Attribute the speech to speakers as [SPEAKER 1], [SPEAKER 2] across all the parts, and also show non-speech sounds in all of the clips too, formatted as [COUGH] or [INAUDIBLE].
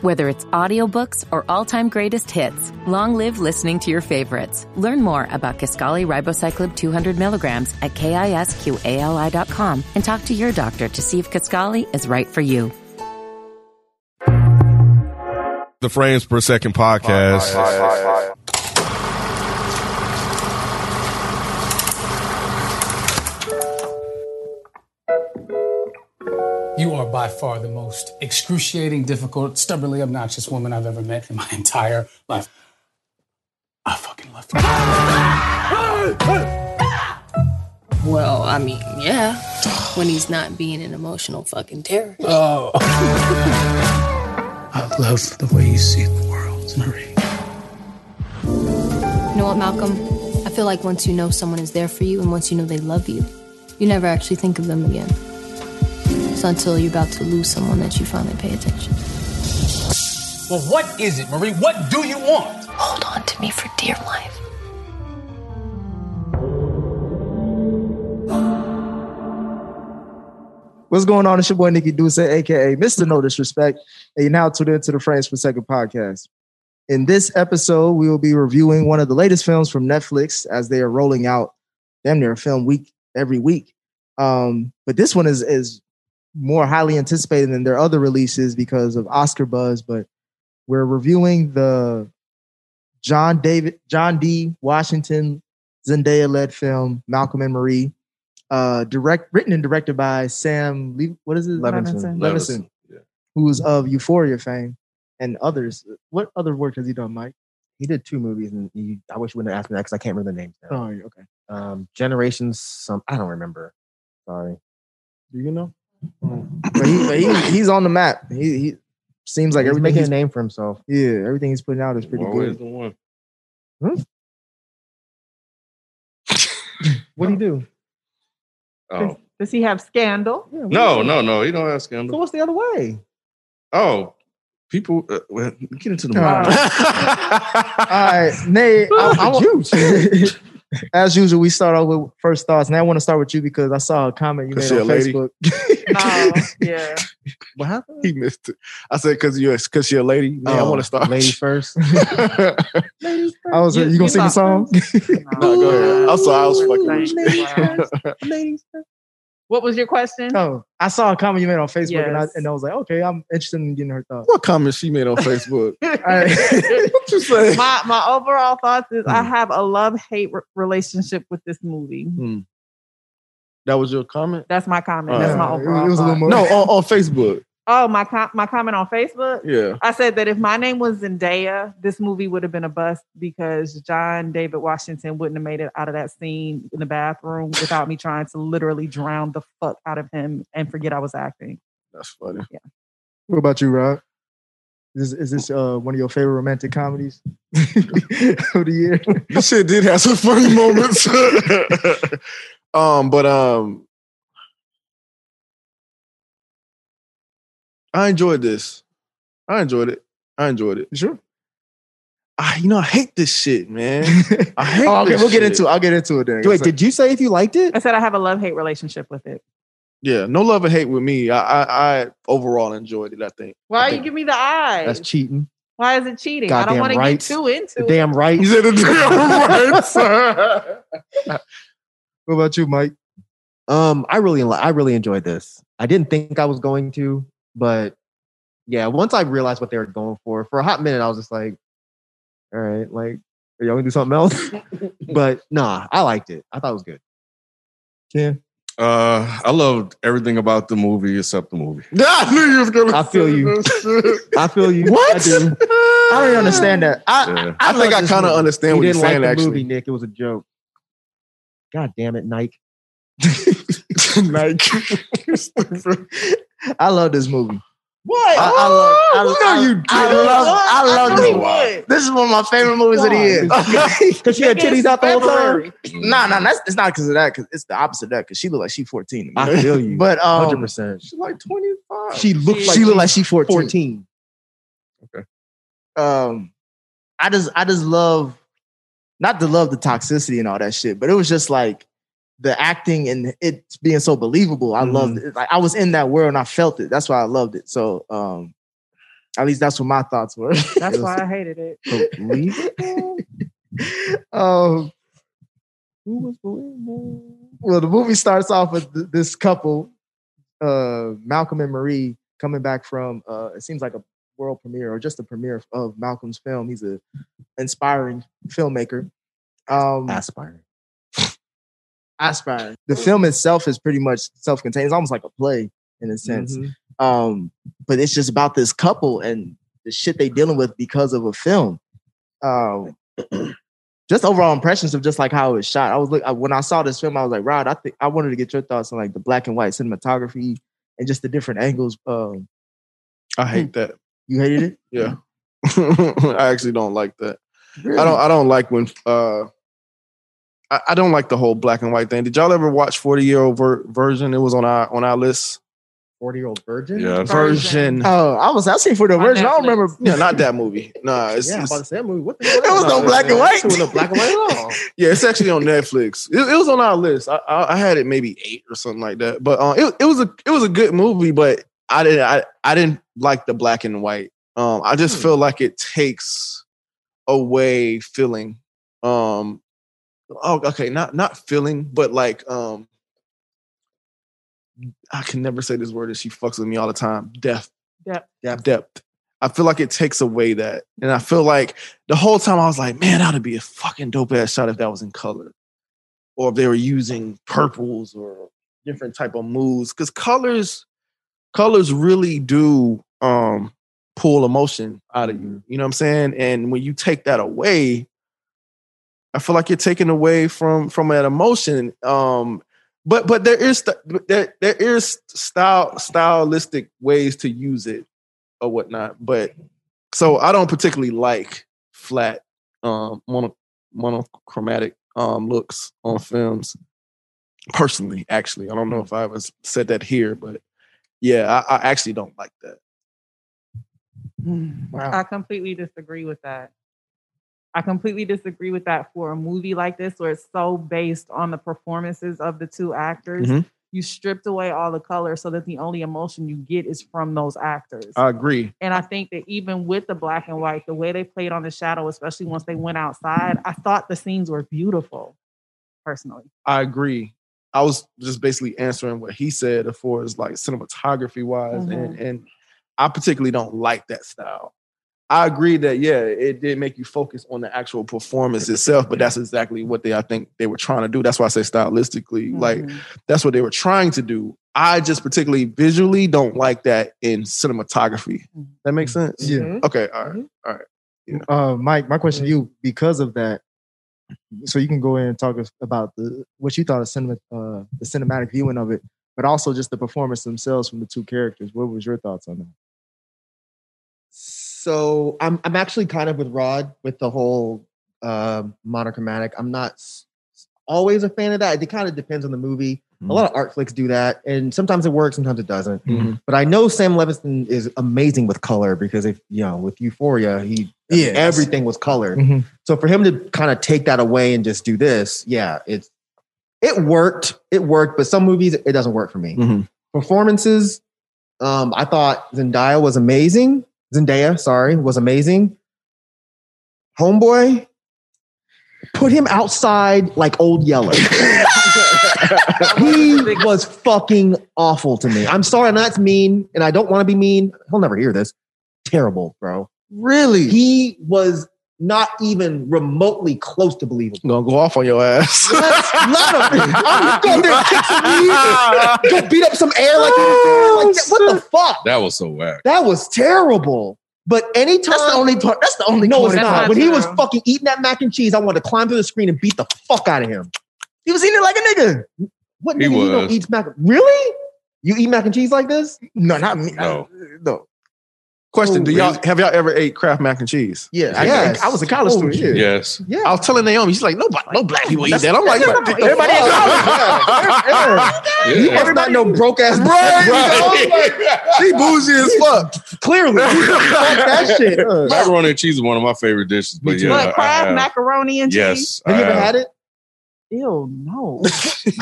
[SPEAKER 1] Whether it's audiobooks or all-time greatest hits, long live listening to your favorites. Learn more about Kaskali Ribocyclib 200 milligrams at kisqali.com and talk to your doctor to see if Kaskali is right for you.
[SPEAKER 2] The Frames Per Second podcast.
[SPEAKER 3] You are by far the most excruciating, difficult, stubbornly obnoxious woman I've ever met in my entire life. I fucking love you.
[SPEAKER 4] Well, I mean, yeah. When he's not being an emotional fucking terror.
[SPEAKER 3] I love the way you see the world, Marie.
[SPEAKER 4] You know what, Malcolm? I feel like once you know someone is there for you and once you know they love you, you never actually think of them again. It's not until you're about to lose someone that you finally pay attention.
[SPEAKER 5] Well, what is it, Marie? What do you want?
[SPEAKER 4] Hold on to me for dear life.
[SPEAKER 6] What's going on? It's your boy Nikki Duce, aka Mr. No Disrespect, and you're now tuned into the Frames Per Second podcast. In this episode, we will be reviewing one of the latest films from Netflix as they are rolling out damn near a film week every week. Um, but this one is is more highly anticipated than their other releases because of Oscar buzz. But we're reviewing the John David John D. Washington Zendaya led film Malcolm and Marie, uh, direct written and directed by Sam. Le- what is it?
[SPEAKER 7] Levinson.
[SPEAKER 6] Levinson who's of Euphoria fame and others. What other work has he done, Mike?
[SPEAKER 7] He did two movies, and he, I wish you wouldn't have asked me that because I can't remember the names now.
[SPEAKER 6] Sorry, Oh, okay.
[SPEAKER 7] Um, Generations, some I don't remember. Sorry.
[SPEAKER 6] Do you know?
[SPEAKER 7] Mm.
[SPEAKER 6] but he, but
[SPEAKER 7] [COUGHS]
[SPEAKER 6] he, he's on the map. He, he seems like
[SPEAKER 7] Like he's
[SPEAKER 6] everything.
[SPEAKER 7] making a
[SPEAKER 6] He's,
[SPEAKER 7] name for himself.
[SPEAKER 6] yeah, everything he's putting out is pretty
[SPEAKER 2] Always
[SPEAKER 6] good.
[SPEAKER 2] the one.
[SPEAKER 7] What do you do?
[SPEAKER 2] Oh
[SPEAKER 8] Does he have scandal?
[SPEAKER 7] Yeah, what do
[SPEAKER 2] no,
[SPEAKER 7] you do?
[SPEAKER 2] no, no! You don't have
[SPEAKER 7] So
[SPEAKER 2] scandal.
[SPEAKER 7] what's the other way?
[SPEAKER 2] Oh, people, uh, well, get into the
[SPEAKER 6] All
[SPEAKER 8] Ah.
[SPEAKER 2] movie. [LAUGHS]
[SPEAKER 8] Oh,
[SPEAKER 6] All right,
[SPEAKER 7] [LAUGHS]
[SPEAKER 6] Nate. I, I
[SPEAKER 7] What's
[SPEAKER 6] want-
[SPEAKER 7] the juice?
[SPEAKER 6] [LAUGHS] as usual, we start off with first thoughts, and I want to start with you because I saw a comment you
[SPEAKER 2] Cause
[SPEAKER 6] made
[SPEAKER 2] she a
[SPEAKER 6] on
[SPEAKER 2] lady?
[SPEAKER 7] [LAUGHS]
[SPEAKER 6] Facebook. [LAUGHS]
[SPEAKER 8] No, yeah.
[SPEAKER 7] what happened?
[SPEAKER 9] He missed it. I said because you're because you're a lady. Man, I
[SPEAKER 7] Oh,
[SPEAKER 9] want to start.
[SPEAKER 7] Ladies
[SPEAKER 6] [LAUGHS]
[SPEAKER 7] first. [LAUGHS]
[SPEAKER 8] Ladies
[SPEAKER 6] I was, Oh, you,
[SPEAKER 8] first.
[SPEAKER 6] gonna sing the
[SPEAKER 8] thought- [LAUGHS]
[SPEAKER 6] song?
[SPEAKER 9] No, go ahead. I'm sorry, I was
[SPEAKER 8] Ooh,
[SPEAKER 9] fucking
[SPEAKER 8] ladies
[SPEAKER 9] with you.
[SPEAKER 8] first. What was your question?
[SPEAKER 6] Oh, I saw a comment you made on Facebook, and, I,
[SPEAKER 8] Yes.
[SPEAKER 6] and I was like, okay, I'm interested in getting her thoughts.
[SPEAKER 9] what comment she made on Facebook?
[SPEAKER 6] All
[SPEAKER 7] [LAUGHS]
[SPEAKER 6] right.
[SPEAKER 9] what you say?
[SPEAKER 8] My my overall thoughts is
[SPEAKER 6] Hmm.
[SPEAKER 8] I have a love hate relationship with this movie.
[SPEAKER 9] Hmm. That was your comment?
[SPEAKER 8] That's my comment. That's my
[SPEAKER 6] Uh, it
[SPEAKER 8] overall.
[SPEAKER 6] was- it was a little
[SPEAKER 8] thought.
[SPEAKER 6] more-
[SPEAKER 9] No, on, on Facebook.
[SPEAKER 8] Oh, my com- my comment on Facebook.
[SPEAKER 9] Yeah.
[SPEAKER 8] I said that if my name was Zendaya, this movie would have been a bust because John David Washington wouldn't have made it out of that scene in the bathroom without me trying to literally drown the fuck out of him and forget I was acting.
[SPEAKER 9] That's funny.
[SPEAKER 6] What about you, Rob? Is this, is this uh, one of your favorite romantic comedies [LAUGHS] of the year?
[SPEAKER 9] This shit did have some funny moments. [LAUGHS] um, but um I enjoyed this. I enjoyed it. I enjoyed it.
[SPEAKER 6] Sure.
[SPEAKER 9] I you know, I hate this
[SPEAKER 6] [LAUGHS]
[SPEAKER 9] shit, man. I hate
[SPEAKER 6] Oh, okay,
[SPEAKER 9] this
[SPEAKER 6] we'll get
[SPEAKER 9] shit.
[SPEAKER 6] into. it. I'll get into it then.
[SPEAKER 7] Wait, did you say if you liked it?
[SPEAKER 8] I said I have a love hate relationship with it.
[SPEAKER 9] Yeah, no love and hate with me. I I, I overall enjoyed it. I think.
[SPEAKER 8] Why
[SPEAKER 9] I
[SPEAKER 8] are you
[SPEAKER 9] think-
[SPEAKER 8] giving me the eyes?
[SPEAKER 7] That's cheating.
[SPEAKER 8] Why is it cheating? I
[SPEAKER 7] Goddamn
[SPEAKER 8] don't want
[SPEAKER 7] right.
[SPEAKER 8] to get too into
[SPEAKER 7] The
[SPEAKER 8] it.
[SPEAKER 7] damn right.
[SPEAKER 9] You said
[SPEAKER 6] [LAUGHS]
[SPEAKER 9] the
[SPEAKER 7] [LAUGHS]
[SPEAKER 9] damn right, sir.
[SPEAKER 6] What about you, Mike?
[SPEAKER 7] Um, I really, li- I really enjoyed this. I didn't think I was going to, but yeah, once I realized what they were going for, for a hot minute, I was just like, "All right, like, are y'all gonna do something else?" but nah, I liked it. I thought it was good.
[SPEAKER 2] Uh, I loved everything about the movie except the movie.
[SPEAKER 9] I knew you was gonna.
[SPEAKER 7] I feel
[SPEAKER 9] say
[SPEAKER 7] you.
[SPEAKER 9] that shit.
[SPEAKER 7] I feel you. I do.
[SPEAKER 9] I
[SPEAKER 6] [LAUGHS] I don't even understand that. I,
[SPEAKER 2] Yeah.
[SPEAKER 9] I, think I
[SPEAKER 7] love this
[SPEAKER 9] kind of
[SPEAKER 7] movie.
[SPEAKER 9] understand
[SPEAKER 7] You
[SPEAKER 9] what you're
[SPEAKER 7] didn't like
[SPEAKER 9] saying.
[SPEAKER 7] the
[SPEAKER 9] actually,
[SPEAKER 7] movie, Nick. It was a joke. God damn
[SPEAKER 9] [LAUGHS]
[SPEAKER 7] it, Nike.
[SPEAKER 9] like,
[SPEAKER 6] [LAUGHS] I love this movie.
[SPEAKER 9] what?
[SPEAKER 6] I- I love- I
[SPEAKER 9] no,
[SPEAKER 6] love-
[SPEAKER 9] you.
[SPEAKER 6] I love. I love
[SPEAKER 9] know
[SPEAKER 6] this.
[SPEAKER 9] you
[SPEAKER 6] movie. This is one of my favorite movies of the
[SPEAKER 9] [LAUGHS]
[SPEAKER 6] year. [LAUGHS]
[SPEAKER 7] Because she had titties out the whole time.
[SPEAKER 6] Nah, nah, that's it's not because of that. Because it's the opposite of that. Because she looked like she 14. To me. [LAUGHS]
[SPEAKER 7] I feel you.
[SPEAKER 6] But um,
[SPEAKER 7] hundred percent.
[SPEAKER 9] She's like 25.
[SPEAKER 7] She looked like
[SPEAKER 6] she looked like she 14.
[SPEAKER 7] fourteen.
[SPEAKER 6] um I just I just love not to love the toxicity and all that shit, but it was just like the acting and it being so believable. I loved it. Like I was in that world and I felt it. That's why I loved it. So um At least that's what my thoughts were. [LAUGHS]
[SPEAKER 8] That's why I hated it.
[SPEAKER 7] Believable?
[SPEAKER 6] um,
[SPEAKER 7] Who was believable?
[SPEAKER 6] well, the movie starts off with th- this couple, uh, Malcolm and Marie, coming back from uh, it seems like a world premiere or just a premiere of Malcolm's film. He's a inspiring filmmaker. Um,
[SPEAKER 7] Aspiring.
[SPEAKER 6] aspiring. The film itself is pretty much self-contained. It's almost like a play in a sense.
[SPEAKER 7] Mhm.
[SPEAKER 6] Um, but it's just about this couple and the shit they dealing with because of a film. Um, [CLEARS THROAT] just overall impressions of just like how it was shot. I was look I, when I saw this film, I was like, Rod, I think I wanted to get your thoughts on like the black and white cinematography and just the different angles. Um,
[SPEAKER 9] I hate that.
[SPEAKER 6] you hated it?
[SPEAKER 9] Yeah. [LAUGHS] I actually don't like that. I don't. I don't like when. Uh, I, I don't like the whole black and white thing. Did y'all ever watch Forty Year Old ver- Version? It was on our on our list.
[SPEAKER 7] 40 year old virgin?
[SPEAKER 2] Yeah.
[SPEAKER 9] Version.
[SPEAKER 6] Oh, I was. I seen for the
[SPEAKER 8] On
[SPEAKER 6] version. I don't
[SPEAKER 8] Netflix.
[SPEAKER 6] remember.
[SPEAKER 9] yeah, not that movie. Nah, it's,
[SPEAKER 7] yeah, I'm
[SPEAKER 9] it's-
[SPEAKER 7] about to say that movie. What the
[SPEAKER 6] There was no black and white.
[SPEAKER 7] There was no black and white at all.
[SPEAKER 9] yeah, it's actually on Netflix. It, it was on our list. I, I, I had it maybe eight or something like that. But uh, it it was a it was a good movie, but I didn't I, I didn't like the black and white. Um, I just feel like it takes away feeling. Um, oh, okay, not not feeling, but like um, I can never say this word, and she fucks with me all the time. Death
[SPEAKER 7] Depth.
[SPEAKER 9] depth. I feel like it takes away that. And I feel like the whole time I was like, man, that would be a fucking dope ass shot if that was in color. Or if they were using purples or different type of moods. Cause colors, colors really do um pull emotion out of you. You know what I'm saying? And when you take that away, I feel like you're taken away from from that emotion. Um, but but there is st- there there is style stylistic ways to use it or whatnot. But so I don't particularly like flat um mono, monochromatic um looks on films personally actually i don't know if i was said that here but yeah i, I actually don't like that
[SPEAKER 7] Mm,
[SPEAKER 8] I completely disagree with that. I completely disagree with that for a movie like this, where it's so based on the performances of the two actors.
[SPEAKER 7] Mm-hmm.
[SPEAKER 9] Mhm.
[SPEAKER 8] You stripped away all the color so that the only emotion you get is from those actors.
[SPEAKER 7] Uh,
[SPEAKER 9] i agree
[SPEAKER 8] And I think that even with the black and white, the way they played on the shadow, especially once they went outside, I thought the scenes were beautiful, personally.
[SPEAKER 9] i agree i was just basically answering what he said as far as like cinematography wise and and i particularly don't like that style i agree that yeah it did make you focus on the actual performance itself but that's exactly what they i think they were trying to do that's why i say stylistically like
[SPEAKER 8] Mhm.
[SPEAKER 9] that's what they were trying to do. I just particularly visually don't like that in cinematography. That makes
[SPEAKER 7] Mm-hmm.
[SPEAKER 9] sense.
[SPEAKER 6] Yeah.
[SPEAKER 9] Okay. All right. [LAUGHS]
[SPEAKER 6] uh, Mike, my question to you because of that. So you can go in and talk us- about the what you thought of cinema, uh, the cinematic viewing of it, but also just the performance themselves from the two characters. What was your thoughts on that?
[SPEAKER 7] So I'm I'm actually kind of with Rod with the whole uh, monochromatic. I'm not s- always a fan of that. It kind of depends on the movie.
[SPEAKER 6] Mm-hmm.
[SPEAKER 7] A lot of art flicks do that, and sometimes it works, sometimes it doesn't.
[SPEAKER 6] Mm-hmm.
[SPEAKER 9] Mhm.
[SPEAKER 7] But I know Sam Levinson is amazing with color because if you know with Euphoria, he
[SPEAKER 6] Yeah.
[SPEAKER 7] everything was colored.
[SPEAKER 6] Mhm.
[SPEAKER 7] So for him to kind of take that away and just do this, yeah, it's it worked. It worked, but some movies it doesn't work for me.
[SPEAKER 9] Mhm.
[SPEAKER 7] Performances, um, I thought Zendaya was amazing. Zendaya, sorry, was amazing. Homeboy, put him outside like old yeller. he was fucking awful to me. I'm sorry, and that's mean, and I don't want to be mean. He'll never hear this. Terrible, bro. Really? He was not even remotely close to believable.
[SPEAKER 9] I'm gonna go off on your ass.
[SPEAKER 7] Let's
[SPEAKER 9] [LAUGHS]
[SPEAKER 7] let him. I'm gonna go there, kick some weed, go beat up some air like, like that. What the fuck?
[SPEAKER 2] That was so whack.
[SPEAKER 7] That was terrible. But anytime
[SPEAKER 6] That's the only part. That's the only.
[SPEAKER 7] no, it's
[SPEAKER 8] That's
[SPEAKER 7] not.
[SPEAKER 8] not
[SPEAKER 7] When he
[SPEAKER 8] true.
[SPEAKER 7] was fucking eating that mac and cheese, I wanted to climb through the screen and beat the fuck out of him.
[SPEAKER 6] He was eating it like a nigga.
[SPEAKER 7] What
[SPEAKER 2] He
[SPEAKER 7] nigga you don't
[SPEAKER 2] was.
[SPEAKER 7] eat mac? Really? You eat mac and cheese like this?
[SPEAKER 6] No, not me.
[SPEAKER 2] No.
[SPEAKER 6] I- no.
[SPEAKER 9] Question: Do y'all have y'all ever ate Kraft mac and cheese?
[SPEAKER 6] Yeah, I,
[SPEAKER 7] Yes.
[SPEAKER 6] I, was a college
[SPEAKER 7] Oh,
[SPEAKER 6] student. Yeah.
[SPEAKER 2] Yes.
[SPEAKER 7] Yeah.
[SPEAKER 9] I was telling Naomi, she's like, no, black- no black people eat that. I'm like,
[SPEAKER 7] That's-
[SPEAKER 9] what the
[SPEAKER 7] everybody
[SPEAKER 9] fuck? [LAUGHS]
[SPEAKER 7] Yeah.
[SPEAKER 2] Yeah.
[SPEAKER 7] You must not know broke ass [LAUGHS] bread.
[SPEAKER 2] Right. [LAUGHS]
[SPEAKER 9] she bougie as fuck.
[SPEAKER 7] Clearly,
[SPEAKER 9] [LAUGHS] Fuck
[SPEAKER 7] that shit. Uh, have
[SPEAKER 2] Macaroni and cheese is one of my favorite dishes, but yeah,
[SPEAKER 8] But
[SPEAKER 2] I
[SPEAKER 8] Kraft
[SPEAKER 2] have.
[SPEAKER 8] macaroni and cheese.
[SPEAKER 2] Yes,
[SPEAKER 7] you
[SPEAKER 2] I
[SPEAKER 7] ever
[SPEAKER 2] have.
[SPEAKER 7] had it?
[SPEAKER 8] Ew, no.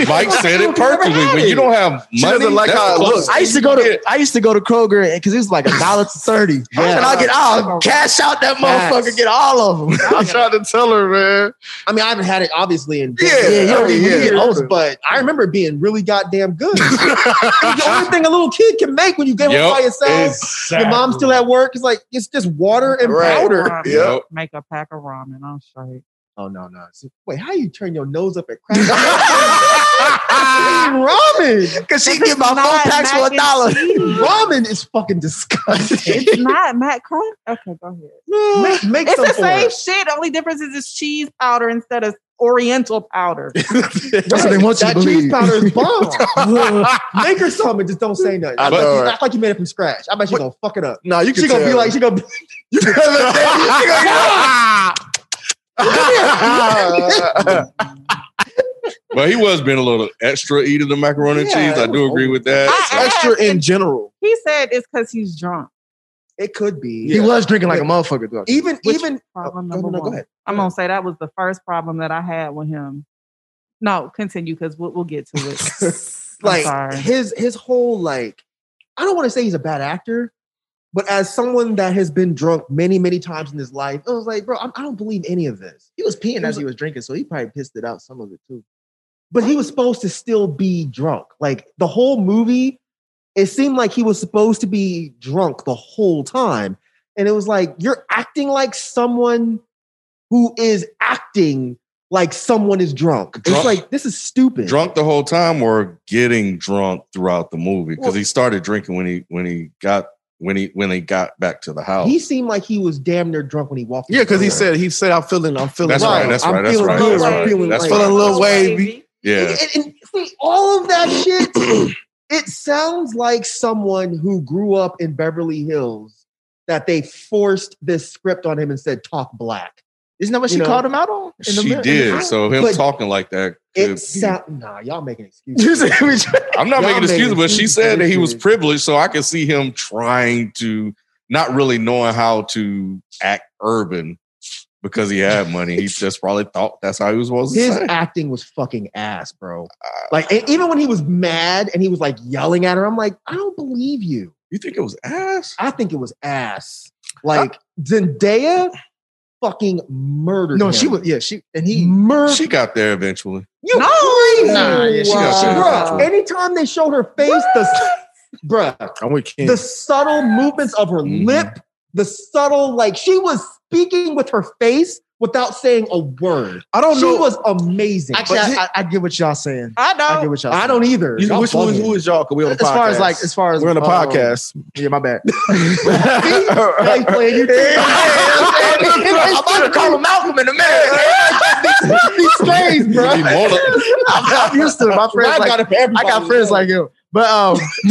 [SPEAKER 10] Mike said it perfectly. When you don't have
[SPEAKER 9] She doesn't
[SPEAKER 10] money,
[SPEAKER 9] like
[SPEAKER 10] that's
[SPEAKER 9] how it
[SPEAKER 10] close.
[SPEAKER 9] looks.
[SPEAKER 6] I used to go to I used to go to Kroger because it was like a dollar to thirty,
[SPEAKER 7] Yeah.
[SPEAKER 6] and I get I'll cash out that motherfucker, get all of them.
[SPEAKER 9] I'm trying to tell her, man.
[SPEAKER 7] I mean, I haven't had it obviously in
[SPEAKER 9] Yeah,
[SPEAKER 7] yeah, yeah,
[SPEAKER 9] I mean, yeah.
[SPEAKER 7] but I remember it being really goddamn
[SPEAKER 9] [LAUGHS]
[SPEAKER 7] good. It's the only thing a little kid can make when you get home
[SPEAKER 10] Yup,
[SPEAKER 7] by yourself,
[SPEAKER 10] exactly.
[SPEAKER 7] your mom's still at work. It's like it's just water and
[SPEAKER 9] Right.
[SPEAKER 7] powder.
[SPEAKER 8] Ramen.
[SPEAKER 10] Yep.
[SPEAKER 8] Make a pack of ramen. I'm straight.
[SPEAKER 7] Oh no, no. It's- Wait, how you turn your nose up at crack? [LAUGHS]
[SPEAKER 9] [LAUGHS]
[SPEAKER 7] ramen.
[SPEAKER 6] Cause she
[SPEAKER 8] If
[SPEAKER 6] get
[SPEAKER 8] it's
[SPEAKER 6] my
[SPEAKER 8] not
[SPEAKER 6] four packs for
[SPEAKER 8] mac
[SPEAKER 6] a
[SPEAKER 8] and
[SPEAKER 6] dollar.
[SPEAKER 7] [LAUGHS]
[SPEAKER 8] cheese,
[SPEAKER 7] Ramen is fucking disgusting.
[SPEAKER 8] it's not Matt Crock. Okay, go ahead.
[SPEAKER 7] make make
[SPEAKER 8] It's
[SPEAKER 7] some
[SPEAKER 8] the
[SPEAKER 7] for
[SPEAKER 8] same
[SPEAKER 7] us.
[SPEAKER 8] shit. The only difference is it's cheese powder instead of oriental
[SPEAKER 7] [LAUGHS]
[SPEAKER 8] powder.
[SPEAKER 6] That's what they want you
[SPEAKER 7] that
[SPEAKER 6] to believe.
[SPEAKER 7] cheese powder
[SPEAKER 6] [LAUGHS]
[SPEAKER 7] is bomb. make her some and just don't say nothing.
[SPEAKER 9] I
[SPEAKER 7] Act like
[SPEAKER 9] know,
[SPEAKER 7] you-
[SPEAKER 9] right?
[SPEAKER 7] act like you made it from scratch. I bet she's gonna fuck it up.
[SPEAKER 9] Nah, you can
[SPEAKER 7] She gonna be
[SPEAKER 9] tell. [LAUGHS]
[SPEAKER 7] like, she
[SPEAKER 6] [LAUGHS]
[SPEAKER 7] gonna be
[SPEAKER 9] you can
[SPEAKER 7] [LAUGHS]
[SPEAKER 9] tell.
[SPEAKER 10] Well, he was being a little extra eating the macaroni and
[SPEAKER 7] Yeah,
[SPEAKER 10] cheese. I
[SPEAKER 7] it
[SPEAKER 10] do
[SPEAKER 7] was
[SPEAKER 10] agree
[SPEAKER 7] over.
[SPEAKER 10] with that.
[SPEAKER 8] I asked
[SPEAKER 9] Extra in
[SPEAKER 8] and
[SPEAKER 9] general.
[SPEAKER 8] he said it's because he's drunk.
[SPEAKER 7] It could be.
[SPEAKER 6] "Ah." He was drinking like a motherfucker though.
[SPEAKER 7] Even
[SPEAKER 8] Which-
[SPEAKER 7] even
[SPEAKER 8] Problem
[SPEAKER 7] Oh, no,
[SPEAKER 8] number
[SPEAKER 7] no, no, go
[SPEAKER 8] one.
[SPEAKER 7] ahead.
[SPEAKER 8] I'm gonna say that was the first problem that I had with him. No, continue because we'll, we'll get to
[SPEAKER 7] [LAUGHS]
[SPEAKER 8] it.
[SPEAKER 7] like
[SPEAKER 8] sorry.
[SPEAKER 7] his his whole like I don't want to say he's a bad actor, but as someone that has been drunk many many times in his life, I was like, bro, I'm, I don't believe any of this.
[SPEAKER 6] He was peeing as he was drinking, so he probably pissed it out some of it too.
[SPEAKER 7] But he was supposed to still be drunk. Like the whole movie, it seemed like he was supposed to be drunk the whole time, and it was like you're acting like someone who is acting like someone is drunk.
[SPEAKER 10] Drunk-
[SPEAKER 7] It's like this is stupid.
[SPEAKER 10] Drunk the whole time or getting drunk throughout the movie because he started drinking when he when he got when he when he got back to the house.
[SPEAKER 7] He seemed like he was damn near drunk when he walked. in
[SPEAKER 9] Yeah,
[SPEAKER 7] the
[SPEAKER 9] because he
[SPEAKER 7] door.
[SPEAKER 9] said he said I'm feeling I'm feeling
[SPEAKER 10] that's
[SPEAKER 7] right,
[SPEAKER 10] right. That's
[SPEAKER 7] I'm
[SPEAKER 10] right. That's
[SPEAKER 7] feeling
[SPEAKER 10] right.
[SPEAKER 7] good,
[SPEAKER 10] That's
[SPEAKER 7] I'm
[SPEAKER 10] right.
[SPEAKER 7] feeling
[SPEAKER 10] That's
[SPEAKER 7] like-
[SPEAKER 10] right.
[SPEAKER 9] feeling a little wavy.
[SPEAKER 10] Yeah.
[SPEAKER 7] And, and- and see, all of that shit, it sounds like someone who grew up in Beverly Hills that they forced this script on him and said, talk black.
[SPEAKER 6] Isn't that what
[SPEAKER 7] You
[SPEAKER 6] she
[SPEAKER 7] know,
[SPEAKER 6] called him out on? In
[SPEAKER 10] She
[SPEAKER 6] the mirror- in the
[SPEAKER 10] did.
[SPEAKER 6] mirror?
[SPEAKER 10] So him
[SPEAKER 7] But
[SPEAKER 10] talking like that. could be-
[SPEAKER 7] It sound nah, y'all making excuses.
[SPEAKER 6] [LAUGHS] You said we tried-
[SPEAKER 10] I'm not
[SPEAKER 7] Y'all
[SPEAKER 10] making
[SPEAKER 7] made
[SPEAKER 10] excuses, but she
[SPEAKER 7] excuses
[SPEAKER 10] said that he was
[SPEAKER 7] for this.
[SPEAKER 10] privileged, so I could see him trying to not really knowing how to act urban because he had money.
[SPEAKER 7] [LAUGHS]
[SPEAKER 10] He just probably thought that's how he was supposed to
[SPEAKER 7] His
[SPEAKER 10] say.
[SPEAKER 7] acting was fucking ass,
[SPEAKER 10] Uh,
[SPEAKER 7] bro. Like, and even when he was mad and he was like yelling at her, I'm like, I don't believe you.
[SPEAKER 10] You think it was ass?
[SPEAKER 7] I think it was ass. Like Zendaya fucking murdered.
[SPEAKER 6] No,
[SPEAKER 7] him.
[SPEAKER 6] she was. Yeah, she and he.
[SPEAKER 7] murdered.
[SPEAKER 10] She got there eventually.
[SPEAKER 7] You
[SPEAKER 8] No.
[SPEAKER 7] crazy.
[SPEAKER 6] Nah, yeah, she got
[SPEAKER 7] Bruh,
[SPEAKER 6] shit.
[SPEAKER 7] bruh, anytime they showed her face, the bruh,
[SPEAKER 9] I'm with Ken.
[SPEAKER 7] the subtle movements of her
[SPEAKER 6] Mm-hmm.
[SPEAKER 10] Mhm.
[SPEAKER 7] lip, the subtle, like she was speaking with her face without saying a word.
[SPEAKER 9] I don't
[SPEAKER 7] she
[SPEAKER 9] know.
[SPEAKER 7] was amazing.
[SPEAKER 6] Actually,
[SPEAKER 7] But
[SPEAKER 6] I, I, I get what y'all saying.
[SPEAKER 8] I
[SPEAKER 6] I get
[SPEAKER 8] know.
[SPEAKER 6] what y'all. Saying.
[SPEAKER 7] I don't either.
[SPEAKER 9] You-
[SPEAKER 7] Y'all
[SPEAKER 9] which one is,
[SPEAKER 7] bugging.
[SPEAKER 9] who is y'all? Cause we on the
[SPEAKER 6] As far as
[SPEAKER 9] podcast.
[SPEAKER 7] [LAUGHS]
[SPEAKER 6] like, as far as
[SPEAKER 9] we're on the
[SPEAKER 6] um,
[SPEAKER 9] podcast.
[SPEAKER 6] yeah, my bad. [LAUGHS]
[SPEAKER 7] Now you playing you too.
[SPEAKER 6] I'm about to call him Malcolm in a minute. These slaves, bro.
[SPEAKER 10] He
[SPEAKER 7] [LAUGHS]
[SPEAKER 10] wanna-
[SPEAKER 6] I'm, I'm used to it. My friends
[SPEAKER 7] I
[SPEAKER 6] like
[SPEAKER 7] got it for everybody.
[SPEAKER 6] I got friends like him. But um [LAUGHS]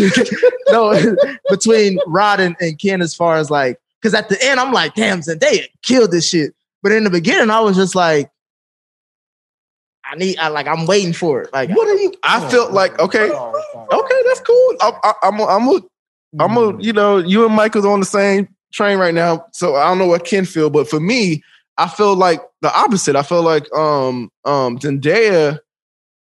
[SPEAKER 6] no [LAUGHS] between Rod and, and Ken as far as like because at the end I'm like, damn Zendaya killed this shit. But in the beginning, I was just like, I need I like I'm waiting for it. Like
[SPEAKER 7] what are you?
[SPEAKER 9] I felt like okay, okay, that's cool. I, I, I'm, a- I'm, a,
[SPEAKER 7] Mm-hmm.
[SPEAKER 9] I'm, a, you know, you and Michael's on the same train right now, so I don't know what Ken feel, but for me, I feel like the opposite. I feel like um, um, Zendaya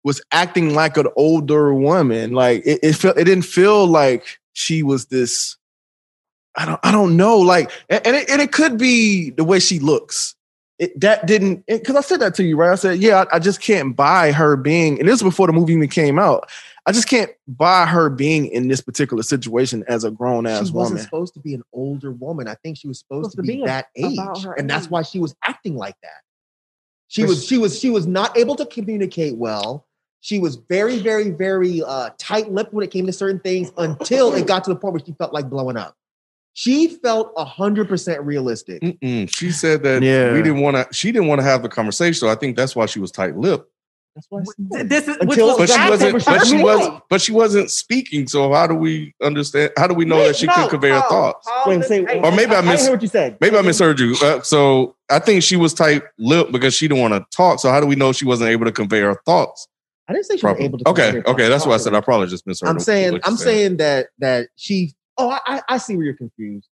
[SPEAKER 9] was acting like an older woman. Like it, it felt, it didn't feel like she was this. I don't, I don't know. Like, and, and it, and it could be the way she looks. It, that didn't because I said that to you, right? I said, yeah, I, I just can't buy her being, and this was before the movie even came out. I just can't buy her being in this particular situation as a grown
[SPEAKER 7] she
[SPEAKER 9] ass
[SPEAKER 7] wasn't
[SPEAKER 9] woman.
[SPEAKER 7] supposed to be an older woman. I think she was supposed,
[SPEAKER 8] Supposed
[SPEAKER 7] to
[SPEAKER 8] to
[SPEAKER 7] be,
[SPEAKER 8] be a-
[SPEAKER 7] that age,
[SPEAKER 8] about her
[SPEAKER 7] and that's
[SPEAKER 8] age.
[SPEAKER 7] why she was acting like that. She
[SPEAKER 6] But
[SPEAKER 7] was she was she was not able to communicate well. She was very very very uh, tight lipped when it came to certain things until it got to the point where she felt like blowing up. She felt hundred percent realistic.
[SPEAKER 10] Mm-mm. She said that
[SPEAKER 9] Yeah.
[SPEAKER 10] we didn't want to. She didn't want to have the conversation. So I think that's why she was tight-lipped.
[SPEAKER 7] That's why. I said.
[SPEAKER 8] This is which
[SPEAKER 7] Until-
[SPEAKER 10] But
[SPEAKER 8] was
[SPEAKER 10] she
[SPEAKER 7] Exactly.
[SPEAKER 10] wasn't. But she
[SPEAKER 7] Right.
[SPEAKER 10] was. But she wasn't speaking. So how do we understand? How do we know that she couldn't convey her thoughts?
[SPEAKER 7] Wait, say,
[SPEAKER 10] Or maybe I
[SPEAKER 7] didn't
[SPEAKER 10] miss-
[SPEAKER 7] hear what you said.
[SPEAKER 10] Maybe I misheard you. Uh, so I think she was tight lipped because she didn't want to talk. So how do we know she wasn't able to convey her thoughts?
[SPEAKER 7] I didn't say she was
[SPEAKER 10] Properly?
[SPEAKER 7] able to.
[SPEAKER 10] Okay,
[SPEAKER 7] communicate
[SPEAKER 10] okay, that's what I said.
[SPEAKER 7] properly.
[SPEAKER 10] I probably just misheard.
[SPEAKER 7] I'm
[SPEAKER 10] what
[SPEAKER 7] saying
[SPEAKER 10] you
[SPEAKER 7] I'm
[SPEAKER 10] said.
[SPEAKER 7] saying that that she oh I- I, I see where you're confused.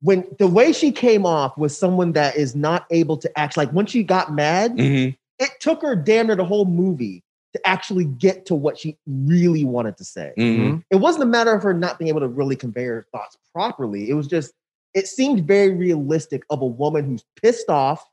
[SPEAKER 7] When the way she came off was someone that is not able to act like when she got mad,
[SPEAKER 10] Mhm.
[SPEAKER 7] It took her damn near the whole movie to actually get to what she really wanted to say.
[SPEAKER 10] Mhm.
[SPEAKER 7] It wasn't a matter of her not being able to really convey her thoughts properly. It was just, it seemed very realistic of a woman who's pissed off,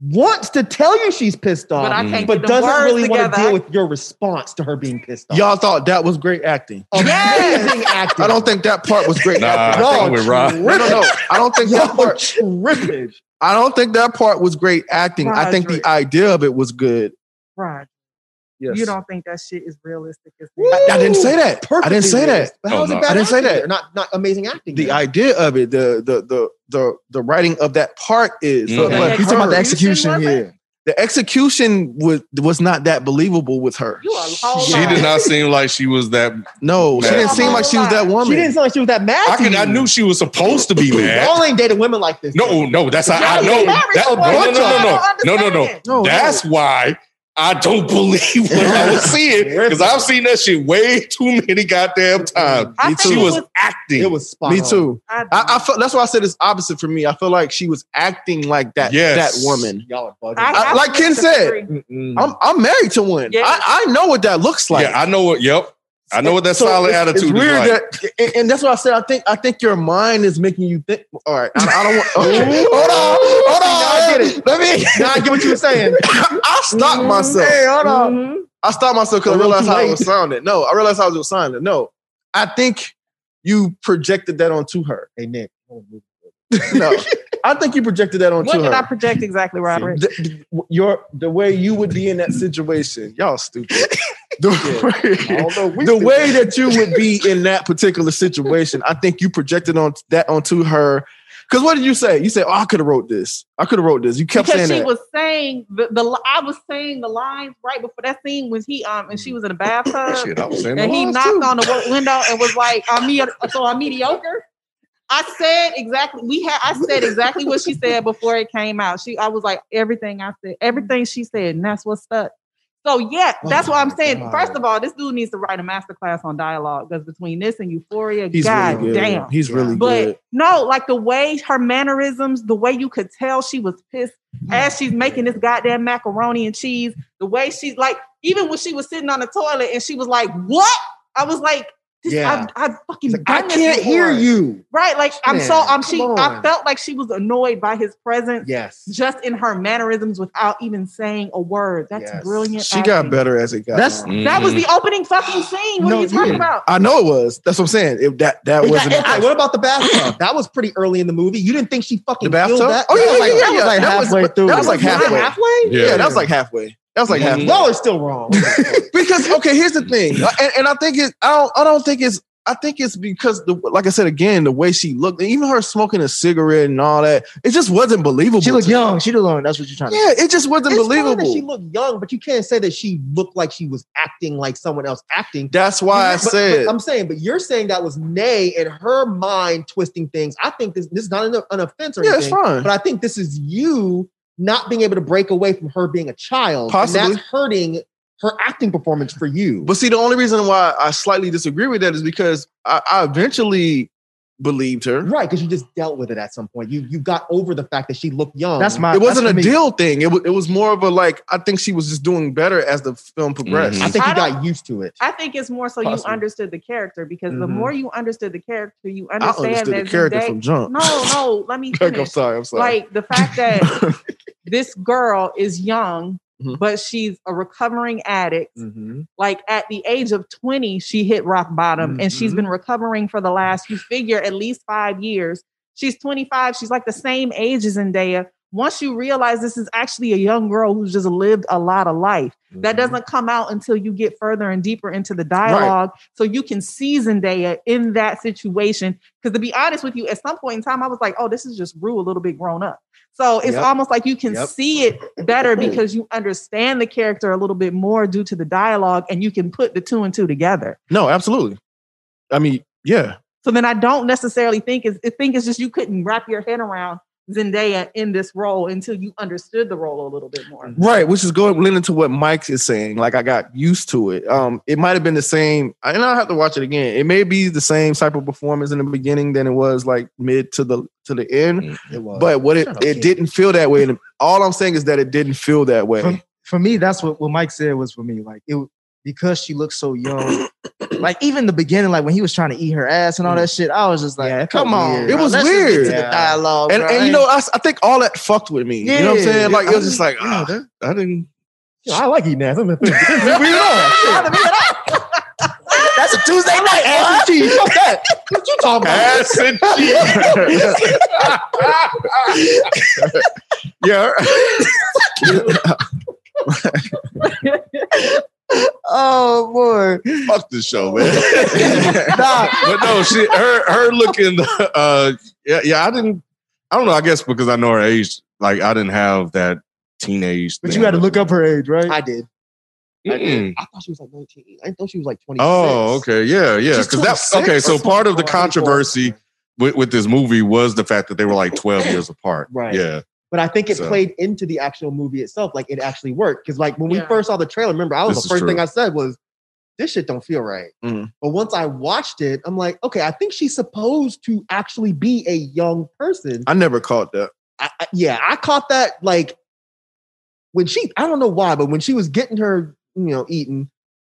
[SPEAKER 7] wants to tell you she's pissed off,
[SPEAKER 8] But I
[SPEAKER 10] can't
[SPEAKER 8] can't
[SPEAKER 7] but
[SPEAKER 8] get them
[SPEAKER 7] doesn't
[SPEAKER 8] words
[SPEAKER 7] really want to
[SPEAKER 8] together.
[SPEAKER 7] deal with your response to her being pissed off.
[SPEAKER 9] Y'all thought that was great acting.
[SPEAKER 7] Amazing acting.
[SPEAKER 9] I don't think that part was great
[SPEAKER 10] Nah,
[SPEAKER 9] acting.
[SPEAKER 10] I think we robbed.
[SPEAKER 9] No, no, no. I don't think that
[SPEAKER 7] [LAUGHS] Y'all are
[SPEAKER 9] part.
[SPEAKER 7] terrific.
[SPEAKER 9] I don't think that part was great acting. I think the
[SPEAKER 8] Roderick.
[SPEAKER 9] idea of it was good.
[SPEAKER 8] Right.
[SPEAKER 9] Yes.
[SPEAKER 8] You don't think that shit is realistic? As
[SPEAKER 7] Woo!
[SPEAKER 9] I didn't say that. I didn't say that.
[SPEAKER 7] But how
[SPEAKER 10] Oh,
[SPEAKER 7] is it
[SPEAKER 10] no.
[SPEAKER 7] bad
[SPEAKER 9] I didn't say
[SPEAKER 7] acting?
[SPEAKER 9] that.
[SPEAKER 7] Not not amazing acting.
[SPEAKER 9] The
[SPEAKER 7] then.
[SPEAKER 9] idea of it, the the the the the writing of that part is.
[SPEAKER 10] So
[SPEAKER 9] but
[SPEAKER 10] the
[SPEAKER 9] her-
[SPEAKER 6] He's talking about the execution.
[SPEAKER 8] was
[SPEAKER 6] Yeah.
[SPEAKER 8] it?
[SPEAKER 9] the execution was was not that believable with her.
[SPEAKER 8] You are a whole
[SPEAKER 10] She
[SPEAKER 8] liar.
[SPEAKER 10] did not seem like she was that.
[SPEAKER 9] No, she
[SPEAKER 10] Man.
[SPEAKER 9] didn't seem like she was that woman.
[SPEAKER 7] She didn't sound like she was that mad.
[SPEAKER 10] I
[SPEAKER 7] to
[SPEAKER 10] can.
[SPEAKER 7] you.
[SPEAKER 10] I knew she was supposed to be mad.
[SPEAKER 7] Y'all ain't dated women like this.
[SPEAKER 10] No, no, that's how I know. That, no, no, no, no, no, no, no.
[SPEAKER 9] No,
[SPEAKER 10] That's why I don't [LAUGHS] believe what I was seeing because I've seen that shit way too many goddamn times.
[SPEAKER 8] I
[SPEAKER 9] Me
[SPEAKER 8] think
[SPEAKER 9] too.
[SPEAKER 10] She
[SPEAKER 8] it
[SPEAKER 10] was
[SPEAKER 7] it
[SPEAKER 10] acting.
[SPEAKER 7] was spot
[SPEAKER 9] Me
[SPEAKER 7] on.
[SPEAKER 9] too.
[SPEAKER 8] I,
[SPEAKER 9] I, I felt that's why I said it's opposite for me. I feel like she was acting like that
[SPEAKER 10] Yes.
[SPEAKER 9] that woman.
[SPEAKER 7] Y'all are bugging.
[SPEAKER 8] I
[SPEAKER 9] I- like Ken said,
[SPEAKER 8] disagree.
[SPEAKER 9] I'm I'm married to one.
[SPEAKER 8] Yeah.
[SPEAKER 9] I, I know what that looks like.
[SPEAKER 10] yeah, I know what. Yep, I know what that
[SPEAKER 9] So
[SPEAKER 10] solid
[SPEAKER 9] it's-
[SPEAKER 10] attitude is
[SPEAKER 9] It's weird
[SPEAKER 10] like.
[SPEAKER 9] that, and, and that's what I said. I think I think your mind is making you think. All right, I, I don't want. Okay. hold on, hold on.
[SPEAKER 7] Now I get it.
[SPEAKER 9] Let me.
[SPEAKER 7] Now I get what you were [LAUGHS] saying.
[SPEAKER 9] I stopped myself.
[SPEAKER 7] Hey, hold on.
[SPEAKER 8] Mm-hmm.
[SPEAKER 9] I stopped myself because
[SPEAKER 7] A
[SPEAKER 9] I
[SPEAKER 7] little
[SPEAKER 9] realized
[SPEAKER 7] too
[SPEAKER 9] how it
[SPEAKER 7] late.
[SPEAKER 9] was sounded. No, I realized how it was sounded. No, I think you projected that onto her.
[SPEAKER 7] Hey Nick.
[SPEAKER 9] [LAUGHS] No, I think you projected that onto
[SPEAKER 8] What
[SPEAKER 9] her.
[SPEAKER 8] did I project exactly, Roderick?
[SPEAKER 9] The, the- your the way you would be in that situation, y'all
[SPEAKER 7] [LAUGHS]
[SPEAKER 9] stupid. The,
[SPEAKER 7] I don't know. We
[SPEAKER 9] the
[SPEAKER 7] stupid.
[SPEAKER 9] way that you would be in that particular situation, I think you projected on that onto her. Because what did you say? You said, "Oh, I could have wrote this. I could have wrote this." You kept
[SPEAKER 8] because she
[SPEAKER 9] saying that.
[SPEAKER 8] was saying the, the li- I was saying the lines right before that scene when he um and she was in
[SPEAKER 9] [CLEARS THROAT]
[SPEAKER 8] the bathtub
[SPEAKER 10] Shit, I was saying
[SPEAKER 8] and
[SPEAKER 10] that.
[SPEAKER 8] he
[SPEAKER 9] was
[SPEAKER 8] knocked
[SPEAKER 9] too.
[SPEAKER 8] on the wo- window and was like, "I'm me- so I'm mediocre." I said exactly we had I said exactly what she said before it came out. She I was like everything I said, everything she said, and that's what stuck. So yeah,
[SPEAKER 7] Oh
[SPEAKER 8] that's what I'm
[SPEAKER 7] my
[SPEAKER 8] saying.
[SPEAKER 7] God.
[SPEAKER 8] First of all, this dude needs to write a master class on dialogue because between this and Euphoria,
[SPEAKER 9] He's
[SPEAKER 8] god
[SPEAKER 9] really good.
[SPEAKER 8] damn.
[SPEAKER 9] He's really
[SPEAKER 8] But
[SPEAKER 9] good.
[SPEAKER 8] no, like the way her mannerisms, the way you could tell she was pissed
[SPEAKER 7] Mm.
[SPEAKER 8] as she's making this goddamn macaroni and cheese, the way she's like, even when she was sitting on the toilet and she was like, What? I was like, this,
[SPEAKER 7] Yeah.
[SPEAKER 8] I've, I've fucking
[SPEAKER 7] It's like, I
[SPEAKER 8] done this
[SPEAKER 7] can't
[SPEAKER 8] before.
[SPEAKER 7] hear you.
[SPEAKER 8] Right. Like I'm so
[SPEAKER 7] Man,
[SPEAKER 8] I'm she
[SPEAKER 7] come
[SPEAKER 8] I
[SPEAKER 7] on.
[SPEAKER 8] felt like she was annoyed by his presence
[SPEAKER 7] Yes.
[SPEAKER 8] just in her mannerisms without even saying a word. That's
[SPEAKER 7] Yes.
[SPEAKER 8] brilliant.
[SPEAKER 9] She got
[SPEAKER 8] acting.
[SPEAKER 9] better as it got.
[SPEAKER 7] That's-
[SPEAKER 9] on.
[SPEAKER 8] That
[SPEAKER 10] Mm-hmm.
[SPEAKER 7] Mm-hmm.
[SPEAKER 8] was the opening fucking scene. What
[SPEAKER 9] No,
[SPEAKER 8] are you talking
[SPEAKER 9] yeah.
[SPEAKER 8] about?
[SPEAKER 9] I know it was. That's what I'm saying. If that that
[SPEAKER 7] It got
[SPEAKER 9] wasn't
[SPEAKER 7] amplified. what about the bathtub? that was pretty early in the movie. You didn't think she fucking
[SPEAKER 9] the bathtub.
[SPEAKER 7] killed that?
[SPEAKER 9] Oh yeah,
[SPEAKER 7] That was
[SPEAKER 9] yeah,
[SPEAKER 7] like-
[SPEAKER 9] yeah,
[SPEAKER 7] that was
[SPEAKER 9] yeah.
[SPEAKER 7] like
[SPEAKER 9] That was-
[SPEAKER 7] halfway through.
[SPEAKER 9] That was like
[SPEAKER 7] Was that
[SPEAKER 9] halfway.
[SPEAKER 8] halfway?
[SPEAKER 10] Yeah.
[SPEAKER 9] Yeah, that was like halfway. That was like
[SPEAKER 10] Mhm.
[SPEAKER 6] Mm-hmm.
[SPEAKER 9] halfway.
[SPEAKER 7] Y'all are still wrong.
[SPEAKER 9] because okay, here's the thing, and, and I think it. I don't. I don't think it's. I think it's because the like I said again, the way she looked, even her smoking a cigarette and all that, it just wasn't believable.
[SPEAKER 6] She looked
[SPEAKER 9] to me.
[SPEAKER 6] young. She looked young. That's what you're trying to
[SPEAKER 9] Yeah, it just wasn't
[SPEAKER 7] It's fine that
[SPEAKER 9] believable.
[SPEAKER 7] she looked young, but you can't say that she looked like she was acting like someone else acting.
[SPEAKER 9] That's why I
[SPEAKER 7] But- but
[SPEAKER 9] said
[SPEAKER 7] I'm saying, but you're saying that was Nay and her mind twisting things. I think this this is not an, an offense or
[SPEAKER 9] yeah, it's
[SPEAKER 7] anything,
[SPEAKER 9] fine.
[SPEAKER 7] but I think this is you not being able to break away from her being a child, and
[SPEAKER 9] Possibly.
[SPEAKER 7] that's hurting her acting performance for you.
[SPEAKER 9] But see, the only reason why I slightly disagree with that is because I, I eventually believed her.
[SPEAKER 7] right, because you just dealt with it at some point. You you got over the fact that she looked young.
[SPEAKER 6] That's my-
[SPEAKER 9] It wasn't
[SPEAKER 6] That's for me.
[SPEAKER 9] a deal thing. It was. It was more of a like. I think she was just doing better as the film progressed.
[SPEAKER 10] Mhm.
[SPEAKER 7] I think
[SPEAKER 8] I
[SPEAKER 7] you got used to it.
[SPEAKER 8] I think it's more so
[SPEAKER 9] Possible.
[SPEAKER 8] you understood the character because the
[SPEAKER 9] Mhm.
[SPEAKER 8] more you understood the character, you
[SPEAKER 9] I
[SPEAKER 8] understand
[SPEAKER 9] understood
[SPEAKER 8] that
[SPEAKER 9] the character
[SPEAKER 8] Zendaya-
[SPEAKER 9] from
[SPEAKER 8] [LAUGHS]
[SPEAKER 9] jump.
[SPEAKER 8] No, no, let me
[SPEAKER 9] [LAUGHS] Like, I'm
[SPEAKER 8] finish.
[SPEAKER 9] sorry. I'm sorry.
[SPEAKER 8] Like the fact that
[SPEAKER 9] [LAUGHS]
[SPEAKER 8] this girl is young,
[SPEAKER 9] Mhm.
[SPEAKER 8] but she's a recovering addict.
[SPEAKER 9] Mhm.
[SPEAKER 8] Like at the age of 20, she hit rock bottom and she's
[SPEAKER 9] Mhm.
[SPEAKER 8] been recovering for the last, you figure, at least five years. She's 25. She's like the same age as Zendaya. Once you realize this is actually a young girl who's just lived a lot of life.
[SPEAKER 7] Mm-hmm.
[SPEAKER 8] That doesn't come out until you get further and deeper into the dialogue. So you can see Zendaya in that situation. Because to be honest with you, at some point in time, I was like, oh, this is just Rue a little bit grown up. So it's
[SPEAKER 7] Yep.
[SPEAKER 8] almost like you can
[SPEAKER 7] Yep.
[SPEAKER 8] see it better because you understand the character a little bit more due to the dialogue and you can put the two and two together.
[SPEAKER 9] No, absolutely. I mean, yeah.
[SPEAKER 8] So then I don't necessarily think it's I think it's just you couldn't wrap your head around Zendaya in this role until you understood the role a little bit more.
[SPEAKER 9] Right, which is going leaning to what Mike is saying. Like I got used to it. Um, it might have been the same, and I'll have to watch it again. It may be the same type of performance in the beginning than it was like mid to the to the end.
[SPEAKER 7] It was.
[SPEAKER 9] But what mm-hmm. it
[SPEAKER 7] Shut up,
[SPEAKER 9] it
[SPEAKER 7] kid.
[SPEAKER 9] didn't feel that way. And all I'm saying is that it didn't feel that way.
[SPEAKER 6] for me, that's what, what Mike said was for me. Like it because she looked so
[SPEAKER 7] [CLEARS THROAT]
[SPEAKER 6] young. like even the beginning, like when he was trying to eat her ass and all that shit, I was just like,
[SPEAKER 7] Yeah, it felt
[SPEAKER 6] come on,
[SPEAKER 7] weird.
[SPEAKER 6] bro,
[SPEAKER 9] It was
[SPEAKER 6] let's just get
[SPEAKER 9] weird.
[SPEAKER 6] to the
[SPEAKER 7] Yeah.
[SPEAKER 6] dialogue,
[SPEAKER 9] And,
[SPEAKER 6] bro.
[SPEAKER 9] and you know, I, s- I think all that fucked with me. You know what I'm
[SPEAKER 6] Yeah.
[SPEAKER 9] saying? Like it was just like,
[SPEAKER 10] Ah,
[SPEAKER 9] ah,
[SPEAKER 10] that, I didn't.
[SPEAKER 7] Yo, I
[SPEAKER 6] [LAUGHS]
[SPEAKER 7] like eating ass. I'm a-
[SPEAKER 6] that's a Tuesday night. Ass and cheese. Fuck that.
[SPEAKER 7] what you talking about?
[SPEAKER 10] Ass and cheese. yeah.
[SPEAKER 6] Oh boy.
[SPEAKER 10] Fuck this show, man.
[SPEAKER 6] Nah,
[SPEAKER 10] but no, she her her looking uh yeah, yeah, I didn't I don't know, I guess because I know her age, like I didn't have that teenage
[SPEAKER 6] but
[SPEAKER 10] thing.
[SPEAKER 6] you had to look up her age, right?
[SPEAKER 7] I did. I
[SPEAKER 10] Mm-mm.
[SPEAKER 7] did. I thought she was like 19. I thought she was like 26.
[SPEAKER 10] Oh, okay. Yeah, yeah.
[SPEAKER 7] She's
[SPEAKER 10] Because that's
[SPEAKER 7] 26
[SPEAKER 10] okay. So
[SPEAKER 7] or
[SPEAKER 10] part of the
[SPEAKER 7] something. Or 24.
[SPEAKER 10] controversy with, with this movie was the fact that they were like 12 years apart.
[SPEAKER 7] Right.
[SPEAKER 10] Yeah.
[SPEAKER 7] But I think it
[SPEAKER 10] So-
[SPEAKER 7] played into the actual movie itself. Like it actually worked. Because like when we
[SPEAKER 8] Yeah.
[SPEAKER 7] first saw the trailer, remember I was
[SPEAKER 10] This
[SPEAKER 7] the
[SPEAKER 10] is
[SPEAKER 7] first thing
[SPEAKER 10] true.
[SPEAKER 7] I said was, "This shit don't feel right."
[SPEAKER 9] Mm.
[SPEAKER 7] But once I watched it, I'm like, okay, I think she's supposed to actually be a young person.
[SPEAKER 9] [LAUGHS] I never caught that.
[SPEAKER 7] I, I- yeah, I caught that like when she. I don't know why, but when she was getting her, you know, eating,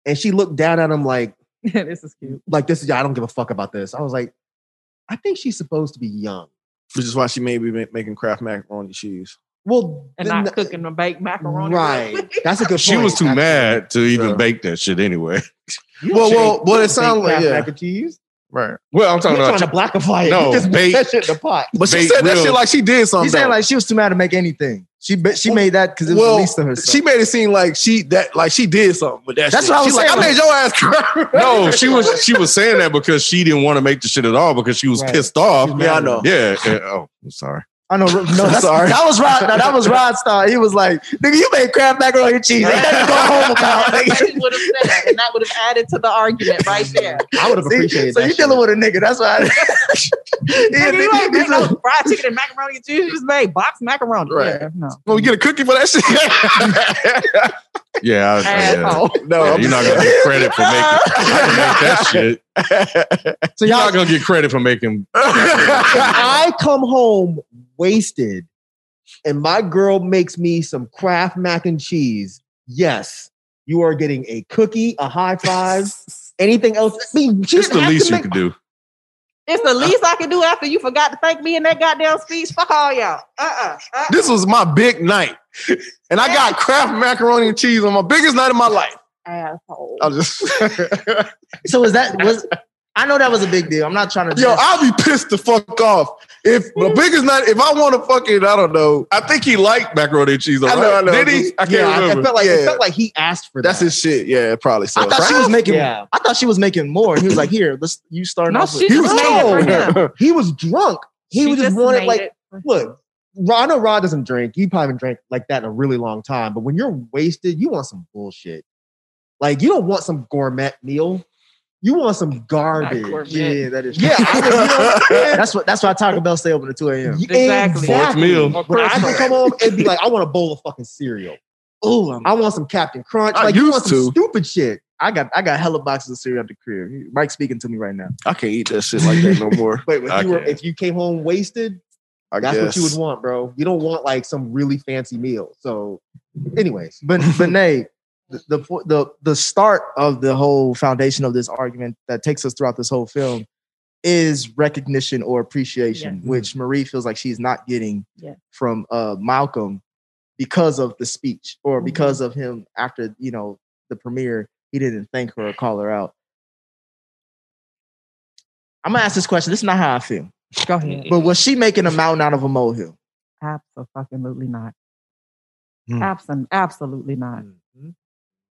[SPEAKER 7] and she looked down at him like,
[SPEAKER 8] Yeah, [LAUGHS] this is cute.
[SPEAKER 7] like this is. I don't give a fuck about this. I was like, I think she's supposed to be young.
[SPEAKER 9] Which is why she may be ma- making Kraft macaroni cheese.
[SPEAKER 7] Well,
[SPEAKER 8] And
[SPEAKER 7] then-
[SPEAKER 8] not cooking them baked macaroni.
[SPEAKER 7] Right.
[SPEAKER 9] [LAUGHS]
[SPEAKER 7] That's a good.
[SPEAKER 10] She
[SPEAKER 7] point,
[SPEAKER 10] was too
[SPEAKER 7] actually.
[SPEAKER 10] mad to even
[SPEAKER 9] Yeah.
[SPEAKER 10] bake that shit anyway. [LAUGHS]
[SPEAKER 7] You
[SPEAKER 9] Well,
[SPEAKER 7] shake-
[SPEAKER 9] well, well, it
[SPEAKER 7] you
[SPEAKER 9] sound
[SPEAKER 7] shake
[SPEAKER 9] like-
[SPEAKER 7] Kraft
[SPEAKER 9] yeah.
[SPEAKER 7] mac and cheese.
[SPEAKER 9] Right.
[SPEAKER 10] Well, I'm
[SPEAKER 7] You're
[SPEAKER 10] talking
[SPEAKER 7] trying
[SPEAKER 10] about
[SPEAKER 7] to blackify it.
[SPEAKER 10] No,
[SPEAKER 7] you just put
[SPEAKER 10] baked.
[SPEAKER 7] that shit in the pot.
[SPEAKER 9] But she
[SPEAKER 10] Baked
[SPEAKER 9] said that
[SPEAKER 10] real.
[SPEAKER 9] shit like she did something.
[SPEAKER 6] He's saying
[SPEAKER 9] though.
[SPEAKER 6] like she was too mad to make anything. She ba- she made that because it was
[SPEAKER 9] well,
[SPEAKER 6] released to herself.
[SPEAKER 9] she made it seem like she that like she did something with that.
[SPEAKER 6] That's
[SPEAKER 9] shit.
[SPEAKER 6] what I was
[SPEAKER 9] She's like,
[SPEAKER 6] saying,
[SPEAKER 9] I made your ass cry.
[SPEAKER 7] [LAUGHS]
[SPEAKER 9] [LAUGHS]
[SPEAKER 10] No, she was she was saying that because she didn't want to make the shit at all because she was
[SPEAKER 7] Right.
[SPEAKER 10] pissed off.
[SPEAKER 7] She's
[SPEAKER 9] Yeah, I
[SPEAKER 7] mad.
[SPEAKER 9] know.
[SPEAKER 10] Yeah. yeah. Oh, I'm sorry.
[SPEAKER 6] I know.
[SPEAKER 9] [LAUGHS]
[SPEAKER 6] No, that's,
[SPEAKER 9] Sorry.
[SPEAKER 6] that was Rod. No, that was Rod's style. He was like, "Nigga, you made crab macaroni and cheese. Ain't nothing going home
[SPEAKER 7] [LAUGHS]
[SPEAKER 6] about."
[SPEAKER 8] Nobody would have said that, and that would have added to the argument right there.
[SPEAKER 7] I would have
[SPEAKER 6] See,
[SPEAKER 7] appreciated
[SPEAKER 6] so
[SPEAKER 7] that.
[SPEAKER 6] you
[SPEAKER 7] shit.
[SPEAKER 6] dealing with a nigga? That's [LAUGHS] why. I, yeah,
[SPEAKER 8] Nigga, you
[SPEAKER 6] nigga,
[SPEAKER 8] ain't make
[SPEAKER 6] he's a- [LAUGHS]
[SPEAKER 8] no fried chicken and macaroni and cheese. You just made boxed macaroni.
[SPEAKER 9] Right.
[SPEAKER 8] Yeah, no.
[SPEAKER 9] Well, we get a cookie for that shit.
[SPEAKER 10] Yeah, I,
[SPEAKER 8] [LAUGHS]
[SPEAKER 10] yeah.
[SPEAKER 9] Oh, no,
[SPEAKER 10] Yeah,
[SPEAKER 9] I'm
[SPEAKER 10] you're not gonna get credit for making I didn't make that shit.
[SPEAKER 9] [LAUGHS]
[SPEAKER 6] so
[SPEAKER 10] You're
[SPEAKER 6] y'all,
[SPEAKER 10] not gonna get credit for making.
[SPEAKER 7] if
[SPEAKER 9] not
[SPEAKER 7] I come home wasted and my girl makes me some Kraft mac and cheese, yes, you are getting a cookie, a high five,
[SPEAKER 6] [LAUGHS]
[SPEAKER 7] anything else. I mean, she
[SPEAKER 10] It's the
[SPEAKER 7] didn't have
[SPEAKER 10] least
[SPEAKER 7] to
[SPEAKER 10] you
[SPEAKER 7] make-
[SPEAKER 10] could do.
[SPEAKER 8] It's the least I can do after you forgot to thank me in that goddamn speech. Fuck all y'all. Uh uh
[SPEAKER 9] this was my big night, and I got Kraft macaroni and cheese on my biggest night of my life.
[SPEAKER 8] Asshole.
[SPEAKER 9] I was just, [LAUGHS]
[SPEAKER 6] so is that was? I know that was a big deal. I'm not trying to.
[SPEAKER 9] yo, I'll be pissed the fuck off if my biggest night. If I want to fucking, I don't know.
[SPEAKER 10] I think he liked macaroni and cheese. though,
[SPEAKER 9] I know, I
[SPEAKER 10] right?
[SPEAKER 9] know.
[SPEAKER 10] Did he? I can't
[SPEAKER 7] yeah, I-
[SPEAKER 10] remember.
[SPEAKER 7] It felt like
[SPEAKER 9] Yeah.
[SPEAKER 7] it felt like he asked for that.
[SPEAKER 9] That's his shit. Yeah, probably. So
[SPEAKER 6] I thought she was making.
[SPEAKER 7] Yeah.
[SPEAKER 6] I thought she was making more. He was like, "Here, let's you start."
[SPEAKER 8] No,
[SPEAKER 6] off with-
[SPEAKER 8] she just made it for him.
[SPEAKER 7] He was drunk. He
[SPEAKER 8] She
[SPEAKER 7] was just wanted
[SPEAKER 8] made
[SPEAKER 7] like
[SPEAKER 8] it.
[SPEAKER 7] look. Rod, I know Rod doesn't drink. You probably haven't drank like that in a really long time. But when you're wasted, you want some bullshit. Like you don't want some gourmet meal. You want some garbage.
[SPEAKER 8] gourmet.
[SPEAKER 6] yeah, that is.
[SPEAKER 7] Yeah, I, you know what I'm saying?
[SPEAKER 6] that's what. That's why Taco Bell stay open at 2 a.m.
[SPEAKER 8] Exactly.
[SPEAKER 10] Fourth meal.
[SPEAKER 8] Or
[SPEAKER 7] When I
[SPEAKER 8] personal.
[SPEAKER 7] can come home and be like, I want a bowl of fucking cereal.
[SPEAKER 6] Oh, I'm-
[SPEAKER 7] I want some Captain Crunch.
[SPEAKER 9] I
[SPEAKER 7] like you
[SPEAKER 9] used
[SPEAKER 7] want some
[SPEAKER 9] to.
[SPEAKER 7] stupid shit.
[SPEAKER 6] I got I got hella boxes of cereal at the crib. Mike's speaking to me right now.
[SPEAKER 9] I can't eat that shit like that no more.
[SPEAKER 7] But if
[SPEAKER 10] I
[SPEAKER 7] you were
[SPEAKER 10] can't.
[SPEAKER 7] if you came home wasted,
[SPEAKER 9] I
[SPEAKER 7] that's
[SPEAKER 9] guess.
[SPEAKER 7] what you would want, bro. You don't want like some really fancy meal. So, anyways, Hmm.
[SPEAKER 6] But but Nate, the, the po- the the start of the whole foundation of this argument that takes us throughout this whole film is recognition or appreciation,
[SPEAKER 7] Yes.
[SPEAKER 6] which Marie feels like she's not getting
[SPEAKER 8] Yeah.
[SPEAKER 6] from uh, Malcolm because of the speech or
[SPEAKER 8] Mhm.
[SPEAKER 6] because of him after you know the premiere, he didn't thank her or call her out. I'm gonna ask this question. This is not how I feel,
[SPEAKER 8] Go ahead.
[SPEAKER 6] but was she making a mountain out of a molehill?
[SPEAKER 8] Absolutely not.
[SPEAKER 10] Hmm.
[SPEAKER 8] Absolutely, absolutely not.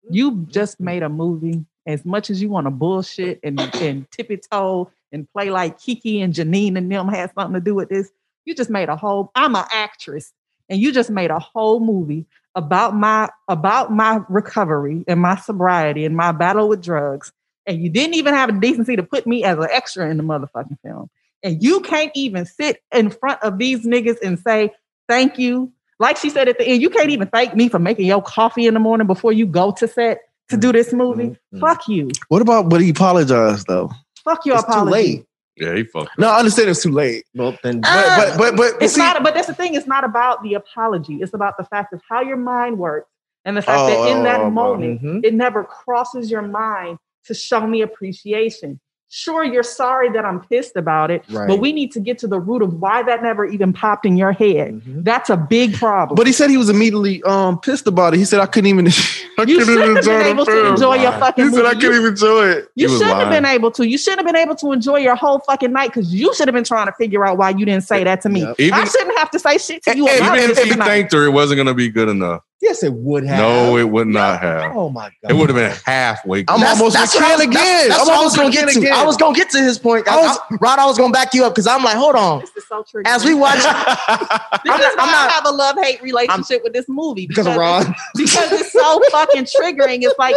[SPEAKER 8] You just made a movie. As much as you want to bullshit and, and tippy toe and play like Kiki and Janine and them had something to do with this, you just made a whole. I'm an actress, and you just made a whole movie about my about my recovery and my sobriety and my battle with drugs. And you didn't even have the decency to put me as an extra in the motherfucking film. And you can't even sit in front of these niggas and say thank you like she said at the end, you can't even thank me for making your coffee in the morning before you go to set to do this movie. Fuck you.
[SPEAKER 9] What about? But he apologized though.
[SPEAKER 8] Fuck your
[SPEAKER 7] it's too
[SPEAKER 8] apology.
[SPEAKER 7] late.
[SPEAKER 10] Yeah, he fucked.
[SPEAKER 9] No, I understand it's too late.
[SPEAKER 7] Well, then
[SPEAKER 9] But but but, but
[SPEAKER 8] Ah, It's
[SPEAKER 9] see,
[SPEAKER 8] not, but Mm-hmm. that's the thing. It's not about the apology. It's about the fact of how your mind works And the fact
[SPEAKER 10] Oh,
[SPEAKER 8] that in
[SPEAKER 10] oh,
[SPEAKER 8] that
[SPEAKER 10] oh, oh.
[SPEAKER 8] moment,
[SPEAKER 7] Mhm.
[SPEAKER 8] it never crosses your mind to show me appreciation. Sure, you're sorry that I'm pissed about it,
[SPEAKER 7] Right.
[SPEAKER 8] but we need to get to the root of why that never even popped in your head.
[SPEAKER 7] Mhm.
[SPEAKER 8] That's a big problem.
[SPEAKER 9] But he said he was immediately um pissed about it. He said I couldn't even. I
[SPEAKER 8] you
[SPEAKER 9] couldn't
[SPEAKER 8] should have
[SPEAKER 9] even
[SPEAKER 8] been
[SPEAKER 9] enjoy the
[SPEAKER 8] able to
[SPEAKER 9] film."
[SPEAKER 8] enjoy your
[SPEAKER 10] He
[SPEAKER 8] fucking
[SPEAKER 9] He said
[SPEAKER 8] movie.
[SPEAKER 9] I
[SPEAKER 8] You-
[SPEAKER 9] couldn't even enjoy it.
[SPEAKER 8] You
[SPEAKER 10] He was
[SPEAKER 8] should have been
[SPEAKER 10] lying.
[SPEAKER 8] able to. You should have been able to enjoy your whole fucking night because you should have been trying to figure out why you didn't say that to me.
[SPEAKER 7] Yep.
[SPEAKER 8] I
[SPEAKER 10] Even,
[SPEAKER 8] shouldn't have to say shit to you about
[SPEAKER 10] even
[SPEAKER 8] it
[SPEAKER 10] if he
[SPEAKER 8] tonight.
[SPEAKER 10] thanked her, it wasn't going to be good enough.
[SPEAKER 7] Yes, it would have.
[SPEAKER 10] No, it would not have.
[SPEAKER 7] Oh my god.
[SPEAKER 10] It would have been halfway.
[SPEAKER 7] I'm
[SPEAKER 10] good.
[SPEAKER 7] almost that's
[SPEAKER 9] McCann
[SPEAKER 7] what I was-
[SPEAKER 9] again.
[SPEAKER 7] That's,
[SPEAKER 9] I'm
[SPEAKER 7] that's what I
[SPEAKER 9] almost
[SPEAKER 7] was gonna
[SPEAKER 9] McCann
[SPEAKER 7] get to.
[SPEAKER 9] again.
[SPEAKER 7] I was gonna get to his point. I,
[SPEAKER 9] I was-
[SPEAKER 7] I- Rod, I was gonna back you up because I'm like, hold on.
[SPEAKER 8] This is so true.
[SPEAKER 7] As
[SPEAKER 9] [LAUGHS]
[SPEAKER 7] we watch,
[SPEAKER 8] This is
[SPEAKER 7] I'm not-
[SPEAKER 8] why
[SPEAKER 7] I'm
[SPEAKER 8] I
[SPEAKER 7] not-
[SPEAKER 8] have a love hate relationship with this movie
[SPEAKER 7] because of Rod.
[SPEAKER 8] because it's
[SPEAKER 7] [LAUGHS]
[SPEAKER 8] so fucking triggering. It's like,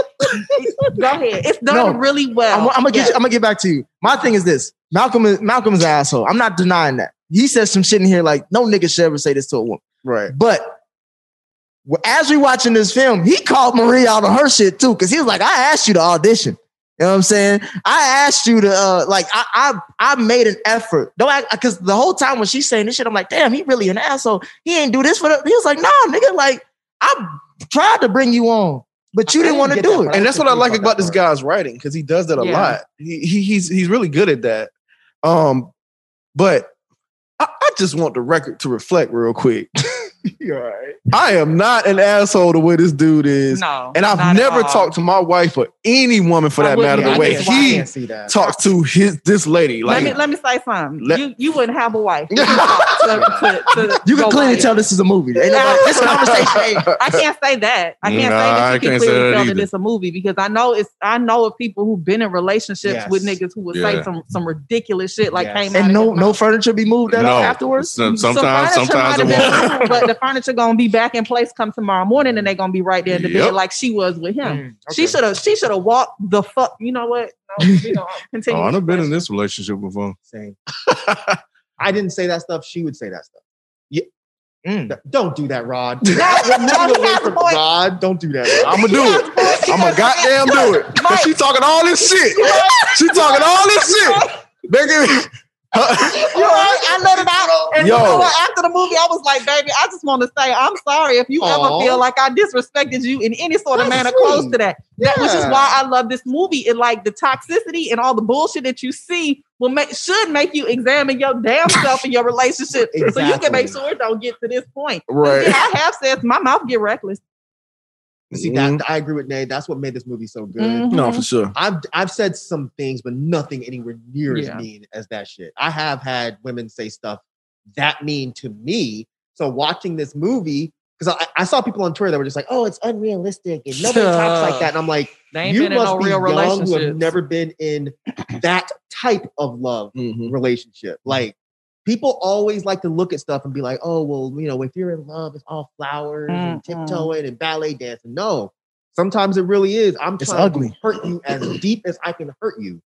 [SPEAKER 8] go ahead. It's done
[SPEAKER 7] No.
[SPEAKER 8] really well.
[SPEAKER 7] I'm, I'm gonna get.
[SPEAKER 8] Yeah.
[SPEAKER 7] You, I'm gonna get back to you. My thing is this: Malcolm is Malcolm is an asshole. I'm not denying that. He says some shit in here like no nigga should ever say this to a woman.
[SPEAKER 9] Right.
[SPEAKER 7] But w- as we watching this film, he called Marie out on her shit too, because he was like, "I asked you to audition." You know what I'm saying? I asked you to uh, like I I I made an effort. Don't act because the whole time when she's saying this shit, I'm like, damn, he really an asshole. He ain't do this for the. He was like, nah, nigga, like I tried to bring you on, but you I didn't didn't want to get
[SPEAKER 9] do
[SPEAKER 7] that
[SPEAKER 9] it.
[SPEAKER 7] part.
[SPEAKER 9] And that's what I like
[SPEAKER 7] About
[SPEAKER 9] about
[SPEAKER 7] that
[SPEAKER 9] this
[SPEAKER 7] part.
[SPEAKER 9] guy's writing because he does that a
[SPEAKER 8] Yeah.
[SPEAKER 9] lot. He, he he's he's really good at that. Um, but I, I just want the record to reflect real quick.
[SPEAKER 7] [LAUGHS]
[SPEAKER 9] [LAUGHS]
[SPEAKER 7] You're all right.
[SPEAKER 9] I am not an asshole the way this dude is,
[SPEAKER 8] no,
[SPEAKER 9] and I've never talked to my wife or any woman for
[SPEAKER 8] I
[SPEAKER 9] that
[SPEAKER 8] wouldn't
[SPEAKER 9] matter.
[SPEAKER 8] Yeah,
[SPEAKER 9] The
[SPEAKER 8] I
[SPEAKER 9] way
[SPEAKER 8] can't-
[SPEAKER 7] I
[SPEAKER 9] he
[SPEAKER 7] can't see that.
[SPEAKER 9] talks to his this lady,
[SPEAKER 8] Let me
[SPEAKER 9] like
[SPEAKER 8] let me say something.
[SPEAKER 9] Let-
[SPEAKER 8] you you wouldn't have a
[SPEAKER 7] [LAUGHS]
[SPEAKER 8] wife. You, can talk to- to- to
[SPEAKER 7] You can
[SPEAKER 8] your
[SPEAKER 7] clearly
[SPEAKER 8] wife.
[SPEAKER 7] tell this is a movie. Ain't nobody,
[SPEAKER 8] [LAUGHS]
[SPEAKER 7] this conversation ain't.
[SPEAKER 9] [LAUGHS]
[SPEAKER 8] I can't say that. I can't
[SPEAKER 10] Mm, Nah,
[SPEAKER 8] say that
[SPEAKER 10] I
[SPEAKER 8] you can
[SPEAKER 10] can't say
[SPEAKER 8] clearly
[SPEAKER 10] that
[SPEAKER 8] tell that
[SPEAKER 10] either.
[SPEAKER 8] it's a movie because I know it's I know of people who've been in relationships
[SPEAKER 7] Yes.
[SPEAKER 8] with niggas who would say
[SPEAKER 10] Yeah.
[SPEAKER 8] some some ridiculous shit like
[SPEAKER 7] Yes.
[SPEAKER 8] came out
[SPEAKER 7] And
[SPEAKER 8] of
[SPEAKER 7] no,
[SPEAKER 8] his
[SPEAKER 7] no
[SPEAKER 8] mouth.
[SPEAKER 7] furniture be moved at all
[SPEAKER 10] No.
[SPEAKER 7] afterwards.
[SPEAKER 10] Some-
[SPEAKER 8] Some
[SPEAKER 10] Sometimes,
[SPEAKER 8] furniture
[SPEAKER 10] sometimes it
[SPEAKER 8] might have been
[SPEAKER 10] won't.
[SPEAKER 8] moved, but the furniture gonna be back in place come tomorrow morning, and they gonna be right there in the bed
[SPEAKER 10] Yep.
[SPEAKER 8] like she was with him.
[SPEAKER 7] Mm,
[SPEAKER 8] She should have. She should have walked the fuck. You know what? No,
[SPEAKER 10] [LAUGHS]
[SPEAKER 8] we gonna continue.
[SPEAKER 10] Oh,
[SPEAKER 8] with
[SPEAKER 10] I've
[SPEAKER 8] your
[SPEAKER 10] been in
[SPEAKER 8] question.
[SPEAKER 10] this relationship before.
[SPEAKER 7] Same. I didn't say that stuff. She would say that stuff. Yeah.
[SPEAKER 9] Mm.
[SPEAKER 7] Th- Don't do that, Rod.
[SPEAKER 8] No, no, he has a point.
[SPEAKER 7] Rod, don't do that. Rod.
[SPEAKER 9] I'm gonna do
[SPEAKER 8] Yes,
[SPEAKER 9] it.
[SPEAKER 8] boy, she
[SPEAKER 9] I'm
[SPEAKER 8] has
[SPEAKER 9] gonna
[SPEAKER 8] a-
[SPEAKER 9] goddamn do it. 'Cause
[SPEAKER 8] Mike.
[SPEAKER 9] she talking all this shit. She talking all this shit.
[SPEAKER 10] [LAUGHS]
[SPEAKER 9] Nigga.
[SPEAKER 8] You know, I let it out. And
[SPEAKER 9] Yo.
[SPEAKER 8] you know what? After the movie, I was like, baby, I just want to say I'm sorry if you
[SPEAKER 7] Aw.
[SPEAKER 8] ever feel like I disrespected you in any sort of
[SPEAKER 7] That's
[SPEAKER 8] manner close
[SPEAKER 7] sweet.
[SPEAKER 8] to that. That- Which is
[SPEAKER 7] Yeah.
[SPEAKER 8] why I love this movie. It like the toxicity and all the bullshit that you see will make should make you examine your damn self and your
[SPEAKER 7] [LAUGHS]
[SPEAKER 8] relationship. So you can
[SPEAKER 7] Exactly.
[SPEAKER 8] make sure it don't get to this point. 'Cause
[SPEAKER 9] Right.
[SPEAKER 8] Yeah, I have said my mouth get reckless.
[SPEAKER 7] See, that,
[SPEAKER 9] Mm-hmm.
[SPEAKER 7] I agree with Nate. That's what made this movie so good.
[SPEAKER 8] Mm-hmm.
[SPEAKER 9] No, for sure.
[SPEAKER 7] I've I've said some things, but nothing anywhere near
[SPEAKER 8] Yeah.
[SPEAKER 7] as mean as that shit. I have had women say stuff that mean to me. So watching this movie, because I, I saw people on Twitter that were just like, "Oh, it's unrealistic," and nobody talks like that. And I'm like,
[SPEAKER 8] They ain't
[SPEAKER 7] "You
[SPEAKER 8] been in
[SPEAKER 7] must
[SPEAKER 8] no
[SPEAKER 7] be
[SPEAKER 8] real
[SPEAKER 7] young who
[SPEAKER 8] relationship.
[SPEAKER 7] have never been in that type of love
[SPEAKER 9] Mhm.
[SPEAKER 7] relationship." Like people always like to look at stuff and be like, "Oh, well, you know, if you're in love, it's all flowers and
[SPEAKER 6] Mm-hmm.
[SPEAKER 8] Mm-mm.
[SPEAKER 7] tiptoeing and ballet dancing." No, sometimes it really is. I'm
[SPEAKER 6] It's
[SPEAKER 7] trying to
[SPEAKER 6] ugly.
[SPEAKER 7] hurt you as deep as I can hurt you.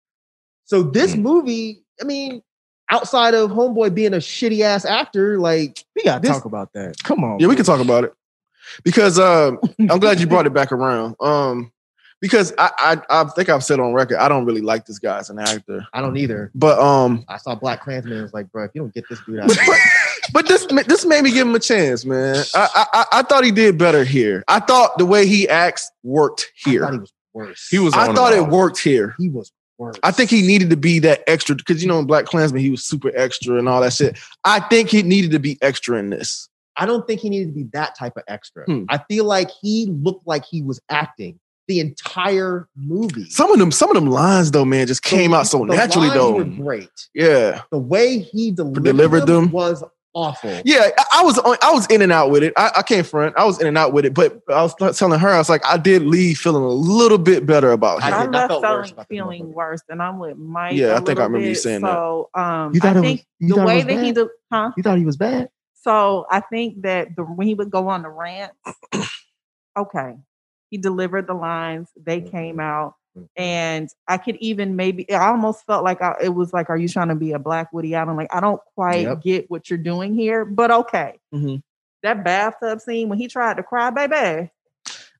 [SPEAKER 7] So this
[SPEAKER 6] Mm.
[SPEAKER 7] movie, I mean, outside of Homeboy being a shitty ass actor, like
[SPEAKER 6] We gotta
[SPEAKER 7] This-
[SPEAKER 6] talk about that. Come on.
[SPEAKER 9] Yeah, we can talk about it because um, I'm glad you brought it back around. Um, because I, I I think I've said on record I don't really like this guy as an actor,
[SPEAKER 7] I don't either.
[SPEAKER 9] but um,
[SPEAKER 7] I saw Black Klansman. and was like, bro, if you don't get this dude out,
[SPEAKER 9] but,
[SPEAKER 7] of here,
[SPEAKER 9] but this this made me give him a chance, man. I, I I- I thought he did better here. I thought the way he acts worked
[SPEAKER 7] I thought he
[SPEAKER 9] here.
[SPEAKER 7] was worse.
[SPEAKER 10] He was.
[SPEAKER 9] I
[SPEAKER 10] on
[SPEAKER 9] thought it
[SPEAKER 10] all.
[SPEAKER 9] worked here.
[SPEAKER 7] He was worse.
[SPEAKER 9] I think he needed to be that extra because you know in Black Klansman he was super extra and all that shit. I think he needed to be extra in this.
[SPEAKER 7] I don't think he needed to be that type of extra.
[SPEAKER 9] Hmm.
[SPEAKER 7] I feel like he looked like he was acting the entire movie.
[SPEAKER 9] Some of them some of them lines though, man, just
[SPEAKER 7] The-
[SPEAKER 9] came out so
[SPEAKER 7] the
[SPEAKER 9] naturally
[SPEAKER 7] lines Were
[SPEAKER 9] though.
[SPEAKER 7] great.
[SPEAKER 9] Yeah.
[SPEAKER 7] The way he delivered,
[SPEAKER 9] Delivered
[SPEAKER 7] them,
[SPEAKER 9] them.
[SPEAKER 7] was awful.
[SPEAKER 9] Yeah, I, I was on, I was in and out with it. I, I can't front. I was in and out with it, but I was telling her I was like I did leave feeling a little bit better about
[SPEAKER 7] I
[SPEAKER 9] him.
[SPEAKER 8] I,
[SPEAKER 7] did. I
[SPEAKER 8] left
[SPEAKER 7] felt worse
[SPEAKER 8] feeling,
[SPEAKER 7] about the
[SPEAKER 8] feeling
[SPEAKER 7] motherfucker.
[SPEAKER 8] worse, and I'm with Mike.
[SPEAKER 9] Yeah,
[SPEAKER 8] I
[SPEAKER 9] I think I remember you
[SPEAKER 8] bit.
[SPEAKER 9] saying that.
[SPEAKER 8] so, Um,
[SPEAKER 6] You thought
[SPEAKER 8] I
[SPEAKER 6] it was-
[SPEAKER 8] think
[SPEAKER 6] you thought
[SPEAKER 8] the
[SPEAKER 6] it
[SPEAKER 8] way
[SPEAKER 6] was
[SPEAKER 8] that he
[SPEAKER 6] bad?
[SPEAKER 8] did, huh?
[SPEAKER 6] You thought he was bad?
[SPEAKER 8] So I think that the when he would go on the rant, okay, he delivered the lines. They
[SPEAKER 7] Mm-hmm,
[SPEAKER 8] came out, and I could even maybe I almost felt like I, it was like, are you trying to be a black Woody Allen? Like I don't quite
[SPEAKER 7] Yep.
[SPEAKER 8] get what you're doing here, but okay.
[SPEAKER 6] Mm-hmm.
[SPEAKER 9] Mhm.
[SPEAKER 8] That bathtub scene when he tried to cry, baby.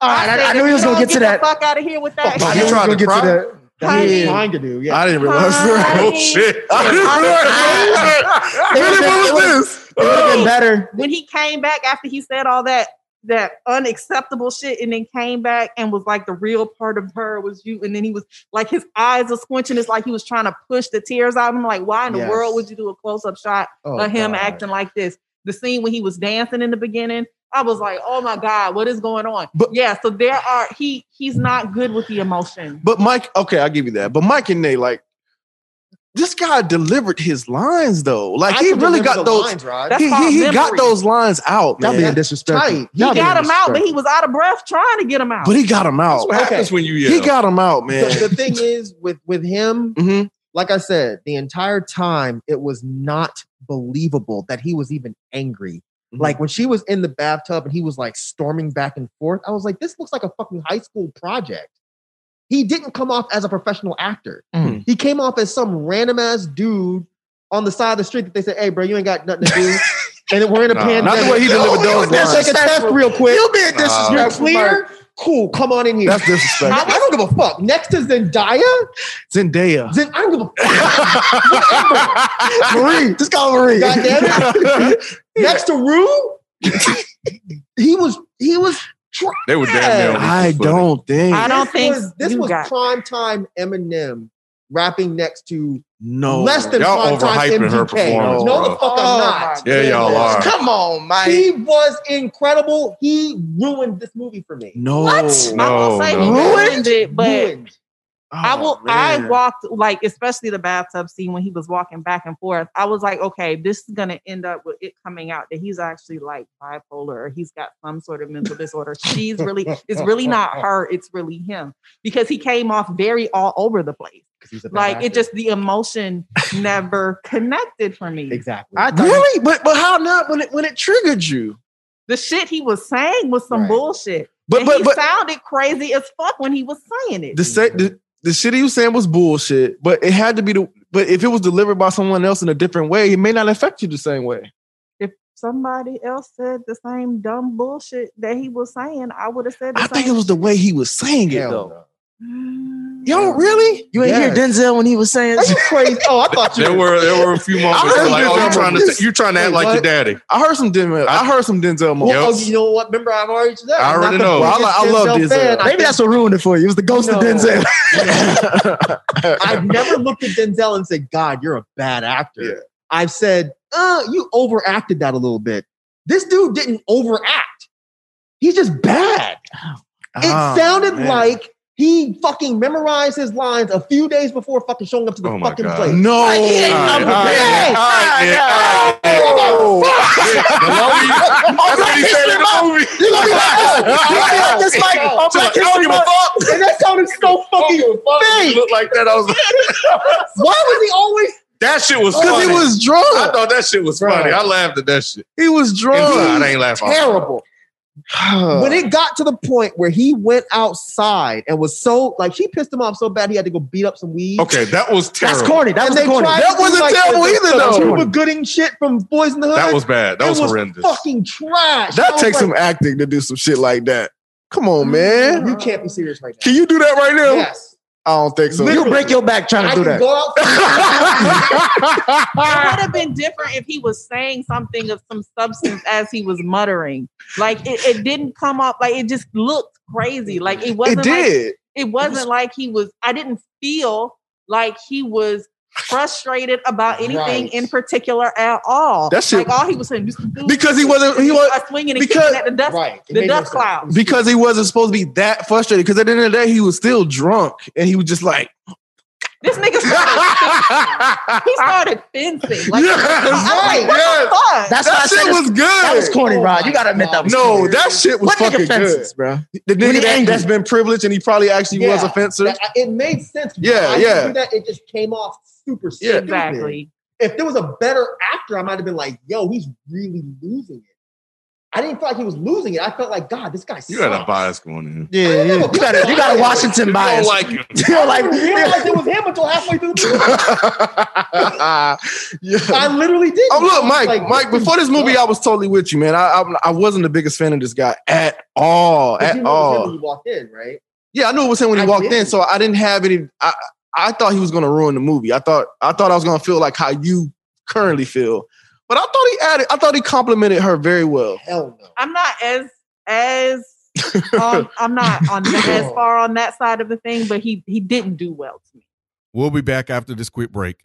[SPEAKER 6] All right,
[SPEAKER 8] said,
[SPEAKER 6] I, I
[SPEAKER 8] if
[SPEAKER 6] knew he
[SPEAKER 8] you
[SPEAKER 6] was gonna
[SPEAKER 8] don't
[SPEAKER 6] get to
[SPEAKER 8] the
[SPEAKER 6] that. Oh
[SPEAKER 8] Fuck out of here with that.
[SPEAKER 9] Fuck
[SPEAKER 6] I knew
[SPEAKER 9] you
[SPEAKER 8] shit."
[SPEAKER 6] he was
[SPEAKER 9] tried
[SPEAKER 6] gonna
[SPEAKER 9] to
[SPEAKER 6] get to
[SPEAKER 9] cry?
[SPEAKER 6] that.
[SPEAKER 7] That's what
[SPEAKER 8] Honey.
[SPEAKER 7] he's trying to do. Yeah.
[SPEAKER 9] I didn't realize.
[SPEAKER 8] Hi.
[SPEAKER 10] Oh
[SPEAKER 7] [LAUGHS]
[SPEAKER 10] shit! I
[SPEAKER 9] I
[SPEAKER 10] didn't realize.
[SPEAKER 9] didn't realize. really, Oh. what was this?
[SPEAKER 6] It would have been better.
[SPEAKER 8] when he came back after he said all that, that unacceptable shit and then came back and was like the real part of her was you and then he was like his eyes were squinching it's like he was trying to push the tears out I'm like why in the
[SPEAKER 7] Yes.
[SPEAKER 8] world would you do a close-up shot
[SPEAKER 7] Oh,
[SPEAKER 8] of him
[SPEAKER 7] God.
[SPEAKER 8] acting like this the scene when he was dancing in the beginning I was like oh my god what is going on
[SPEAKER 9] But-
[SPEAKER 8] yeah so there are he he's not good with the emotion
[SPEAKER 9] But Mike, okay, I'll give you that. But Mike and Nate, like, this guy delivered his lines though. Like
[SPEAKER 7] I
[SPEAKER 9] he
[SPEAKER 7] can
[SPEAKER 9] really
[SPEAKER 7] deliver
[SPEAKER 9] got
[SPEAKER 7] the
[SPEAKER 9] those.
[SPEAKER 7] lines, Rod.
[SPEAKER 8] That's
[SPEAKER 9] he
[SPEAKER 8] called
[SPEAKER 9] he, he got
[SPEAKER 8] memory.
[SPEAKER 9] those lines out,
[SPEAKER 6] Y'all
[SPEAKER 9] man.
[SPEAKER 6] being disrespectful.
[SPEAKER 7] tight.
[SPEAKER 8] he
[SPEAKER 6] Y'all
[SPEAKER 8] got
[SPEAKER 6] being
[SPEAKER 8] him out but he
[SPEAKER 6] disrespectful.
[SPEAKER 8] was out of breath trying to get him out
[SPEAKER 9] but he got him out.
[SPEAKER 10] That's what happens when you yell.
[SPEAKER 9] He got him out, man.
[SPEAKER 7] The, the thing is with with him,
[SPEAKER 9] hmm
[SPEAKER 7] like I said, the entire time it was not believable that he was even angry.
[SPEAKER 9] Mhm.
[SPEAKER 7] Like when she was in the bathtub and he was like storming back and forth, I was like, this looks like a fucking high school project. He didn't come off as a professional actor.
[SPEAKER 9] Mm.
[SPEAKER 7] He came off as some random ass dude on the side of the street that they said, hey, bro, you ain't got nothing to
[SPEAKER 9] [LAUGHS]
[SPEAKER 7] do. and we're in a
[SPEAKER 10] Nah.
[SPEAKER 7] pandemic.
[SPEAKER 9] Not the way he delivered those
[SPEAKER 7] Let's
[SPEAKER 9] lines.
[SPEAKER 7] [LAUGHS] take a test real quick.
[SPEAKER 9] You being disrespectful.
[SPEAKER 7] You're clear? Cool. Come on in here.
[SPEAKER 9] That's
[SPEAKER 8] [LAUGHS]
[SPEAKER 7] I,
[SPEAKER 9] disrespectful.
[SPEAKER 7] I don't give a fuck. Next is Zendaya.
[SPEAKER 9] Zendaya.
[SPEAKER 7] Zen, I don't give
[SPEAKER 10] [LAUGHS]
[SPEAKER 7] a fuck.
[SPEAKER 6] Marie, just call Marie.
[SPEAKER 7] God damn it. Next to Rue, he was he was.
[SPEAKER 10] They were damn near. on
[SPEAKER 9] [LAUGHS] I
[SPEAKER 10] equal footing.
[SPEAKER 9] don't think.
[SPEAKER 8] I don't
[SPEAKER 7] this
[SPEAKER 8] think
[SPEAKER 7] was, this
[SPEAKER 8] you
[SPEAKER 7] was
[SPEAKER 8] got-
[SPEAKER 7] prime time Eminem rapping next to
[SPEAKER 9] no.
[SPEAKER 7] less than
[SPEAKER 10] Oh, Y'all
[SPEAKER 7] prime
[SPEAKER 10] overhyping
[SPEAKER 7] time MGK.
[SPEAKER 10] her performance,
[SPEAKER 7] no, the
[SPEAKER 10] bro.
[SPEAKER 7] fuck
[SPEAKER 8] Oh,
[SPEAKER 7] I'm not.
[SPEAKER 10] Yeah, y'all are.
[SPEAKER 9] Come on, Mike.
[SPEAKER 7] He was incredible. He ruined this movie for me.
[SPEAKER 9] No. Oh,
[SPEAKER 8] What? I
[SPEAKER 10] No,
[SPEAKER 8] won't say he
[SPEAKER 10] no.
[SPEAKER 8] ruined it, but
[SPEAKER 7] ruined.
[SPEAKER 8] I will.
[SPEAKER 9] Oh,
[SPEAKER 8] I
[SPEAKER 9] man.
[SPEAKER 8] walked like, especially the bathtub scene when he was walking back and forth. I was like, okay, this is gonna end up with it coming out that he's actually like bipolar or he's got some sort of mental disorder. She's really, it's really not her. It's really him because he came off very all over the place.
[SPEAKER 7] 'Cause he's a bad
[SPEAKER 8] Like it
[SPEAKER 7] actor.
[SPEAKER 8] just the emotion never connected for me.
[SPEAKER 7] exactly.
[SPEAKER 9] I really, but but how not when it when it triggered you?
[SPEAKER 8] The shit he was saying was some
[SPEAKER 7] Right.
[SPEAKER 8] bullshit.
[SPEAKER 9] But
[SPEAKER 8] And
[SPEAKER 9] but
[SPEAKER 8] he
[SPEAKER 9] but
[SPEAKER 8] sounded crazy as fuck when he was saying it.
[SPEAKER 9] the say the, the shit he was saying was bullshit. But it had to be the. But if it was delivered by someone else in a different way, it may not affect you the same way.
[SPEAKER 8] if somebody else said the same dumb bullshit that he was saying, I would have said the
[SPEAKER 9] I
[SPEAKER 8] same. Mm,
[SPEAKER 9] think it was the way he was saying it
[SPEAKER 7] Hell
[SPEAKER 9] though.
[SPEAKER 7] no.
[SPEAKER 9] Yo, really?
[SPEAKER 6] You ain't hear Denzel when he was saying
[SPEAKER 7] Are you crazy? Oh, I thought
[SPEAKER 10] [LAUGHS]
[SPEAKER 7] you.
[SPEAKER 10] There were there were a few moments
[SPEAKER 9] I heard
[SPEAKER 10] like,
[SPEAKER 9] this
[SPEAKER 10] oh, you
[SPEAKER 9] number.
[SPEAKER 10] trying to
[SPEAKER 9] This-
[SPEAKER 10] you trying to act
[SPEAKER 9] Wait,
[SPEAKER 10] like
[SPEAKER 9] what?
[SPEAKER 10] your daddy.
[SPEAKER 9] I heard some Denzel. I heard some Denzel
[SPEAKER 7] Well,
[SPEAKER 9] moments.
[SPEAKER 7] oh, you know what? Remember, I've already said that.
[SPEAKER 10] I
[SPEAKER 7] I'm
[SPEAKER 10] already
[SPEAKER 7] not the
[SPEAKER 10] know.
[SPEAKER 7] biggest
[SPEAKER 9] Well, I lo- I love Denzel.
[SPEAKER 7] fan. I
[SPEAKER 6] Maybe
[SPEAKER 7] think-
[SPEAKER 6] that's what ruined it for you. It was the ghost
[SPEAKER 7] No.
[SPEAKER 6] of
[SPEAKER 7] [LAUGHS]
[SPEAKER 6] Denzel. [LAUGHS]
[SPEAKER 10] [LAUGHS]
[SPEAKER 7] I've never looked at Denzel and said, God, you're a bad actor.
[SPEAKER 9] Yeah.
[SPEAKER 7] I've said, uh, you overacted that a little bit. This dude didn't overact. He's just bad. It
[SPEAKER 9] Oh,
[SPEAKER 7] sounded
[SPEAKER 9] man.
[SPEAKER 7] like he fucking memorized his lines a few days before fucking showing up to the
[SPEAKER 10] Oh my
[SPEAKER 7] fucking
[SPEAKER 10] God.
[SPEAKER 7] place.
[SPEAKER 10] [LAUGHS]
[SPEAKER 9] no.
[SPEAKER 7] Like, he ain't
[SPEAKER 10] All right,
[SPEAKER 7] number
[SPEAKER 10] all right,
[SPEAKER 7] one.
[SPEAKER 10] all right, Nick, all right, Nick.
[SPEAKER 7] Oh,
[SPEAKER 10] Nick, the longer you- That's what he said in the movie.
[SPEAKER 7] You gonna be like, oh, I like this, Mike.
[SPEAKER 10] I'm like, I don't give a fuck.
[SPEAKER 7] And that sounded so fucking
[SPEAKER 10] You
[SPEAKER 7] fake.
[SPEAKER 10] look like that. I was like,
[SPEAKER 7] Why was he always
[SPEAKER 10] that shit was
[SPEAKER 9] Because
[SPEAKER 10] funny.
[SPEAKER 9] he was drunk.
[SPEAKER 10] I thought that shit was funny. I laughed at that shit.
[SPEAKER 9] he was
[SPEAKER 10] Inside,
[SPEAKER 9] drunk. [SIGHS]
[SPEAKER 10] I ain't laughing.
[SPEAKER 7] terrible? when it got to the point where he went outside and was so like she pissed him off so bad he had to go beat up some weed.
[SPEAKER 10] Okay, that was
[SPEAKER 6] That's
[SPEAKER 10] terrible.
[SPEAKER 6] corny. That
[SPEAKER 7] And
[SPEAKER 6] was
[SPEAKER 7] they
[SPEAKER 6] corny.
[SPEAKER 7] tried
[SPEAKER 9] That
[SPEAKER 7] to do,
[SPEAKER 9] wasn't terrible
[SPEAKER 7] the-
[SPEAKER 9] either,
[SPEAKER 7] the
[SPEAKER 9] though.
[SPEAKER 7] Cuba Gooding shit from Boys in the Hood.
[SPEAKER 10] That was bad. That
[SPEAKER 7] It
[SPEAKER 10] was horrendous.
[SPEAKER 7] Fucking trash. I
[SPEAKER 9] That
[SPEAKER 7] was
[SPEAKER 9] takes
[SPEAKER 7] like,
[SPEAKER 9] some
[SPEAKER 7] Mm-hmm.
[SPEAKER 9] acting to do some shit like that. Come on, man.
[SPEAKER 7] You
[SPEAKER 9] [LAUGHS]
[SPEAKER 7] can't be serious right now.
[SPEAKER 9] Can you do that right now?
[SPEAKER 7] Yes.
[SPEAKER 9] I don't think so.
[SPEAKER 6] You'll break your
[SPEAKER 9] [LAUGHS]
[SPEAKER 6] back trying
[SPEAKER 7] I
[SPEAKER 6] to do
[SPEAKER 7] can
[SPEAKER 6] that.
[SPEAKER 7] go out.
[SPEAKER 8] it would have been different if he was saying something of some substance as he was muttering. Like it, it didn't come up. Like it just looked crazy. Like it wasn't.
[SPEAKER 9] it
[SPEAKER 8] Like,
[SPEAKER 9] did.
[SPEAKER 8] it wasn't like he was. I didn't feel like he was frustrated about anything
[SPEAKER 7] Right.
[SPEAKER 8] in particular at all.
[SPEAKER 9] That shit-
[SPEAKER 8] like all he was saying
[SPEAKER 9] because he wasn't he was
[SPEAKER 8] was swinging and
[SPEAKER 9] because-
[SPEAKER 8] kicking at the [LAUGHS] dust
[SPEAKER 7] right. It
[SPEAKER 8] the
[SPEAKER 7] made no
[SPEAKER 8] dust
[SPEAKER 7] sense.
[SPEAKER 8] clouds.
[SPEAKER 9] because he wasn't supposed to be that frustrated. Because at the end of the day, he was still drunk and he was just
[SPEAKER 7] [LAUGHS]
[SPEAKER 9] like, [LAUGHS]
[SPEAKER 8] This nigga started, [LAUGHS]
[SPEAKER 9] that
[SPEAKER 8] he started fencing. Like,
[SPEAKER 9] Yes,
[SPEAKER 8] I'm like, what the fuck?
[SPEAKER 6] That's why I
[SPEAKER 9] shit
[SPEAKER 6] said
[SPEAKER 9] was good.
[SPEAKER 6] that was corny,
[SPEAKER 7] Oh
[SPEAKER 6] Rod.
[SPEAKER 7] my
[SPEAKER 6] You gotta admit that
[SPEAKER 7] God.
[SPEAKER 6] was
[SPEAKER 9] no,
[SPEAKER 6] corny.
[SPEAKER 9] that shit was
[SPEAKER 6] What nigga
[SPEAKER 9] fucking good.
[SPEAKER 6] fences, bro?
[SPEAKER 9] The
[SPEAKER 6] When
[SPEAKER 9] nigga
[SPEAKER 6] he
[SPEAKER 9] that,
[SPEAKER 6] angry.
[SPEAKER 9] that's been privileged and he probably actually was
[SPEAKER 7] Yeah.
[SPEAKER 9] a fencer.
[SPEAKER 7] That- it made sense.
[SPEAKER 9] Yeah,
[SPEAKER 7] Why he
[SPEAKER 9] yeah.
[SPEAKER 7] do that. It just came off super
[SPEAKER 9] Yeah.
[SPEAKER 7] stupid.
[SPEAKER 8] Exactly.
[SPEAKER 7] if there was a better actor, I might have been like, yo, he's really losing it. I didn't feel like he was losing it. I felt like, God, this guy
[SPEAKER 10] You had a
[SPEAKER 7] sucks.
[SPEAKER 10] bias going in.
[SPEAKER 6] Yeah,
[SPEAKER 7] I
[SPEAKER 6] yeah.
[SPEAKER 7] don't know.
[SPEAKER 6] You got a, you got a Washington
[SPEAKER 10] You don't
[SPEAKER 6] bias.
[SPEAKER 10] like him.
[SPEAKER 6] you know, like,
[SPEAKER 7] [LAUGHS] I didn't realize it was him until halfway through the movie.
[SPEAKER 9] [LAUGHS] yeah.
[SPEAKER 6] [LAUGHS]
[SPEAKER 7] I literally did.
[SPEAKER 9] Oh look, Mike, Mike. Before this movie, I was totally with you, man. I, I I wasn't the biggest fan of this guy at all, at
[SPEAKER 7] you know it was him
[SPEAKER 9] all.
[SPEAKER 7] When you walked in, right?
[SPEAKER 9] Yeah, I knew it was him when he
[SPEAKER 7] I
[SPEAKER 9] walked in,
[SPEAKER 7] didn't.
[SPEAKER 9] so I didn't have any. I I thought he was gonna ruin the movie. I thought I thought I was gonna feel like how you currently feel, but I thought he added. I thought he complimented her very well.
[SPEAKER 7] Hell no.
[SPEAKER 8] I'm not as as on, I'm not on as far on that side of the thing, but he he didn't do well to me.
[SPEAKER 11] We'll be back after this quick break.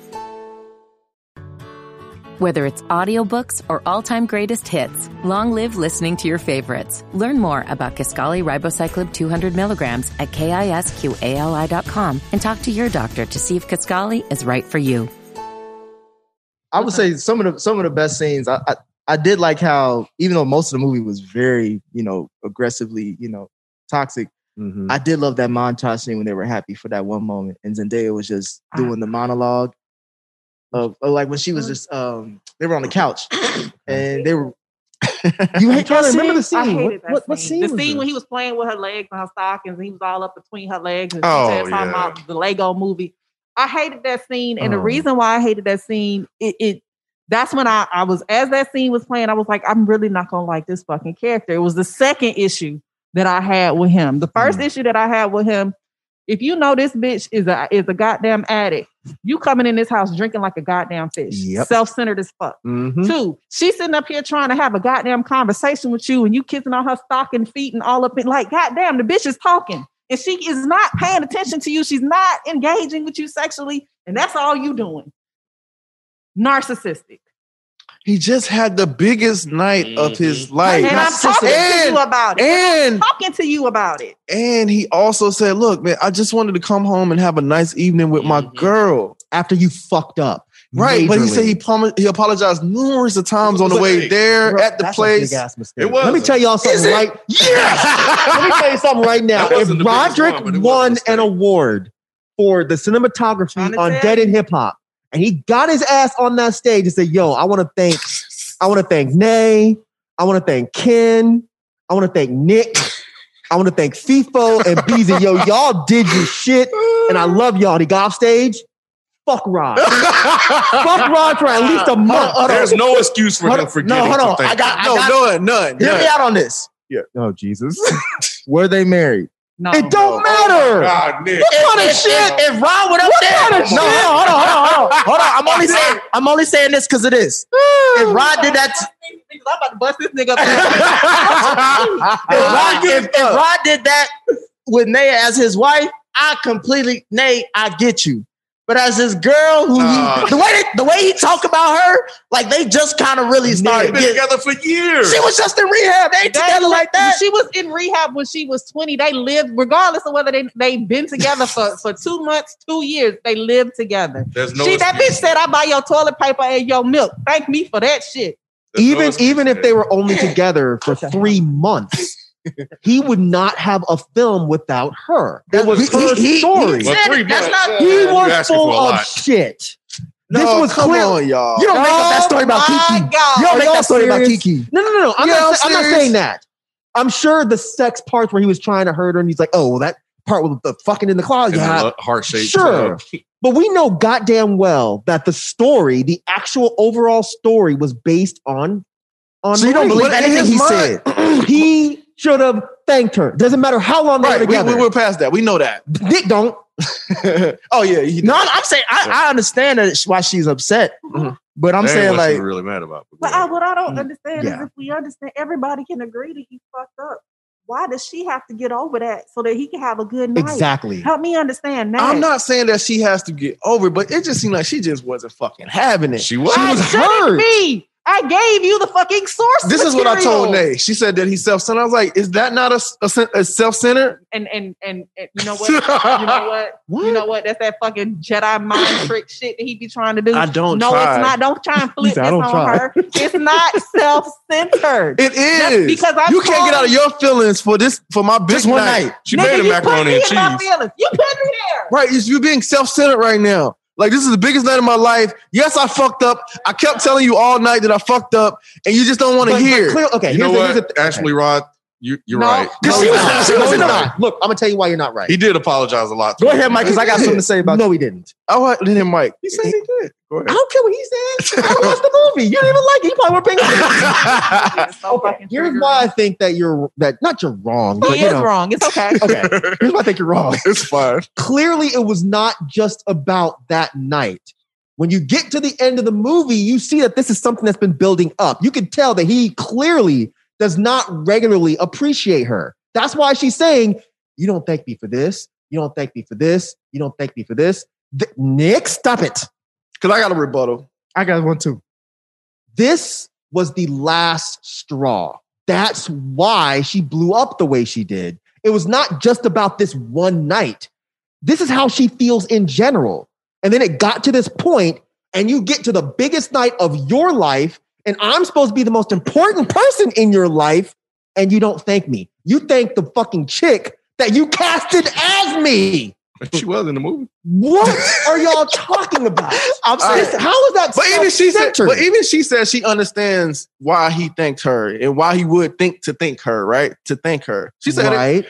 [SPEAKER 1] Whether it's audiobooks or all-time greatest hits, long live listening to your favorites. Learn more about Kaskali Ribocyclib 200 milligrams at kisqali.com and talk to your doctor to see if Kaskali is right for you.
[SPEAKER 6] I would say some of the some of the best scenes. I, I I did like how even though most of the movie was very you know aggressively you know toxic, I did love that montage scene when they were happy for that one moment, and Zendaya was just
[SPEAKER 7] Ah.
[SPEAKER 6] doing the monologue of of, like when she
[SPEAKER 7] Mm.
[SPEAKER 6] was just um they were on the
[SPEAKER 7] [COUGHS]
[SPEAKER 6] couch and they were. [LAUGHS] you hate
[SPEAKER 8] That
[SPEAKER 6] that remember the
[SPEAKER 8] scene?
[SPEAKER 6] scene?
[SPEAKER 8] I hated
[SPEAKER 6] what,
[SPEAKER 8] that
[SPEAKER 6] what, what
[SPEAKER 8] scene.
[SPEAKER 6] scene?
[SPEAKER 8] The
[SPEAKER 6] was
[SPEAKER 8] scene
[SPEAKER 6] it?
[SPEAKER 8] when he was playing with her legs and her stockings, and he was all up between her legs, and she
[SPEAKER 6] Oh,
[SPEAKER 8] kept talking
[SPEAKER 6] yeah.
[SPEAKER 8] about the Lego movie. I hated that scene, and the
[SPEAKER 6] Oh.
[SPEAKER 8] reason why I hated that scene, it, it that's when I, I was as that scene was playing, I was like, I'm really not gonna like this fucking character. It was the second issue that I had with him. The first issue that I had with him, if you know this bitch is a is a goddamn addict, you coming in this house drinking like a goddamn fish,
[SPEAKER 7] Yep.
[SPEAKER 8] self-centered as fuck.
[SPEAKER 6] Hmm?
[SPEAKER 7] Mhm.
[SPEAKER 8] Two, she's sitting up here trying to have a goddamn conversation with you, and you kissing on her stocking feet and all up in like, goddamn, the bitch is talking, and she is not paying attention to you. She's not engaging with you sexually, and that's all you doing. Narcissistic.
[SPEAKER 9] He just had the biggest night of
[SPEAKER 7] Mm-hmm.
[SPEAKER 9] his life.
[SPEAKER 8] and I'm talking to you
[SPEAKER 9] And-
[SPEAKER 8] about it.
[SPEAKER 9] and-
[SPEAKER 8] I'm talking to you about it.
[SPEAKER 9] And he also said, "Look, man, I just wanted to come home and have a nice evening with my girl
[SPEAKER 7] Mm-hmm. after you fucked up."
[SPEAKER 9] Right, but he
[SPEAKER 7] majorly.
[SPEAKER 9] said he prom- he apologized numerous of times on the
[SPEAKER 7] Look,
[SPEAKER 9] way there
[SPEAKER 7] bro,
[SPEAKER 9] at the
[SPEAKER 7] that's a
[SPEAKER 9] place. [LAUGHS]
[SPEAKER 7] big-ass mistake. Let me tell y'all something right. Yes. [LAUGHS] Let me tell you something right now.
[SPEAKER 9] That
[SPEAKER 7] If
[SPEAKER 9] wasn't the biggest
[SPEAKER 7] Roderick
[SPEAKER 9] one, but it was a
[SPEAKER 7] won an award for the cinematography on Dead and Hip Hop, and he got his ass on that stage and said, "Yo, I want to thank, I want to thank Nay, I want to thank Ken, I want to thank Nick." I want to thank FIFO and Beezy. Yo, y'all did your shit, and I love y'all. And He got off stage. Fuck
[SPEAKER 9] [LAUGHS]
[SPEAKER 7] Rod. Fuck Rod for at least a month.
[SPEAKER 10] There's no excuse for him forgetting.
[SPEAKER 7] No, hold on.
[SPEAKER 10] to thank
[SPEAKER 7] I got. I
[SPEAKER 10] you.
[SPEAKER 7] got,
[SPEAKER 9] Oh, none.
[SPEAKER 7] Hear me
[SPEAKER 10] none.
[SPEAKER 7] out on this.
[SPEAKER 9] Yeah.
[SPEAKER 7] Oh Jesus.
[SPEAKER 6] Were they married?
[SPEAKER 8] No.
[SPEAKER 7] It don't
[SPEAKER 10] Oh,
[SPEAKER 7] matter.
[SPEAKER 10] God, Nick.
[SPEAKER 7] What kind of shit?
[SPEAKER 6] If Ron would have
[SPEAKER 7] What
[SPEAKER 6] said,
[SPEAKER 7] kind of
[SPEAKER 6] no,
[SPEAKER 7] shit?
[SPEAKER 6] hold on, hold on, hold on, hold on. I'm only saying, I'm only saying this because it is.
[SPEAKER 7] Oh
[SPEAKER 6] If Rod did that,
[SPEAKER 8] [LAUGHS] I'm about to bust this nigga up.
[SPEAKER 6] if,
[SPEAKER 9] Ah.
[SPEAKER 6] Rod, if, if Rod did that with Naya as his wife, I completely, Nay, I get you. But as his girl, who
[SPEAKER 10] Nah.
[SPEAKER 9] Ah.
[SPEAKER 6] he, the way that- the way he talk about her, like they just kind of really
[SPEAKER 10] They've
[SPEAKER 6] started
[SPEAKER 10] been
[SPEAKER 6] getting.
[SPEAKER 10] together for years.
[SPEAKER 6] She was just in rehab. They
[SPEAKER 8] [LAUGHS]
[SPEAKER 6] ain't [LAUGHS] together like that.
[SPEAKER 8] She was in rehab when she was 20. They lived, regardless of whether they, they've been together for, for two months, two years, they lived together.
[SPEAKER 10] There's no
[SPEAKER 8] she, that bitch
[SPEAKER 10] excuse.
[SPEAKER 8] said, I buy your toilet paper and your milk. Thank me for that shit.
[SPEAKER 10] There's no
[SPEAKER 7] Even
[SPEAKER 10] excuse
[SPEAKER 7] even if
[SPEAKER 10] there.
[SPEAKER 7] they were only together for
[SPEAKER 10] [LAUGHS]
[SPEAKER 7] three months, he would not have a film without her. That was
[SPEAKER 6] He-
[SPEAKER 7] her
[SPEAKER 6] he- he-
[SPEAKER 7] story.
[SPEAKER 10] Well, three
[SPEAKER 6] That's
[SPEAKER 10] months,
[SPEAKER 6] not-
[SPEAKER 10] uh,
[SPEAKER 7] He
[SPEAKER 10] you
[SPEAKER 7] was
[SPEAKER 10] asking
[SPEAKER 7] full
[SPEAKER 10] for a
[SPEAKER 7] of
[SPEAKER 10] lot.
[SPEAKER 7] shit.
[SPEAKER 9] No,
[SPEAKER 7] this was
[SPEAKER 9] come
[SPEAKER 7] clear.
[SPEAKER 9] on, y'all.
[SPEAKER 7] You don't make up that story about
[SPEAKER 8] my
[SPEAKER 7] Kiki.
[SPEAKER 8] God.
[SPEAKER 7] You don't make
[SPEAKER 6] Are y'all
[SPEAKER 7] that story about
[SPEAKER 6] serious?
[SPEAKER 7] Kiki. No, no, no. no. I'm,
[SPEAKER 9] You
[SPEAKER 7] not,
[SPEAKER 9] all
[SPEAKER 7] sa- I'm not
[SPEAKER 9] serious?
[SPEAKER 7] saying that. I'm sure the sex parts where he was trying to hurt her and he's like, oh, well, that part with the fucking in the closet.
[SPEAKER 10] And
[SPEAKER 7] Yeah,
[SPEAKER 10] the heart shape.
[SPEAKER 7] Sure. But we know goddamn well that the story, the actual overall story, was based on on.
[SPEAKER 6] So you don't
[SPEAKER 7] rape.
[SPEAKER 6] believe
[SPEAKER 7] But in
[SPEAKER 6] anything
[SPEAKER 7] his
[SPEAKER 6] he
[SPEAKER 7] mind, he should have thanked her. Doesn't matter how long
[SPEAKER 9] Right,
[SPEAKER 7] they were
[SPEAKER 9] we,
[SPEAKER 7] together.
[SPEAKER 9] we were past that. We know that.
[SPEAKER 7] Dick don't.
[SPEAKER 9] oh yeah, he,
[SPEAKER 6] No, I'm, I'm saying I, I understand that it's why she's upset,
[SPEAKER 9] Mhm.
[SPEAKER 6] but I'm
[SPEAKER 10] That ain't
[SPEAKER 6] saying
[SPEAKER 10] what she was
[SPEAKER 6] like
[SPEAKER 10] really mad about.
[SPEAKER 8] But I, what I
[SPEAKER 9] Mm,
[SPEAKER 8] don't understand
[SPEAKER 7] Yeah.
[SPEAKER 8] is if we understand, everybody can agree that he fucked up. Why does she have to get over that so that he can have a good night?
[SPEAKER 7] Exactly.
[SPEAKER 8] Help me understand that.
[SPEAKER 9] I'm not saying that she has to get over, it, but it just seemed like she just wasn't fucking having it.
[SPEAKER 10] She was.
[SPEAKER 8] I shouldn't be. I gave you the fucking source.
[SPEAKER 9] this is what I
[SPEAKER 8] material.
[SPEAKER 9] told Nay. She said that he's self-centered. I was like, is that not a, a, cen- a self-centered?
[SPEAKER 8] and and and, and you know what? you know what?
[SPEAKER 9] [LAUGHS]
[SPEAKER 8] You know what? That's that fucking Jedi
[SPEAKER 9] [COUGHS]
[SPEAKER 8] mind trick shit that he be trying to do.
[SPEAKER 9] I don't
[SPEAKER 8] No,
[SPEAKER 9] try.
[SPEAKER 8] it's not. Don't try and flip
[SPEAKER 7] said,
[SPEAKER 8] this
[SPEAKER 7] "I don't
[SPEAKER 8] on
[SPEAKER 7] try."
[SPEAKER 8] her. It's not
[SPEAKER 9] [LAUGHS]
[SPEAKER 8] self-centered.
[SPEAKER 9] It is
[SPEAKER 8] because I'm
[SPEAKER 9] you can't get out of your feelings for this for my bitch
[SPEAKER 6] Just one
[SPEAKER 9] night.
[SPEAKER 6] night.
[SPEAKER 10] She
[SPEAKER 8] Nigga,
[SPEAKER 10] made a
[SPEAKER 8] you put
[SPEAKER 10] macaroni
[SPEAKER 8] me
[SPEAKER 10] and
[SPEAKER 8] in my
[SPEAKER 10] cheese.
[SPEAKER 8] feelings. You put me there.
[SPEAKER 9] Right, it's you being self-centered right now. Like this is the biggest night of my life. Yes, I fucked up. I kept telling you all night that I fucked up, and you just don't want to
[SPEAKER 7] But- but
[SPEAKER 9] hear. it.
[SPEAKER 7] clear- okay,
[SPEAKER 10] You know
[SPEAKER 7] here's the, here's the
[SPEAKER 10] what?
[SPEAKER 7] th-
[SPEAKER 10] Actually, Rod, You, you're
[SPEAKER 7] No,
[SPEAKER 10] right.
[SPEAKER 7] no,
[SPEAKER 10] She
[SPEAKER 7] he's
[SPEAKER 10] was-
[SPEAKER 7] not.
[SPEAKER 10] she was
[SPEAKER 7] No, he's
[SPEAKER 10] in the-
[SPEAKER 7] not. Look, I'm gonna tell you why you're not right.
[SPEAKER 10] He did apologize a lot. to
[SPEAKER 7] Go
[SPEAKER 10] her.
[SPEAKER 7] ahead, Mike, 'cause I got something to say about
[SPEAKER 10] No,
[SPEAKER 7] he didn't.
[SPEAKER 9] [LAUGHS] Oh, then him, Mike.
[SPEAKER 10] He said he did. Go
[SPEAKER 9] [LAUGHS]
[SPEAKER 10] ahead.
[SPEAKER 7] I don't care what he said. I watched the movie. You didn't even like it. You probably were paying [LAUGHS] attention. okay. Here's why I think that you're that not you're wrong. but,
[SPEAKER 8] He
[SPEAKER 7] you
[SPEAKER 8] is
[SPEAKER 7] know,
[SPEAKER 8] wrong. It's okay.
[SPEAKER 7] Okay. Here's why I think you're wrong.
[SPEAKER 9] [LAUGHS]
[SPEAKER 10] It's fine.
[SPEAKER 7] Clearly, it was not just about that night. When you get to the end of the movie, you see that this is something that's been building up. You can tell that he clearly does not regularly appreciate her. That's why she's saying, You don't thank me for this. You don't thank me for this. You don't thank me for this. Th- Nick, stop it.
[SPEAKER 9] Because I got a rebuttal.
[SPEAKER 6] I got one too.
[SPEAKER 7] This was the last straw. That's why she blew up the way she did. It was not just about this one night. This is how she feels in general. And then it got to this point, and you get to the biggest night of your life, and I'm supposed to be the most important person in your life, and you don't thank me. You thank the fucking chick that you casted as me.
[SPEAKER 10] But she was in the movie.
[SPEAKER 7] What are y'all talking about?
[SPEAKER 9] [LAUGHS] I'm sorry.
[SPEAKER 7] This- how is that?
[SPEAKER 9] But even she said,
[SPEAKER 7] self-centered?
[SPEAKER 9] but even she said she understands why he thanked her and why he would think to thank her, right? To thank her. She said it.
[SPEAKER 7] right,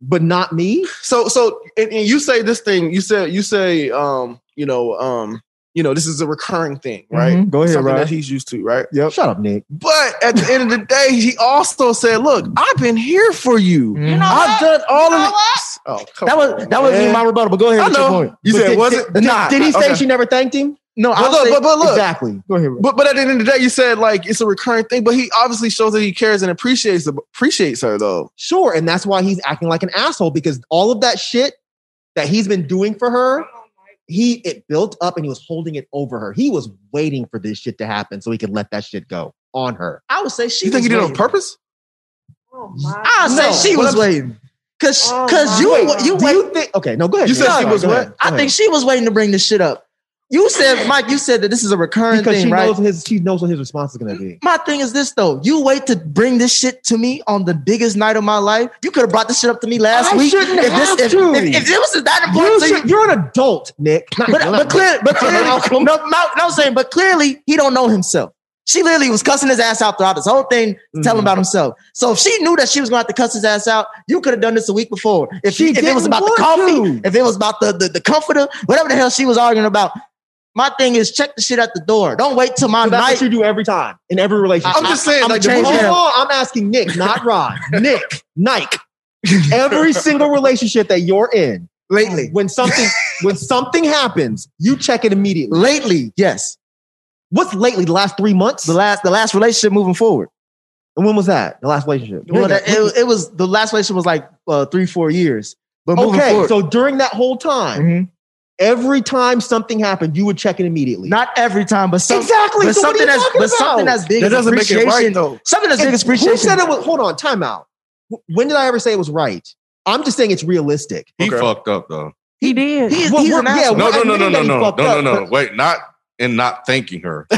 [SPEAKER 7] but not me.
[SPEAKER 9] So so and, and you say this thing, you said you say um, you know, um, you know, this is a recurring
[SPEAKER 7] Mm-hmm.
[SPEAKER 9] thing, right?
[SPEAKER 6] Mhm. Go ahead,
[SPEAKER 9] Something
[SPEAKER 6] Ryan.
[SPEAKER 9] that he's used to, right?
[SPEAKER 6] Yep.
[SPEAKER 7] Shut up, Nick.
[SPEAKER 9] But at the end of the day, he also said, Look, I've been here for you.
[SPEAKER 6] Mhm.
[SPEAKER 9] I've done all of this. Oh, come
[SPEAKER 7] Mm. That
[SPEAKER 9] on,
[SPEAKER 7] was that was
[SPEAKER 9] man.
[SPEAKER 7] me my rebuttal. But go ahead.
[SPEAKER 9] I
[SPEAKER 7] with your
[SPEAKER 9] know.
[SPEAKER 7] point.
[SPEAKER 9] You
[SPEAKER 7] But
[SPEAKER 9] said,
[SPEAKER 7] did,
[SPEAKER 9] was
[SPEAKER 7] did-
[SPEAKER 9] it?
[SPEAKER 7] Did,
[SPEAKER 9] Nah.
[SPEAKER 7] did he say
[SPEAKER 9] Okay.
[SPEAKER 7] she never thanked him? No,
[SPEAKER 9] But look, but- but look.
[SPEAKER 7] exactly.
[SPEAKER 6] Go ahead. Bro.
[SPEAKER 9] But but at the end of the day, you said like it's a recurring thing. But he obviously shows that he cares and appreciates appreciates her though.
[SPEAKER 7] Sure, and that's why he's acting like an asshole because all of that shit that he's been doing for her, he it built up and he was holding it over her. He was waiting for this shit to happen so he could let that shit go on her.
[SPEAKER 8] I would say she.
[SPEAKER 9] You think he did it on
[SPEAKER 8] waiting.
[SPEAKER 9] purpose?
[SPEAKER 8] Oh my
[SPEAKER 12] I say
[SPEAKER 7] No,
[SPEAKER 12] she
[SPEAKER 7] what
[SPEAKER 12] was
[SPEAKER 7] I'm-
[SPEAKER 6] waiting.
[SPEAKER 12] Cause,
[SPEAKER 8] Oh,
[SPEAKER 12] cause
[SPEAKER 8] my
[SPEAKER 12] you,
[SPEAKER 8] God.
[SPEAKER 12] you
[SPEAKER 7] Do
[SPEAKER 12] wait.
[SPEAKER 7] you think? Okay, no, go ahead.
[SPEAKER 9] You
[SPEAKER 7] Nick.
[SPEAKER 9] said she
[SPEAKER 7] Sorry,
[SPEAKER 9] was
[SPEAKER 7] go
[SPEAKER 9] what?
[SPEAKER 7] ahead. Go
[SPEAKER 12] I
[SPEAKER 7] ahead.
[SPEAKER 12] think she was waiting to bring this shit up. You said, Mike, you said that this is a recurring
[SPEAKER 7] because
[SPEAKER 12] thing,
[SPEAKER 7] she
[SPEAKER 12] right?
[SPEAKER 7] knows his she knows what his response is gonna be.
[SPEAKER 12] My thing is this though. You wait to bring this shit to me on the biggest night of my life. You could have brought this shit up to me last
[SPEAKER 7] I
[SPEAKER 12] week.
[SPEAKER 7] shouldn't
[SPEAKER 12] if
[SPEAKER 7] have
[SPEAKER 12] this,
[SPEAKER 7] to.
[SPEAKER 12] If, if, if it was that
[SPEAKER 7] You
[SPEAKER 12] important to you,
[SPEAKER 7] should, you're an adult, Nick. Not-
[SPEAKER 12] But,
[SPEAKER 7] not-
[SPEAKER 12] but clearly, but clearly, no,
[SPEAKER 7] Malcolm.
[SPEAKER 12] no, no, I'm saying, but clearly, he don't know himself. She literally was cussing his ass out throughout this whole thing,
[SPEAKER 7] Mm-hmm.
[SPEAKER 9] Mm.
[SPEAKER 12] telling about himself. So if she knew that she was going to have to cuss his ass out, you could have done this a week before. If
[SPEAKER 7] She
[SPEAKER 12] she, if it was
[SPEAKER 7] didn't
[SPEAKER 12] about the coffee,
[SPEAKER 7] want
[SPEAKER 12] if it was about the, the the comforter, whatever the hell she was arguing about. My thing is, check the shit at the door. Don't wait till my
[SPEAKER 7] So that's
[SPEAKER 12] night.
[SPEAKER 7] what you do every time in every relationship.
[SPEAKER 9] I'm just saying,
[SPEAKER 12] I'm
[SPEAKER 9] like
[SPEAKER 12] changing
[SPEAKER 9] the
[SPEAKER 7] Hold
[SPEAKER 9] movie,
[SPEAKER 12] Yeah.
[SPEAKER 7] on, I'm asking Nick, not
[SPEAKER 12] [LAUGHS]
[SPEAKER 7] Rod. Nick, Nike. Every single relationship that you're in,
[SPEAKER 12] lately,
[SPEAKER 7] when something when something happens, you check it immediately.
[SPEAKER 12] lately, yes.
[SPEAKER 7] What's lately? The last three months?
[SPEAKER 12] The last the last relationship moving forward.
[SPEAKER 7] and when was that? The last relationship?
[SPEAKER 12] Well, that- it, it was the last relationship was like uh, three four years. But moving
[SPEAKER 7] okay,
[SPEAKER 12] forward,
[SPEAKER 7] so during that whole time,
[SPEAKER 6] Mhm.
[SPEAKER 7] every time something happened, you would check it immediately.
[SPEAKER 12] not every time, but some,
[SPEAKER 7] exactly.
[SPEAKER 12] but
[SPEAKER 7] so
[SPEAKER 12] something
[SPEAKER 7] what are you
[SPEAKER 12] that's but
[SPEAKER 7] talking about?
[SPEAKER 12] something that's big
[SPEAKER 9] That
[SPEAKER 12] as
[SPEAKER 9] doesn't make it right
[SPEAKER 12] appreciation-
[SPEAKER 9] though.
[SPEAKER 12] Something that's big as
[SPEAKER 7] Who said
[SPEAKER 12] appreciation.
[SPEAKER 7] it was? Hold on, time out. Wh- When did I ever say it was right? I'm just saying it's realistic.
[SPEAKER 10] He
[SPEAKER 9] Okay.
[SPEAKER 10] fucked up though.
[SPEAKER 8] He did.
[SPEAKER 12] He is,
[SPEAKER 7] Well,
[SPEAKER 12] he's
[SPEAKER 7] we're-
[SPEAKER 12] an
[SPEAKER 7] yeah,
[SPEAKER 12] asshole.
[SPEAKER 10] No, no, no, no,
[SPEAKER 7] admitting
[SPEAKER 10] no,
[SPEAKER 7] that he
[SPEAKER 10] no, no,
[SPEAKER 7] fucked
[SPEAKER 10] no,
[SPEAKER 7] up,
[SPEAKER 10] no.
[SPEAKER 7] but-
[SPEAKER 10] Wait, not in not thanking
[SPEAKER 7] [LAUGHS]
[SPEAKER 10] her.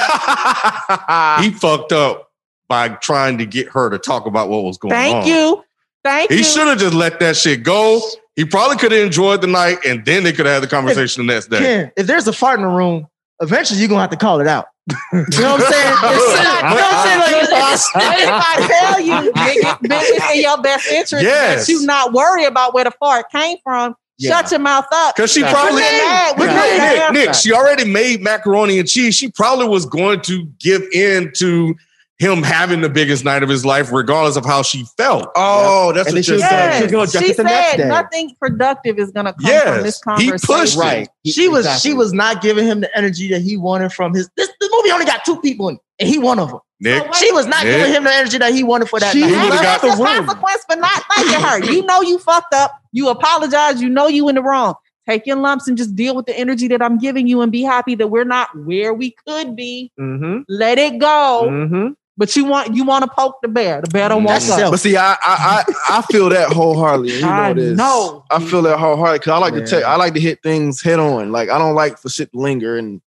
[SPEAKER 10] he fucked up by trying to get her to talk about what was going on.
[SPEAKER 8] Thank you. Thank
[SPEAKER 10] He
[SPEAKER 8] you.
[SPEAKER 10] should have just let that shit go. He probably could have enjoyed the night, and then they could have had the conversation the next day.
[SPEAKER 12] Ken, if there's a fart in the room, eventually you're gonna have to call it
[SPEAKER 7] [LAUGHS]
[SPEAKER 12] out. You know what I'm
[SPEAKER 10] [LAUGHS]
[SPEAKER 12] saying? It's- you know what I'm saying? Like, it's- it's-
[SPEAKER 8] if I tell you, nigga, bitch, it's in your best interest
[SPEAKER 10] Yes.
[SPEAKER 8] that you not worry about where the fart came from. Shut your mouth up.
[SPEAKER 10] Because she
[SPEAKER 8] We're
[SPEAKER 10] probably
[SPEAKER 8] getting mad. We're
[SPEAKER 10] Nick,
[SPEAKER 8] getting
[SPEAKER 10] Nick,
[SPEAKER 8] mad.
[SPEAKER 10] Nick, she already made macaroni and cheese. She probably was going to give in to him having the biggest night of his life, regardless of how she felt.
[SPEAKER 9] Oh, that's
[SPEAKER 7] And then
[SPEAKER 9] what
[SPEAKER 7] she
[SPEAKER 9] you're
[SPEAKER 7] was
[SPEAKER 9] saying.
[SPEAKER 7] saying
[SPEAKER 8] Yes.
[SPEAKER 7] she was gonna address
[SPEAKER 8] She
[SPEAKER 7] it the next
[SPEAKER 8] said
[SPEAKER 7] day.
[SPEAKER 8] nothing productive is going to come from this
[SPEAKER 10] Yes, he
[SPEAKER 8] conversation.
[SPEAKER 10] pushed it.
[SPEAKER 7] Right.
[SPEAKER 12] she was
[SPEAKER 7] Exactly.
[SPEAKER 12] she was not giving him the energy that he wanted from his. This, this movie only got two people in it, and he one of them.
[SPEAKER 10] Nick,
[SPEAKER 12] She was not
[SPEAKER 10] Nick.
[SPEAKER 12] giving him the energy that he wanted for that.
[SPEAKER 7] She
[SPEAKER 12] night.
[SPEAKER 10] would've
[SPEAKER 8] Well,
[SPEAKER 10] got
[SPEAKER 8] that's
[SPEAKER 10] the
[SPEAKER 8] the
[SPEAKER 10] room.
[SPEAKER 8] consequence for not thanking her. You know you fucked up. You apologize. You know you in the wrong. Take your lumps and just deal with the energy that I'm giving you and be happy that we're not where we could be.
[SPEAKER 9] Mm-hmm.
[SPEAKER 8] Let it
[SPEAKER 7] Oh.
[SPEAKER 8] go.
[SPEAKER 7] Mm.
[SPEAKER 9] Mm-hmm.
[SPEAKER 8] But you want you want to poke the bear. The bear don't walk
[SPEAKER 12] That's
[SPEAKER 8] up.
[SPEAKER 12] self.
[SPEAKER 9] But see, I I I, I feel that wholeheartedly. and You know
[SPEAKER 8] I
[SPEAKER 9] this.
[SPEAKER 8] know.
[SPEAKER 9] I feel that wholeheartedly because I like
[SPEAKER 7] Yeah.
[SPEAKER 9] to take I like to hit things head on. Like I don't like for shit to linger and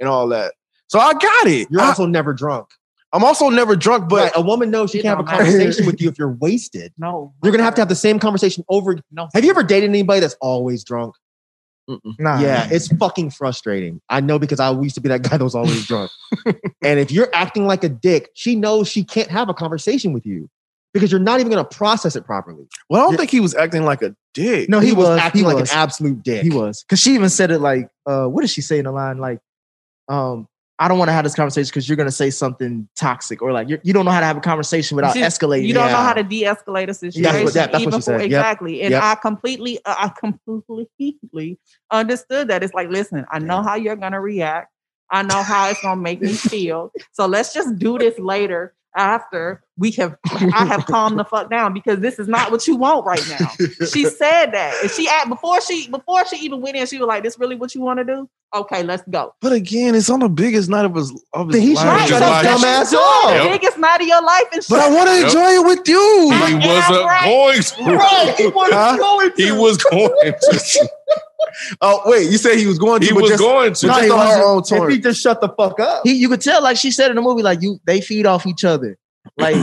[SPEAKER 9] and all that. So I got it.
[SPEAKER 7] You're
[SPEAKER 9] I,
[SPEAKER 7] also never drunk.
[SPEAKER 9] am also never drunk,
[SPEAKER 7] But
[SPEAKER 9] but
[SPEAKER 7] a woman knows she
[SPEAKER 8] It
[SPEAKER 7] can't have
[SPEAKER 8] don't
[SPEAKER 7] a
[SPEAKER 8] matter.
[SPEAKER 7] conversation with you if you're wasted.
[SPEAKER 8] No.
[SPEAKER 7] You're gonna have to have the same conversation over.
[SPEAKER 8] No.
[SPEAKER 7] Have you ever dated anybody that's always drunk?
[SPEAKER 6] Nah.
[SPEAKER 7] Yeah, it's fucking frustrating. I know because I used to be that guy that was always [LAUGHS] drunk. and if you're acting like a dick, she knows she can't have a conversation with you because you're not even going to process it properly.
[SPEAKER 9] Well, I don't think he was acting like a dick.
[SPEAKER 7] No, he, was, acting
[SPEAKER 9] he
[SPEAKER 7] like
[SPEAKER 9] was.
[SPEAKER 7] an absolute dick.
[SPEAKER 6] He was. Because she even said it like, uh, what did she say in the line? Like, um, I don't want to have this conversation because you're going to say something toxic or like, you're, you don't know how to have a conversation without
[SPEAKER 8] You-
[SPEAKER 6] escalating.
[SPEAKER 8] You don't know how to de-escalate a situation.
[SPEAKER 6] that- that's what
[SPEAKER 8] even
[SPEAKER 6] she said.
[SPEAKER 8] for-
[SPEAKER 6] Yep.
[SPEAKER 8] Exactly. And
[SPEAKER 6] Yep.
[SPEAKER 8] I completely, uh, I completely understood that. It's like, listen, I know how you're gonna react. I know how it's gonna make me feel. So let's just do this later after we have I have calmed the fuck down because this is not what you want right now.
[SPEAKER 6] [LAUGHS]
[SPEAKER 8] She said that. And she act before she before she even went in, she was like, This really what you want to do? Okay, let's go.
[SPEAKER 9] But again, it's on the biggest night of his of his
[SPEAKER 8] Then he
[SPEAKER 9] life.
[SPEAKER 8] should Right, shut
[SPEAKER 10] his
[SPEAKER 8] That's
[SPEAKER 10] dumbass
[SPEAKER 8] your
[SPEAKER 10] up.
[SPEAKER 8] good,
[SPEAKER 10] Yep.
[SPEAKER 8] biggest night of your life and
[SPEAKER 9] But I want to
[SPEAKER 10] Yep.
[SPEAKER 9] enjoy it with you.
[SPEAKER 10] He wasn't going to.
[SPEAKER 9] Right, he wasn't
[SPEAKER 10] going to. He was going
[SPEAKER 9] [LAUGHS]
[SPEAKER 10] to.
[SPEAKER 9] Oh wait, you said he was going
[SPEAKER 10] to. He was going to.
[SPEAKER 6] No, he wasn't.
[SPEAKER 7] If he just shut the fuck up.
[SPEAKER 6] He, you could tell, like she said in the movie, like you, they feed off each other.
[SPEAKER 7] [CLEARS THROAT]
[SPEAKER 6] Like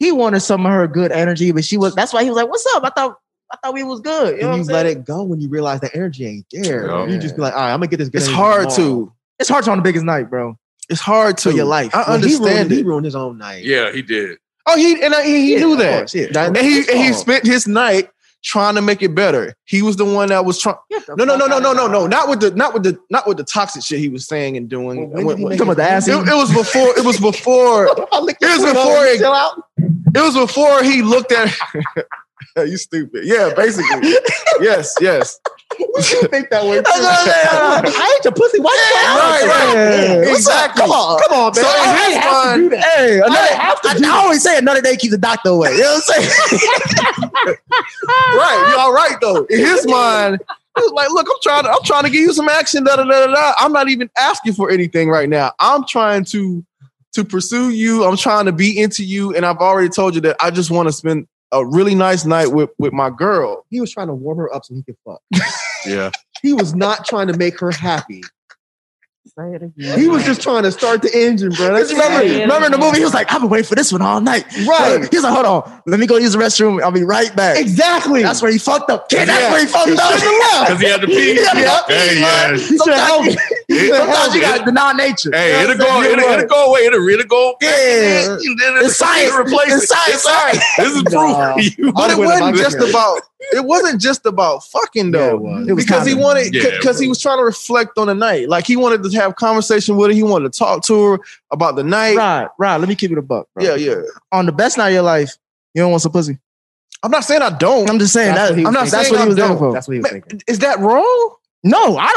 [SPEAKER 6] he wanted some of her good energy, but she was. That's why he was like, "What's up? I thought, I thought we was good." You know what
[SPEAKER 7] and you
[SPEAKER 6] I'm
[SPEAKER 7] let
[SPEAKER 6] saying?
[SPEAKER 7] it go when you realize that energy ain't there.
[SPEAKER 10] Yeah.
[SPEAKER 7] You just be like, all right, I'm gonna get this. Good
[SPEAKER 9] It's
[SPEAKER 7] energy
[SPEAKER 9] hard
[SPEAKER 7] tomorrow.
[SPEAKER 9] to.
[SPEAKER 6] It's hard to on the biggest night, bro.
[SPEAKER 9] It's hard to
[SPEAKER 7] For your life.
[SPEAKER 9] I
[SPEAKER 7] Well, he ruined-
[SPEAKER 9] understand
[SPEAKER 7] He
[SPEAKER 9] it.
[SPEAKER 7] ruined his own night.
[SPEAKER 10] Yeah, he did.
[SPEAKER 9] Oh, he and I, he, he
[SPEAKER 7] Yeah,
[SPEAKER 9] knew
[SPEAKER 7] of
[SPEAKER 9] that.
[SPEAKER 7] course, yeah.
[SPEAKER 9] and
[SPEAKER 7] That's
[SPEAKER 9] he
[SPEAKER 7] his
[SPEAKER 9] and he
[SPEAKER 7] fault.
[SPEAKER 9] spent his night trying to make it better. He was the one that was trying. No, no, no, no, no, no, no. Not with the not with the not with the toxic shit he was saying and doing.
[SPEAKER 7] when did he make
[SPEAKER 9] it,
[SPEAKER 7] Talking about the ass
[SPEAKER 9] it,
[SPEAKER 7] eating?
[SPEAKER 9] was before. It was before. it
[SPEAKER 7] I licked your
[SPEAKER 9] was
[SPEAKER 7] foot
[SPEAKER 9] before.
[SPEAKER 7] off.
[SPEAKER 9] It,
[SPEAKER 7] Chill out. [LAUGHS]
[SPEAKER 9] it was before he looked at. [LAUGHS] you stupid. Yeah, basically. yes, yes.
[SPEAKER 7] What you think that way?
[SPEAKER 9] That's what I'm saying.
[SPEAKER 7] I ain't your pussy. Why
[SPEAKER 9] Right,
[SPEAKER 7] you
[SPEAKER 9] right.
[SPEAKER 7] Yeah. What's up?
[SPEAKER 9] Exactly.
[SPEAKER 7] Come on, come on, man.
[SPEAKER 9] So in
[SPEAKER 7] I
[SPEAKER 9] his
[SPEAKER 7] ain't have to
[SPEAKER 9] mind-
[SPEAKER 7] do that.
[SPEAKER 6] Hey, another,
[SPEAKER 7] I
[SPEAKER 6] I,
[SPEAKER 7] have to do
[SPEAKER 6] I always say another day keeps the doctor away. You know what I'm saying?
[SPEAKER 9] right, you all right though. In his mind, he was like, "Look, I'm trying to, I'm trying to give you some action. Da da da da. da. I'm not even asking for anything right now. I'm trying to to pursue you. I'm trying to be into you, and I've already told you that I just want to spend a really nice night with with my girl.
[SPEAKER 7] He was trying to warm her up so he could fuck.
[SPEAKER 10] Yeah.
[SPEAKER 7] He was not trying to make her happy.
[SPEAKER 8] Say it again.
[SPEAKER 7] He was just trying to start the engine, bro. That's
[SPEAKER 6] remember,
[SPEAKER 7] it.
[SPEAKER 6] remember in the movie, he was like, "I've been waiting for this one all night."
[SPEAKER 7] Right.
[SPEAKER 6] He was like, "Hold on, let me go use the restroom. I'll be right back."
[SPEAKER 7] Exactly.
[SPEAKER 6] That's where he fucked up. Kid, that's
[SPEAKER 10] Yeah.
[SPEAKER 6] where he fucked up.
[SPEAKER 10] Because he had to pee.
[SPEAKER 6] Yeah, yeah.
[SPEAKER 10] Hey, yeah.
[SPEAKER 7] He should help.
[SPEAKER 10] It-
[SPEAKER 6] Sometimes you gotta deny nature.
[SPEAKER 10] Hey,
[SPEAKER 6] You know
[SPEAKER 10] it'll
[SPEAKER 6] what I'm
[SPEAKER 10] go,
[SPEAKER 6] saying?
[SPEAKER 10] it'll,
[SPEAKER 6] You're
[SPEAKER 10] it'll go away. It'll really go.
[SPEAKER 6] Yeah.
[SPEAKER 10] It's
[SPEAKER 6] science.
[SPEAKER 10] Replace
[SPEAKER 6] It's
[SPEAKER 10] it.
[SPEAKER 6] science.
[SPEAKER 10] It's science. This is
[SPEAKER 7] Nah.
[SPEAKER 10] proof. [LAUGHS] You-
[SPEAKER 9] But
[SPEAKER 7] I'm
[SPEAKER 9] it
[SPEAKER 7] with him. I'm
[SPEAKER 9] wasn't
[SPEAKER 7] with
[SPEAKER 9] just
[SPEAKER 7] him.
[SPEAKER 9] about it wasn't just about fucking
[SPEAKER 7] Yeah,
[SPEAKER 9] though.
[SPEAKER 7] it was. It was
[SPEAKER 9] because he
[SPEAKER 7] kinda-
[SPEAKER 9] wanted
[SPEAKER 10] Yeah, it
[SPEAKER 9] because he was trying to reflect on the night. Like he wanted to have conversation with her. He wanted to talk to her about the night.
[SPEAKER 6] Right, right. Let me keep it a buck. Bro.
[SPEAKER 9] Yeah, yeah.
[SPEAKER 6] On the best night of your life, you don't want some pussy.
[SPEAKER 9] I'm not saying I don't.
[SPEAKER 6] I'm just saying
[SPEAKER 7] That's
[SPEAKER 6] that.
[SPEAKER 7] what he
[SPEAKER 6] I'm
[SPEAKER 7] was
[SPEAKER 6] not.
[SPEAKER 7] thinking.
[SPEAKER 6] That's what he was
[SPEAKER 9] I'm
[SPEAKER 6] there for.
[SPEAKER 7] That's what he was thinking.
[SPEAKER 9] Is that wrong?
[SPEAKER 6] No, I, I, I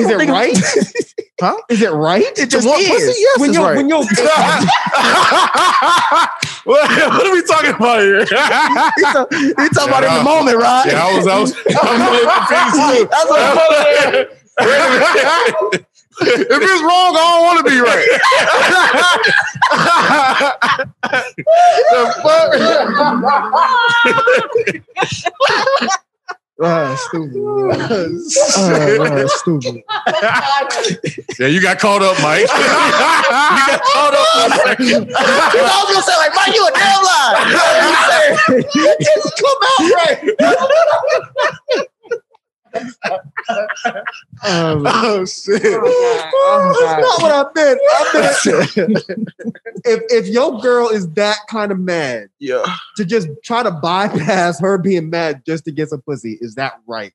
[SPEAKER 7] Is
[SPEAKER 6] don't
[SPEAKER 7] it
[SPEAKER 6] think
[SPEAKER 9] [LAUGHS]
[SPEAKER 7] right? [LAUGHS]
[SPEAKER 9] Huh?
[SPEAKER 7] Is it right?
[SPEAKER 6] It
[SPEAKER 9] To
[SPEAKER 6] just
[SPEAKER 9] want
[SPEAKER 6] is.
[SPEAKER 9] pussy? Yes,
[SPEAKER 7] When
[SPEAKER 9] it's
[SPEAKER 7] you're-
[SPEAKER 9] right.
[SPEAKER 7] when you're-
[SPEAKER 10] what, what are we talking about here?
[SPEAKER 6] He's a- he
[SPEAKER 7] [LAUGHS]
[SPEAKER 6] talking about in the moment, right?
[SPEAKER 10] yeah, I was, I was, [LAUGHS] I'm a little confused too.
[SPEAKER 6] That's what I'm
[SPEAKER 10] Wait a minute.
[SPEAKER 9] if it's wrong, I don't want to be
[SPEAKER 7] [LAUGHS]
[SPEAKER 9] right. the fuck?
[SPEAKER 6] Ah, stupid.
[SPEAKER 7] Ah,
[SPEAKER 6] stupid. [LAUGHS]
[SPEAKER 10] Yeah, you got caught up, Mike. you got caught up. for a
[SPEAKER 7] [LAUGHS]
[SPEAKER 10] second.
[SPEAKER 6] I was gonna say, like, Mike, you a damn lie. You know what I'm saying?
[SPEAKER 9] Come out right. oh shit.
[SPEAKER 7] That's not what I meant. I meant if if your girl is that kind of mad
[SPEAKER 9] Yeah.
[SPEAKER 7] to just try to bypass her being mad just to get some pussy, is that right?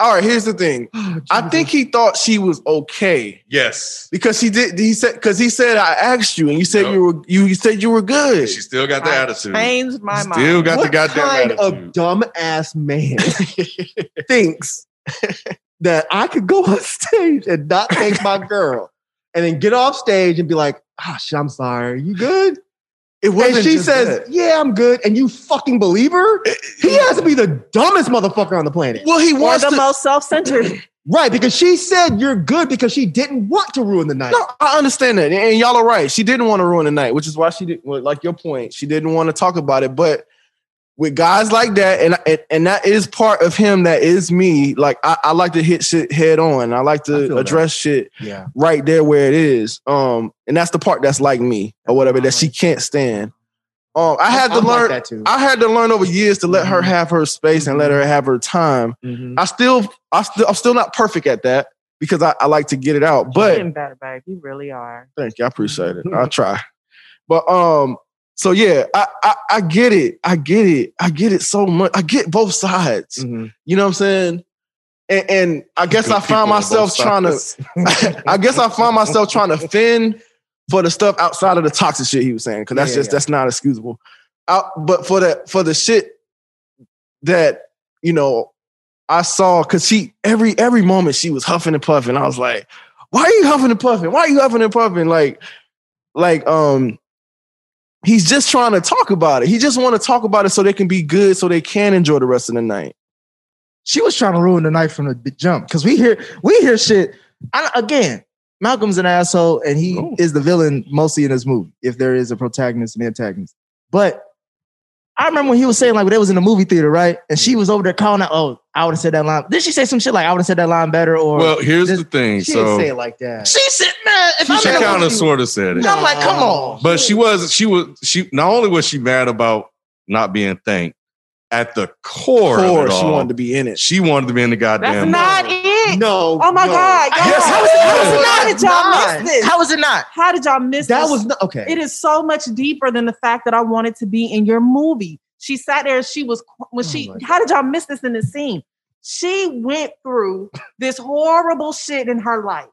[SPEAKER 9] All right, here's the thing.
[SPEAKER 7] Mm-hmm.
[SPEAKER 9] I think he thought she was okay.
[SPEAKER 10] Yes.
[SPEAKER 9] Because she did he said because he said I asked you and you said
[SPEAKER 10] Yep.
[SPEAKER 9] you were you, you said you were good.
[SPEAKER 10] She still got the
[SPEAKER 8] I
[SPEAKER 10] attitude.
[SPEAKER 8] Changed my mind.
[SPEAKER 10] Still got the
[SPEAKER 7] what kind
[SPEAKER 10] goddamn
[SPEAKER 7] of
[SPEAKER 10] attitude.
[SPEAKER 7] dumb ass man thinks that I could go on [LAUGHS] stage and not take my girl and then get off stage and be like, ah, shit, I'm sorry. You good?
[SPEAKER 9] It
[SPEAKER 7] And she
[SPEAKER 9] just
[SPEAKER 7] says,
[SPEAKER 9] that.
[SPEAKER 7] yeah, I'm good. And you fucking believe her? He has to be the dumbest motherfucker on the planet.
[SPEAKER 9] Well, he
[SPEAKER 8] Or
[SPEAKER 9] wants
[SPEAKER 8] the
[SPEAKER 9] to.
[SPEAKER 8] most self-centered. [LAUGHS]
[SPEAKER 7] Right, because she said you're good because she didn't want to ruin the night.
[SPEAKER 9] No, I understand that, and y'all are right. She didn't want to ruin the night, which is why she did. Well, like your point, she didn't want to talk about it. But with guys like that, and and, and that is part of him. That is me. Like I, I like to hit shit head on. I like
[SPEAKER 7] I feel
[SPEAKER 9] to
[SPEAKER 7] that.
[SPEAKER 9] address shit
[SPEAKER 7] Yeah.
[SPEAKER 9] right there where it is. Um, and that's the part that's like me or whatever that she can't stand. Um, I had to
[SPEAKER 7] I'm like
[SPEAKER 9] learn.
[SPEAKER 7] that Mm-hmm. too.
[SPEAKER 9] I had to learn over years to let her have her space and let
[SPEAKER 7] Mm-hmm.
[SPEAKER 9] her have her time.
[SPEAKER 7] Mhm.
[SPEAKER 9] I still, I still, I'm still not perfect at that because I, I like to get it out.
[SPEAKER 8] You're
[SPEAKER 9] But
[SPEAKER 8] getting better, babe. You really are.
[SPEAKER 10] [LAUGHS]
[SPEAKER 9] Thank you. I appreciate it. I'll try. But um, So yeah, I, I I get it. I get it. I get it so much. I get both sides. You know what I'm saying? And, and I guess
[SPEAKER 10] Mm. Good
[SPEAKER 9] I
[SPEAKER 10] people on
[SPEAKER 9] find myself
[SPEAKER 10] both
[SPEAKER 9] trying
[SPEAKER 10] sides.
[SPEAKER 9] to. [LAUGHS] I guess I find myself trying to fend for the stuff outside of the toxic shit he was saying because that's
[SPEAKER 10] Yeah, yeah,
[SPEAKER 9] just that's not excusable. Out, but for that for the shit that you know I saw because she every every moment she was huffing and puffing. I was like, why are you huffing and puffing? Why are you huffing and puffing? Like, like um, he's just trying to talk about it. He just want to talk about it so they can be good, so they can enjoy the rest of the night.
[SPEAKER 6] She was trying to ruin the night from the b- jump because we hear we hear shit.
[SPEAKER 12] I, again,
[SPEAKER 6] Malcolm's an asshole, and he
[SPEAKER 10] Oh.
[SPEAKER 6] is the villain mostly in this movie. If there is a protagonist and antagonist, but
[SPEAKER 12] I remember when he was saying like when they was in the movie theater, right? And she was over there calling out, "Oh, I would have said that line." Did she say some shit like, "I would have said that line better"? Or
[SPEAKER 10] Well, here's
[SPEAKER 12] This-
[SPEAKER 10] the thing.
[SPEAKER 12] She
[SPEAKER 10] so
[SPEAKER 12] didn't say it like that. She said, "Man, if I'm
[SPEAKER 10] she
[SPEAKER 12] in a
[SPEAKER 10] kind of
[SPEAKER 12] movie-
[SPEAKER 10] sort of said it.
[SPEAKER 12] I'm like, come on.
[SPEAKER 10] But she was she was she not only was she mad about not being thanked, at the core,
[SPEAKER 9] Core,
[SPEAKER 10] of it
[SPEAKER 9] she
[SPEAKER 10] all,
[SPEAKER 9] wanted to be in it.
[SPEAKER 10] She wanted to be in the
[SPEAKER 8] That's
[SPEAKER 10] goddamn.
[SPEAKER 8] not it.
[SPEAKER 7] No.
[SPEAKER 8] Oh my
[SPEAKER 10] no.
[SPEAKER 8] God. Y'all,
[SPEAKER 10] Yes,
[SPEAKER 8] how,
[SPEAKER 10] it
[SPEAKER 8] how,
[SPEAKER 10] is.
[SPEAKER 8] how did y'all
[SPEAKER 12] Not.
[SPEAKER 8] miss this?
[SPEAKER 12] How is it not?
[SPEAKER 8] How did y'all miss
[SPEAKER 7] That
[SPEAKER 8] this?
[SPEAKER 7] was not- okay.
[SPEAKER 8] It is so much deeper than the fact that I wanted to be in your movie. She sat there. She was
[SPEAKER 7] Oh
[SPEAKER 8] when she. How did y'all miss this in the scene? She went through this horrible shit in her life.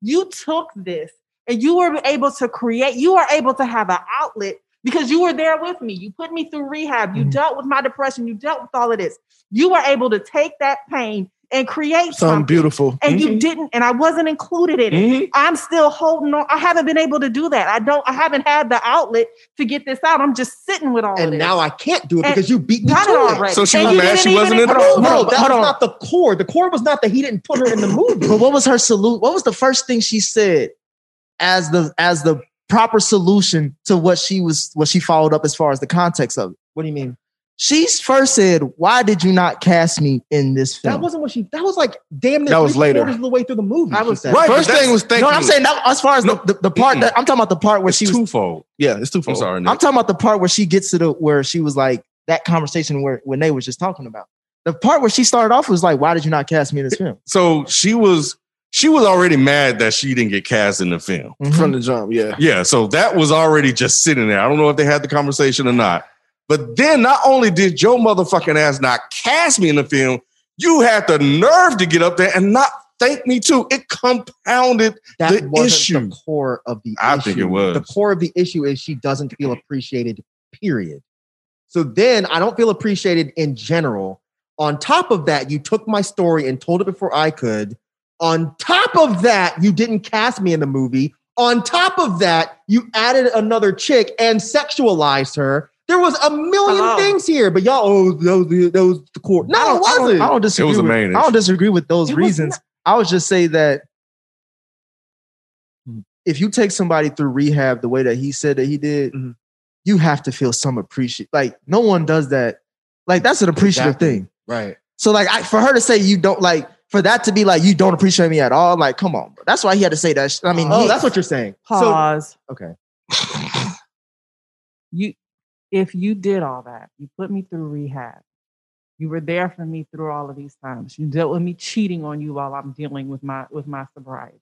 [SPEAKER 8] You took this and you were able to create. You were able to have an outlet because you were there with me. You put me through rehab. You
[SPEAKER 7] Mm.
[SPEAKER 8] dealt with my depression. You dealt with all of this. You were able to take that pain and create
[SPEAKER 9] Something
[SPEAKER 8] something
[SPEAKER 9] beautiful.
[SPEAKER 8] and
[SPEAKER 9] Mhm.
[SPEAKER 8] you didn't and i wasn't included in it
[SPEAKER 9] Mhm.
[SPEAKER 8] i'm still holding on i haven't been able to do that i don't i haven't had the outlet to get this out i'm just sitting with all of
[SPEAKER 7] And
[SPEAKER 8] this.
[SPEAKER 7] now I can't do it
[SPEAKER 8] And-
[SPEAKER 7] because you beat me
[SPEAKER 8] Got
[SPEAKER 7] to
[SPEAKER 8] it
[SPEAKER 7] it.
[SPEAKER 8] already. So she And was you mad didn't she wasn't even- in the
[SPEAKER 7] Hold on,
[SPEAKER 8] movie?
[SPEAKER 7] No,
[SPEAKER 8] Hold
[SPEAKER 7] that
[SPEAKER 8] on.
[SPEAKER 7] was not the core. The core was not that he didn't put her in the movie.
[SPEAKER 12] But what was her salute? What was the first thing she said as the as the proper solution to what she was what she followed up as far as the context of it?
[SPEAKER 7] What do you mean?
[SPEAKER 12] She first said, "Why did you not cast me in this film?"
[SPEAKER 7] That wasn't what she. That was like damn. near
[SPEAKER 12] That was
[SPEAKER 7] three
[SPEAKER 12] later.
[SPEAKER 7] Quarters of the way through the movie. That was
[SPEAKER 12] Right, but that's- No, I'm saying that as far as the, the, the part that I'm talking about the part where she was
[SPEAKER 10] twofold.
[SPEAKER 9] Yeah, it's twofold.
[SPEAKER 10] I'm sorry, Nick.
[SPEAKER 12] I'm talking about the part where she gets to the where she was like that conversation where when they was just talking about. The part where she started off was like, "Why did you not cast me in this film?"
[SPEAKER 10] so she was she was already mad that she didn't get cast in the film.
[SPEAKER 12] Mm-hmm.
[SPEAKER 9] from the jump. Yeah,
[SPEAKER 10] Yeah, so that was already just sitting there. I don't know if they had the conversation or not. But then not only did your motherfucking ass not cast me in the film, you had the nerve to get up there and not thank me too. It compounded
[SPEAKER 7] that
[SPEAKER 10] the
[SPEAKER 7] wasn't
[SPEAKER 10] issue.
[SPEAKER 7] the core of the
[SPEAKER 10] I
[SPEAKER 7] issue.
[SPEAKER 10] think it was.
[SPEAKER 7] The core of the issue is she doesn't
[SPEAKER 10] [CLEARS THROAT]
[SPEAKER 7] feel appreciated, period. So then I don't feel appreciated in general. On top of that, you took my story and told it before I could. On top of that, you didn't cast me in the movie. On top of that, you added another chick and sexualized her. There was a million
[SPEAKER 8] Hello.
[SPEAKER 7] things here, but y'all, oh, that was the, that was the core.
[SPEAKER 12] I
[SPEAKER 7] No,
[SPEAKER 12] don't-
[SPEAKER 7] it
[SPEAKER 12] I don't-
[SPEAKER 7] wasn't.
[SPEAKER 12] I don't disagree. with, I don't disagree with those
[SPEAKER 7] It was
[SPEAKER 12] reasons. I would just say that if you take somebody through rehab the way that he said that he did,
[SPEAKER 10] Mm-hmm.
[SPEAKER 12] you have to feel some appreciation. Like no one does that. Like that's an appreciative
[SPEAKER 7] Exactly.
[SPEAKER 12] thing.
[SPEAKER 7] Right.
[SPEAKER 12] So like I, for her to say you don't like for that to be like you don't appreciate me at all. Like come on, bro. that's why he had to say that. sh- I mean,
[SPEAKER 7] Oh,
[SPEAKER 12] he-
[SPEAKER 7] that's what you're saying. So-
[SPEAKER 8] pause
[SPEAKER 7] okay.
[SPEAKER 8] you if you did all that you put me through rehab you were there for me through all of these times you dealt with me cheating on you while i'm dealing with my with my sobriety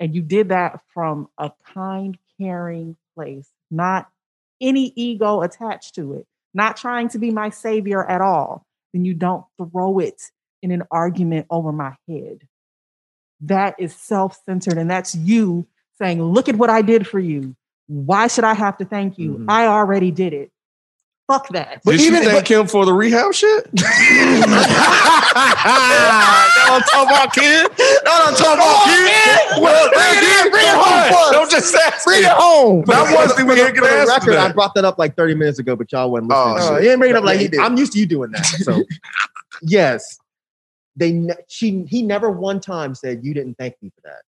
[SPEAKER 8] and you did that from a kind caring place not any ego attached to it not trying to be my savior at all then you don't throw it in an argument over my head that is self-centered and that's you saying look at what i did for you why should i have to thank you i already did it fuck that
[SPEAKER 10] Did she thank him for the rehab shit?
[SPEAKER 12] [LAUGHS]
[SPEAKER 10] [LAUGHS] Don't talk Ah, about kid. Don't talk about kid. Well, thank you.
[SPEAKER 7] Bring it
[SPEAKER 10] Come
[SPEAKER 7] home
[SPEAKER 10] on.
[SPEAKER 7] for us.
[SPEAKER 10] Don't just ask
[SPEAKER 7] Bring
[SPEAKER 10] me.
[SPEAKER 7] it home.
[SPEAKER 10] Not once did we
[SPEAKER 7] For the-
[SPEAKER 10] hear
[SPEAKER 7] for the
[SPEAKER 10] answer
[SPEAKER 7] record,
[SPEAKER 10] that.
[SPEAKER 7] I brought that up like 30 minutes ago, but y'all wasn't listening.
[SPEAKER 10] Oh,
[SPEAKER 7] to
[SPEAKER 10] shit.
[SPEAKER 7] it.
[SPEAKER 10] He didn't bring it up like he
[SPEAKER 7] Yeah,
[SPEAKER 10] did.
[SPEAKER 7] I'm used to you doing that. [LAUGHS] So, yes, they ne- she he never one time said you didn't thank me for that.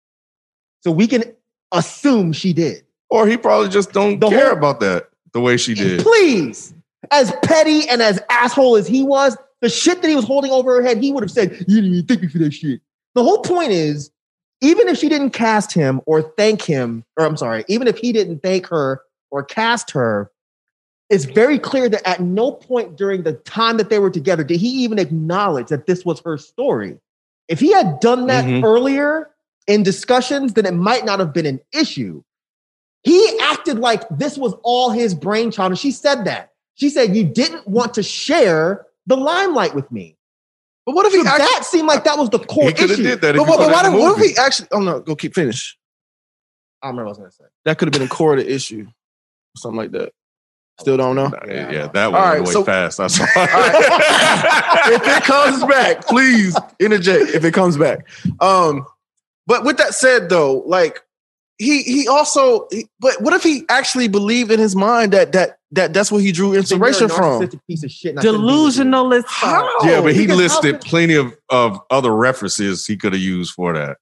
[SPEAKER 7] So we can assume she did.
[SPEAKER 10] Or he probably just don't care
[SPEAKER 7] whole-
[SPEAKER 10] about that the way she did.
[SPEAKER 7] Please, as petty and as asshole as he was, the shit that he was holding over her head, he would have said, "You didn't even thank me for that shit." The whole point is, even if she didn't cast him or thank him, or I'm sorry, even if he didn't thank her or cast her, it's very clear that at no point during the time that they were together did he even acknowledge that this was her story. If he had done that
[SPEAKER 10] Mhm.
[SPEAKER 7] earlier in discussions, then it might not have been an issue. He acted like this was all his brainchild. And she said that. She said, You didn't want to share the limelight with me.
[SPEAKER 9] But what if
[SPEAKER 7] so that seemed like that was the core
[SPEAKER 10] He coulda
[SPEAKER 7] issue?
[SPEAKER 10] did that if
[SPEAKER 9] But,
[SPEAKER 10] you
[SPEAKER 9] but,
[SPEAKER 10] saw
[SPEAKER 9] but
[SPEAKER 10] that
[SPEAKER 9] why
[SPEAKER 10] in
[SPEAKER 9] did,
[SPEAKER 10] the
[SPEAKER 9] what if
[SPEAKER 10] movie.
[SPEAKER 9] he actually? Oh no, go keep finish.
[SPEAKER 7] I don't remember what I was gonna say.
[SPEAKER 9] That could have been a core of the issue, something like that. Still don't know.
[SPEAKER 10] Yeah, that one
[SPEAKER 9] All
[SPEAKER 10] went
[SPEAKER 9] right,
[SPEAKER 10] way
[SPEAKER 9] so-
[SPEAKER 10] fast. I saw.
[SPEAKER 9] [LAUGHS] if it comes back, please interject if it comes back. Um, but with that said, though, like he he also, he- but what if he actually believed in his mind that that that that's what he drew
[SPEAKER 7] Then you're a
[SPEAKER 9] inspiration from?
[SPEAKER 7] narcissistic Piece of shit. and I couldn't be with you.
[SPEAKER 8] Delusional as fuck.
[SPEAKER 10] yeah, but he
[SPEAKER 7] Because how
[SPEAKER 10] listed
[SPEAKER 7] could-
[SPEAKER 10] plenty of, of other references he could have used for that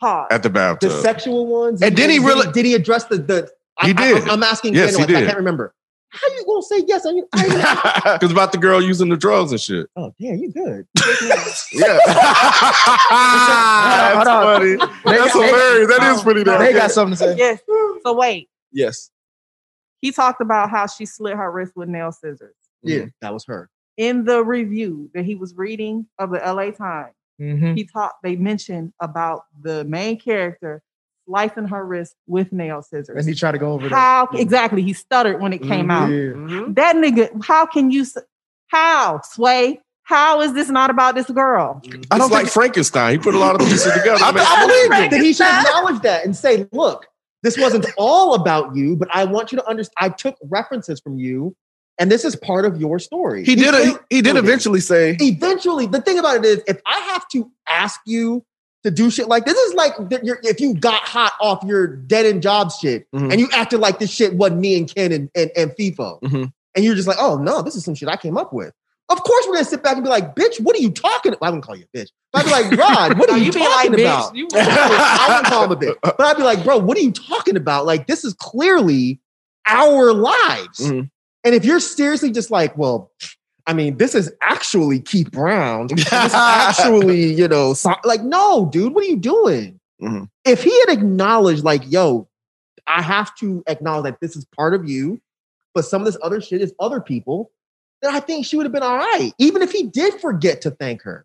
[SPEAKER 8] Pause.
[SPEAKER 10] at the
[SPEAKER 7] the
[SPEAKER 10] bathtub. [LAUGHS]
[SPEAKER 7] sexual ones.
[SPEAKER 9] Uh, And then he
[SPEAKER 7] did-
[SPEAKER 9] reali-
[SPEAKER 7] did he address the the?
[SPEAKER 10] He did.
[SPEAKER 7] I, am asking.
[SPEAKER 10] Yes, he
[SPEAKER 7] Daniel, I
[SPEAKER 10] did.
[SPEAKER 7] can't remember. How you gonna say yes? I mean, I even-
[SPEAKER 10] Because about the girl using the drugs and shit.
[SPEAKER 7] oh damn, you good.
[SPEAKER 10] [LAUGHS] Yeah.
[SPEAKER 6] Hold
[SPEAKER 10] [LAUGHS] That's
[SPEAKER 6] on.
[SPEAKER 10] funny.
[SPEAKER 6] They
[SPEAKER 10] That's
[SPEAKER 6] got-
[SPEAKER 10] hilarious. That is pretty
[SPEAKER 6] They
[SPEAKER 10] damn
[SPEAKER 6] got
[SPEAKER 10] good.
[SPEAKER 6] something to say.
[SPEAKER 8] Yes. So wait,
[SPEAKER 9] Yes.
[SPEAKER 8] he talked about how she slit her wrist with nail scissors.
[SPEAKER 7] Yeah, that was her.
[SPEAKER 8] In the review that he was reading of the LA Times,
[SPEAKER 7] Mm.
[SPEAKER 6] Mm-hmm.
[SPEAKER 8] he talked. They mentioned about the main character slicing her wrist with nail scissors.
[SPEAKER 6] And he tried to go over Mm-hmm.
[SPEAKER 8] How
[SPEAKER 6] that.
[SPEAKER 8] exactly he stuttered when it came out.
[SPEAKER 6] Yeah.
[SPEAKER 8] That nigga, how can you? s- How Sway? How is this not about this girl?
[SPEAKER 10] I don't like Frankenstein. He put a lot of pieces together.
[SPEAKER 9] I-
[SPEAKER 10] man.
[SPEAKER 9] I believe
[SPEAKER 7] That he should acknowledge that and say, "Look, this wasn't all about you, but I want you to understand. I took references from you, and this is part of your story."
[SPEAKER 9] He did. A, he did
[SPEAKER 7] Okay.
[SPEAKER 9] eventually say.
[SPEAKER 7] eventually the thing about it is if i have to ask you to do shit like this is like th- your, if you got hot off your dead end job shit
[SPEAKER 8] Mm-hmm.
[SPEAKER 9] Mhm.
[SPEAKER 7] and you acted like this shit wasn't me and ken and, and, and fifo
[SPEAKER 8] Mm-hmm.
[SPEAKER 9] Mhm.
[SPEAKER 7] and you're just like oh no this is some shit i came up with of course we're gonna sit back and be like bitch what are you talking about i wouldn't call you a bitch but i'd be like [LAUGHS] rod what
[SPEAKER 8] No,
[SPEAKER 7] are you,
[SPEAKER 8] you be like,
[SPEAKER 7] talking
[SPEAKER 8] "Bitch,
[SPEAKER 7] about
[SPEAKER 6] [LAUGHS]
[SPEAKER 8] you-
[SPEAKER 7] i wouldn't call him a bitch but i'd be like bro what are you talking about like this is clearly our lives
[SPEAKER 9] Mhm.
[SPEAKER 7] and if you're seriously just like well I mean, this is actually Keith Brown. This is actually, you know, so- like, no, dude, what are you doing?
[SPEAKER 9] Mhm.
[SPEAKER 7] If he had acknowledged, like, yo, I have to acknowledge that this is part of you, but some of this other shit is other people, then I think she would have been all right, even if he did forget to thank her.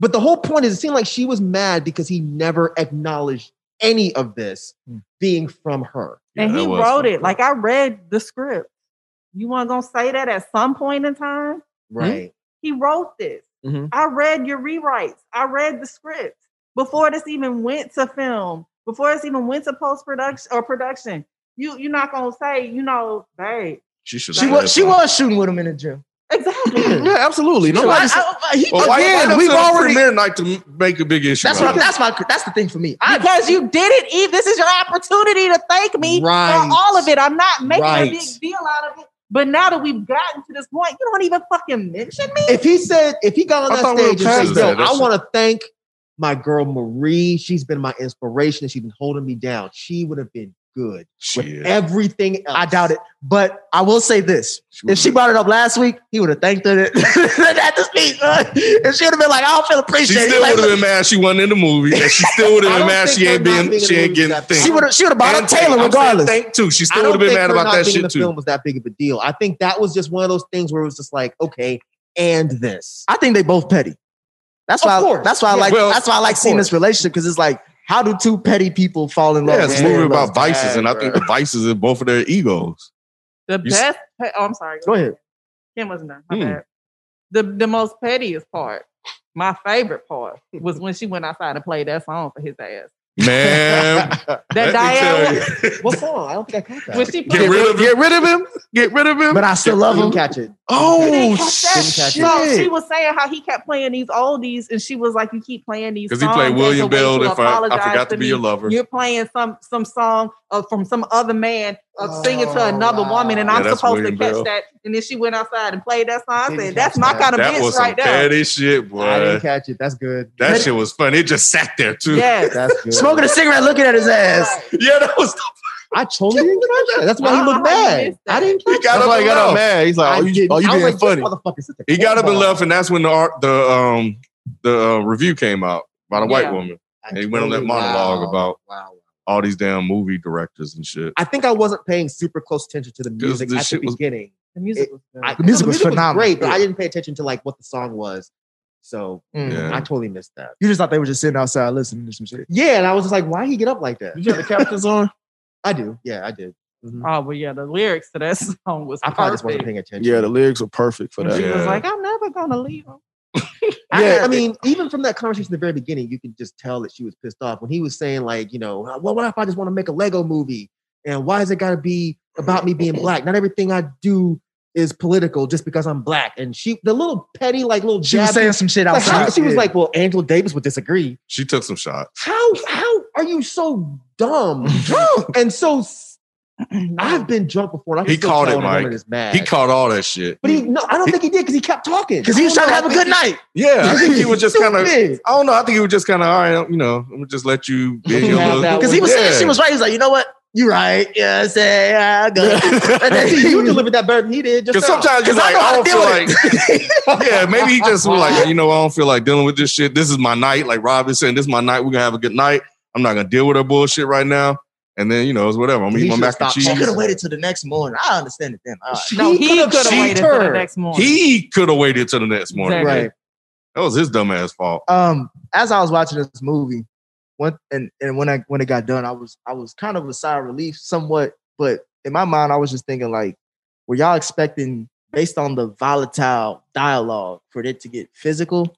[SPEAKER 7] But the whole point is, it seemed like she was mad because he never acknowledged any of this being from her.
[SPEAKER 10] Yeah,
[SPEAKER 8] and
[SPEAKER 10] that
[SPEAKER 8] he
[SPEAKER 10] was
[SPEAKER 8] wrote
[SPEAKER 10] funny.
[SPEAKER 8] it like I read the script. You weren't gonna say that at some point in time.
[SPEAKER 7] Right.
[SPEAKER 8] He wrote this.
[SPEAKER 10] Mm-hmm.
[SPEAKER 9] Mhm.
[SPEAKER 8] I read your rewrites. I read the script before this even went to film. Before this even went to post production or production. You you're not gonna say you know, babe.
[SPEAKER 10] She should.
[SPEAKER 6] She was she was shooting with him in the gym.
[SPEAKER 10] [LAUGHS]
[SPEAKER 8] Exactly.
[SPEAKER 9] Yeah, absolutely.
[SPEAKER 7] So I-
[SPEAKER 9] Nobody. said-
[SPEAKER 7] I- I- he-
[SPEAKER 10] Well, why,
[SPEAKER 7] again,
[SPEAKER 10] why
[SPEAKER 7] we've already.
[SPEAKER 10] men like to m- make a big issue.
[SPEAKER 6] That's
[SPEAKER 10] out
[SPEAKER 6] what.
[SPEAKER 10] of it?
[SPEAKER 6] That's my. That's the thing for me.
[SPEAKER 8] [LAUGHS]
[SPEAKER 6] I
[SPEAKER 8] because you did it, Eve. This is your opportunity to thank me
[SPEAKER 7] Right.
[SPEAKER 8] for all of it. I'm not making
[SPEAKER 7] Right.
[SPEAKER 8] a big deal out of it. But now that we've gotten to this point, you don't even fucking mention me.
[SPEAKER 7] if he said, if he got on
[SPEAKER 10] I
[SPEAKER 7] that
[SPEAKER 10] thought we were
[SPEAKER 7] stage and
[SPEAKER 10] past
[SPEAKER 7] said,
[SPEAKER 10] that.
[SPEAKER 7] "Yo,
[SPEAKER 10] That's-
[SPEAKER 7] I want to thank my girl Marie. She's been my inspiration. and She's been holding me down. She would have been good with
[SPEAKER 10] Shit.
[SPEAKER 7] everything else."
[SPEAKER 6] I doubt it, but I will say this: if
[SPEAKER 10] was
[SPEAKER 6] she
[SPEAKER 10] like-
[SPEAKER 6] brought it up last week, he would have
[SPEAKER 12] [LAUGHS]
[SPEAKER 6] thanked her at the speech. uh, and she would have been like, "I don't feel
[SPEAKER 10] She
[SPEAKER 6] appreciated."
[SPEAKER 10] still
[SPEAKER 6] Like,
[SPEAKER 10] would have been mad she wasn't in the movie, and she still would have
[SPEAKER 7] I
[SPEAKER 10] been
[SPEAKER 7] don't
[SPEAKER 10] mad
[SPEAKER 7] think
[SPEAKER 10] she
[SPEAKER 7] her
[SPEAKER 10] ain't
[SPEAKER 7] not
[SPEAKER 10] being
[SPEAKER 7] being in
[SPEAKER 10] she
[SPEAKER 7] the
[SPEAKER 10] ain't
[SPEAKER 7] movie
[SPEAKER 10] getting
[SPEAKER 7] is that
[SPEAKER 10] thing.
[SPEAKER 6] she would have. She would have brought up
[SPEAKER 10] And thank-
[SPEAKER 6] Taylor
[SPEAKER 10] I'm saying
[SPEAKER 6] regardless.
[SPEAKER 10] Thank too. She
[SPEAKER 7] I
[SPEAKER 10] still
[SPEAKER 7] don't
[SPEAKER 10] would have been
[SPEAKER 7] think
[SPEAKER 10] mad
[SPEAKER 7] her
[SPEAKER 10] about
[SPEAKER 7] not
[SPEAKER 10] that
[SPEAKER 7] being in
[SPEAKER 10] shit
[SPEAKER 7] the
[SPEAKER 10] too.
[SPEAKER 7] film was that big of a deal. I think that was just one of those things where it was just like, okay, and this.
[SPEAKER 6] I think they both petty. That's
[SPEAKER 7] Of
[SPEAKER 6] why.
[SPEAKER 7] course.
[SPEAKER 6] That's why I
[SPEAKER 7] Yeah.
[SPEAKER 6] like.
[SPEAKER 10] Well,
[SPEAKER 6] that's why I like
[SPEAKER 7] of
[SPEAKER 6] seeing
[SPEAKER 7] course.
[SPEAKER 6] this relationship because it's like, how do two petty people fall in love?
[SPEAKER 10] Yeah,
[SPEAKER 6] with
[SPEAKER 10] it's a
[SPEAKER 6] their
[SPEAKER 10] movie
[SPEAKER 6] love?
[SPEAKER 10] about vices, and I think the vices in both of their egos.
[SPEAKER 8] The
[SPEAKER 10] You
[SPEAKER 8] best. pe- oh, I'm sorry.
[SPEAKER 7] Go ahead.
[SPEAKER 8] Kim wasn't done. My
[SPEAKER 10] Hmm.
[SPEAKER 8] bad. The the most pettiest part, my favorite part, was when she went outside and played that song for his ass.
[SPEAKER 10] Man,
[SPEAKER 8] That Diane,
[SPEAKER 7] What song? I don't think I caught that.
[SPEAKER 8] when she
[SPEAKER 10] get rid of
[SPEAKER 9] Get rid of him. Get rid of him.
[SPEAKER 6] But I still love
[SPEAKER 7] Didn't
[SPEAKER 6] him.
[SPEAKER 7] Catch it.
[SPEAKER 9] oh
[SPEAKER 8] Didn't
[SPEAKER 9] shit!
[SPEAKER 8] So she was saying how he kept playing these oldies, and she was like, "You keep playing these."
[SPEAKER 10] because he
[SPEAKER 8] songs
[SPEAKER 10] played
[SPEAKER 8] as a
[SPEAKER 10] William
[SPEAKER 8] way
[SPEAKER 10] Bell.
[SPEAKER 8] to
[SPEAKER 10] If I, I
[SPEAKER 8] apologize
[SPEAKER 10] forgot to be
[SPEAKER 8] me.
[SPEAKER 10] your lover,
[SPEAKER 8] You're playing some some song uh, from some other man uh, singing to
[SPEAKER 7] Oh,
[SPEAKER 8] another
[SPEAKER 7] wow.
[SPEAKER 8] woman, and
[SPEAKER 10] Yeah,
[SPEAKER 8] I'm
[SPEAKER 10] that's
[SPEAKER 8] supposed
[SPEAKER 10] William
[SPEAKER 8] to catch
[SPEAKER 10] Bell.
[SPEAKER 8] that. And then she went outside and played that song. I
[SPEAKER 7] Didn't
[SPEAKER 8] said, "That's
[SPEAKER 7] catch
[SPEAKER 8] my
[SPEAKER 7] that.
[SPEAKER 8] kind of
[SPEAKER 10] that
[SPEAKER 8] bitch
[SPEAKER 10] was some
[SPEAKER 8] right there."
[SPEAKER 10] petty shit,
[SPEAKER 7] I
[SPEAKER 10] boy.
[SPEAKER 7] didn't catch it. That's good.
[SPEAKER 10] That shit was funny. It just sat there too.
[SPEAKER 8] Yes.
[SPEAKER 7] That's good.
[SPEAKER 6] Smoking a cigarette, looking at his ass.
[SPEAKER 10] [LAUGHS] Yeah, that was.
[SPEAKER 7] I totally didn't catch that. That's
[SPEAKER 8] I
[SPEAKER 7] why he
[SPEAKER 8] don't
[SPEAKER 7] looked
[SPEAKER 8] know how you
[SPEAKER 7] mad.
[SPEAKER 8] missed that.
[SPEAKER 7] I didn't
[SPEAKER 10] He
[SPEAKER 7] catch
[SPEAKER 10] got
[SPEAKER 9] That's
[SPEAKER 10] up
[SPEAKER 9] why he
[SPEAKER 10] and
[SPEAKER 9] got all
[SPEAKER 10] left.
[SPEAKER 9] mad. He's like,
[SPEAKER 7] I
[SPEAKER 9] "Oh, you,
[SPEAKER 7] didn't.
[SPEAKER 9] oh, you
[SPEAKER 7] I was
[SPEAKER 9] being
[SPEAKER 7] like,
[SPEAKER 9] funny."
[SPEAKER 7] This motherfucker sits at
[SPEAKER 10] He got up and
[SPEAKER 7] cornball.
[SPEAKER 10] left, and that's when the art, the um, the uh, review came out by the white
[SPEAKER 8] Yeah.
[SPEAKER 10] woman.
[SPEAKER 7] I
[SPEAKER 10] And he went on that
[SPEAKER 7] totally-
[SPEAKER 10] monologue
[SPEAKER 7] wow.
[SPEAKER 10] about
[SPEAKER 7] Wow.
[SPEAKER 10] all these damn movie directors and shit.
[SPEAKER 7] I think I wasn't paying super close attention to the music
[SPEAKER 10] the
[SPEAKER 7] at the
[SPEAKER 10] shit was-
[SPEAKER 7] beginning.
[SPEAKER 8] The music was good.
[SPEAKER 7] I,
[SPEAKER 6] The music was phenomenal.
[SPEAKER 7] great, but
[SPEAKER 6] Yeah.
[SPEAKER 7] I didn't pay attention to like what the song was. So
[SPEAKER 6] Mm.
[SPEAKER 10] Yeah.
[SPEAKER 7] I totally missed that.
[SPEAKER 6] You just thought they were just sitting outside listening to some shit.
[SPEAKER 7] Yeah, and I was just like, why he get up like that?
[SPEAKER 9] Did you have the captions on?
[SPEAKER 7] I do. Yeah, I did.
[SPEAKER 8] Oh, but yeah, the lyrics to that [LAUGHS] song was
[SPEAKER 7] I
[SPEAKER 8] perfect.
[SPEAKER 7] probably just wasn't paying attention.
[SPEAKER 9] Yeah, the lyrics were perfect for
[SPEAKER 8] And
[SPEAKER 9] that.
[SPEAKER 8] she was
[SPEAKER 9] Yeah.
[SPEAKER 8] like, I'm never gonna leave him.
[SPEAKER 7] I, I mean, even from that conversation at the very beginning, you could just tell that she was pissed off when he was saying, like, you know, what, what if I just want to make a Lego movie? And why is it got to be about me being black? Not everything I do is political just because I'm black. And she, the little petty, like, little
[SPEAKER 6] She was
[SPEAKER 7] jab-
[SPEAKER 6] saying some shit
[SPEAKER 7] like, how-
[SPEAKER 6] outside.
[SPEAKER 7] she was
[SPEAKER 6] Yeah.
[SPEAKER 7] like, well, Angela Davis would disagree.
[SPEAKER 10] She took some shots.
[SPEAKER 7] How how are you so dumb and so? s- I've been drunk before. And [CLEARS THROAT] I
[SPEAKER 10] He called it, Mike.
[SPEAKER 7] Mad.
[SPEAKER 10] He caught all that shit.
[SPEAKER 7] But he no, I don't think he did because he kept talking.
[SPEAKER 6] 'Cause he was
[SPEAKER 7] I don't
[SPEAKER 6] trying
[SPEAKER 7] know,
[SPEAKER 6] to have
[SPEAKER 7] I
[SPEAKER 6] a
[SPEAKER 7] think
[SPEAKER 10] Yeah, I think he was
[SPEAKER 7] [LAUGHS]
[SPEAKER 10] just kind of. I
[SPEAKER 7] Stupid.
[SPEAKER 10] don't know. I think he was just kind of. All right, you know, I'm gonna just let you be
[SPEAKER 7] [LAUGHS]
[SPEAKER 10] in your
[SPEAKER 7] Have
[SPEAKER 10] little.
[SPEAKER 7] that
[SPEAKER 6] Because he was
[SPEAKER 10] Yeah.
[SPEAKER 6] saying she was right. He was like, you know what? You right. Yeah, I say, yeah, I go.
[SPEAKER 7] [LAUGHS] he-
[SPEAKER 6] And then
[SPEAKER 7] See, you [LAUGHS]
[SPEAKER 6] he-
[SPEAKER 7] delivered that better than he did. just
[SPEAKER 10] Because
[SPEAKER 7] now.
[SPEAKER 10] sometimes you're
[SPEAKER 7] 'Cause I
[SPEAKER 10] like,
[SPEAKER 7] know how
[SPEAKER 10] I
[SPEAKER 7] to
[SPEAKER 10] don't
[SPEAKER 7] deal
[SPEAKER 10] feel
[SPEAKER 7] with it.
[SPEAKER 10] like. [LAUGHS]
[SPEAKER 7] [LAUGHS]
[SPEAKER 10] yeah, maybe he just was like, you know, I don't feel like dealing with this shit. This is my night. Like Rob is saying, this is my night. We're gonna have a good night. I'm not gonna deal with her bullshit right now. And then you know, it's whatever. I'm gonna
[SPEAKER 7] He
[SPEAKER 10] eat my
[SPEAKER 7] should've
[SPEAKER 10] mac and
[SPEAKER 7] stopped.
[SPEAKER 10] cheese.
[SPEAKER 7] She
[SPEAKER 6] She could have waited till the next morning. I understand it then. All right.
[SPEAKER 8] No, he could have waited till the next morning.
[SPEAKER 10] He could have waited till the next morning.
[SPEAKER 8] Exactly.
[SPEAKER 10] Right. That was his dumb ass fault.
[SPEAKER 6] um as I was watching this movie, one and and when I when it got done, I was I was kind of a sigh of relief somewhat, but in my mind I was just thinking like, were y'all expecting based on the volatile dialogue for it to get physical?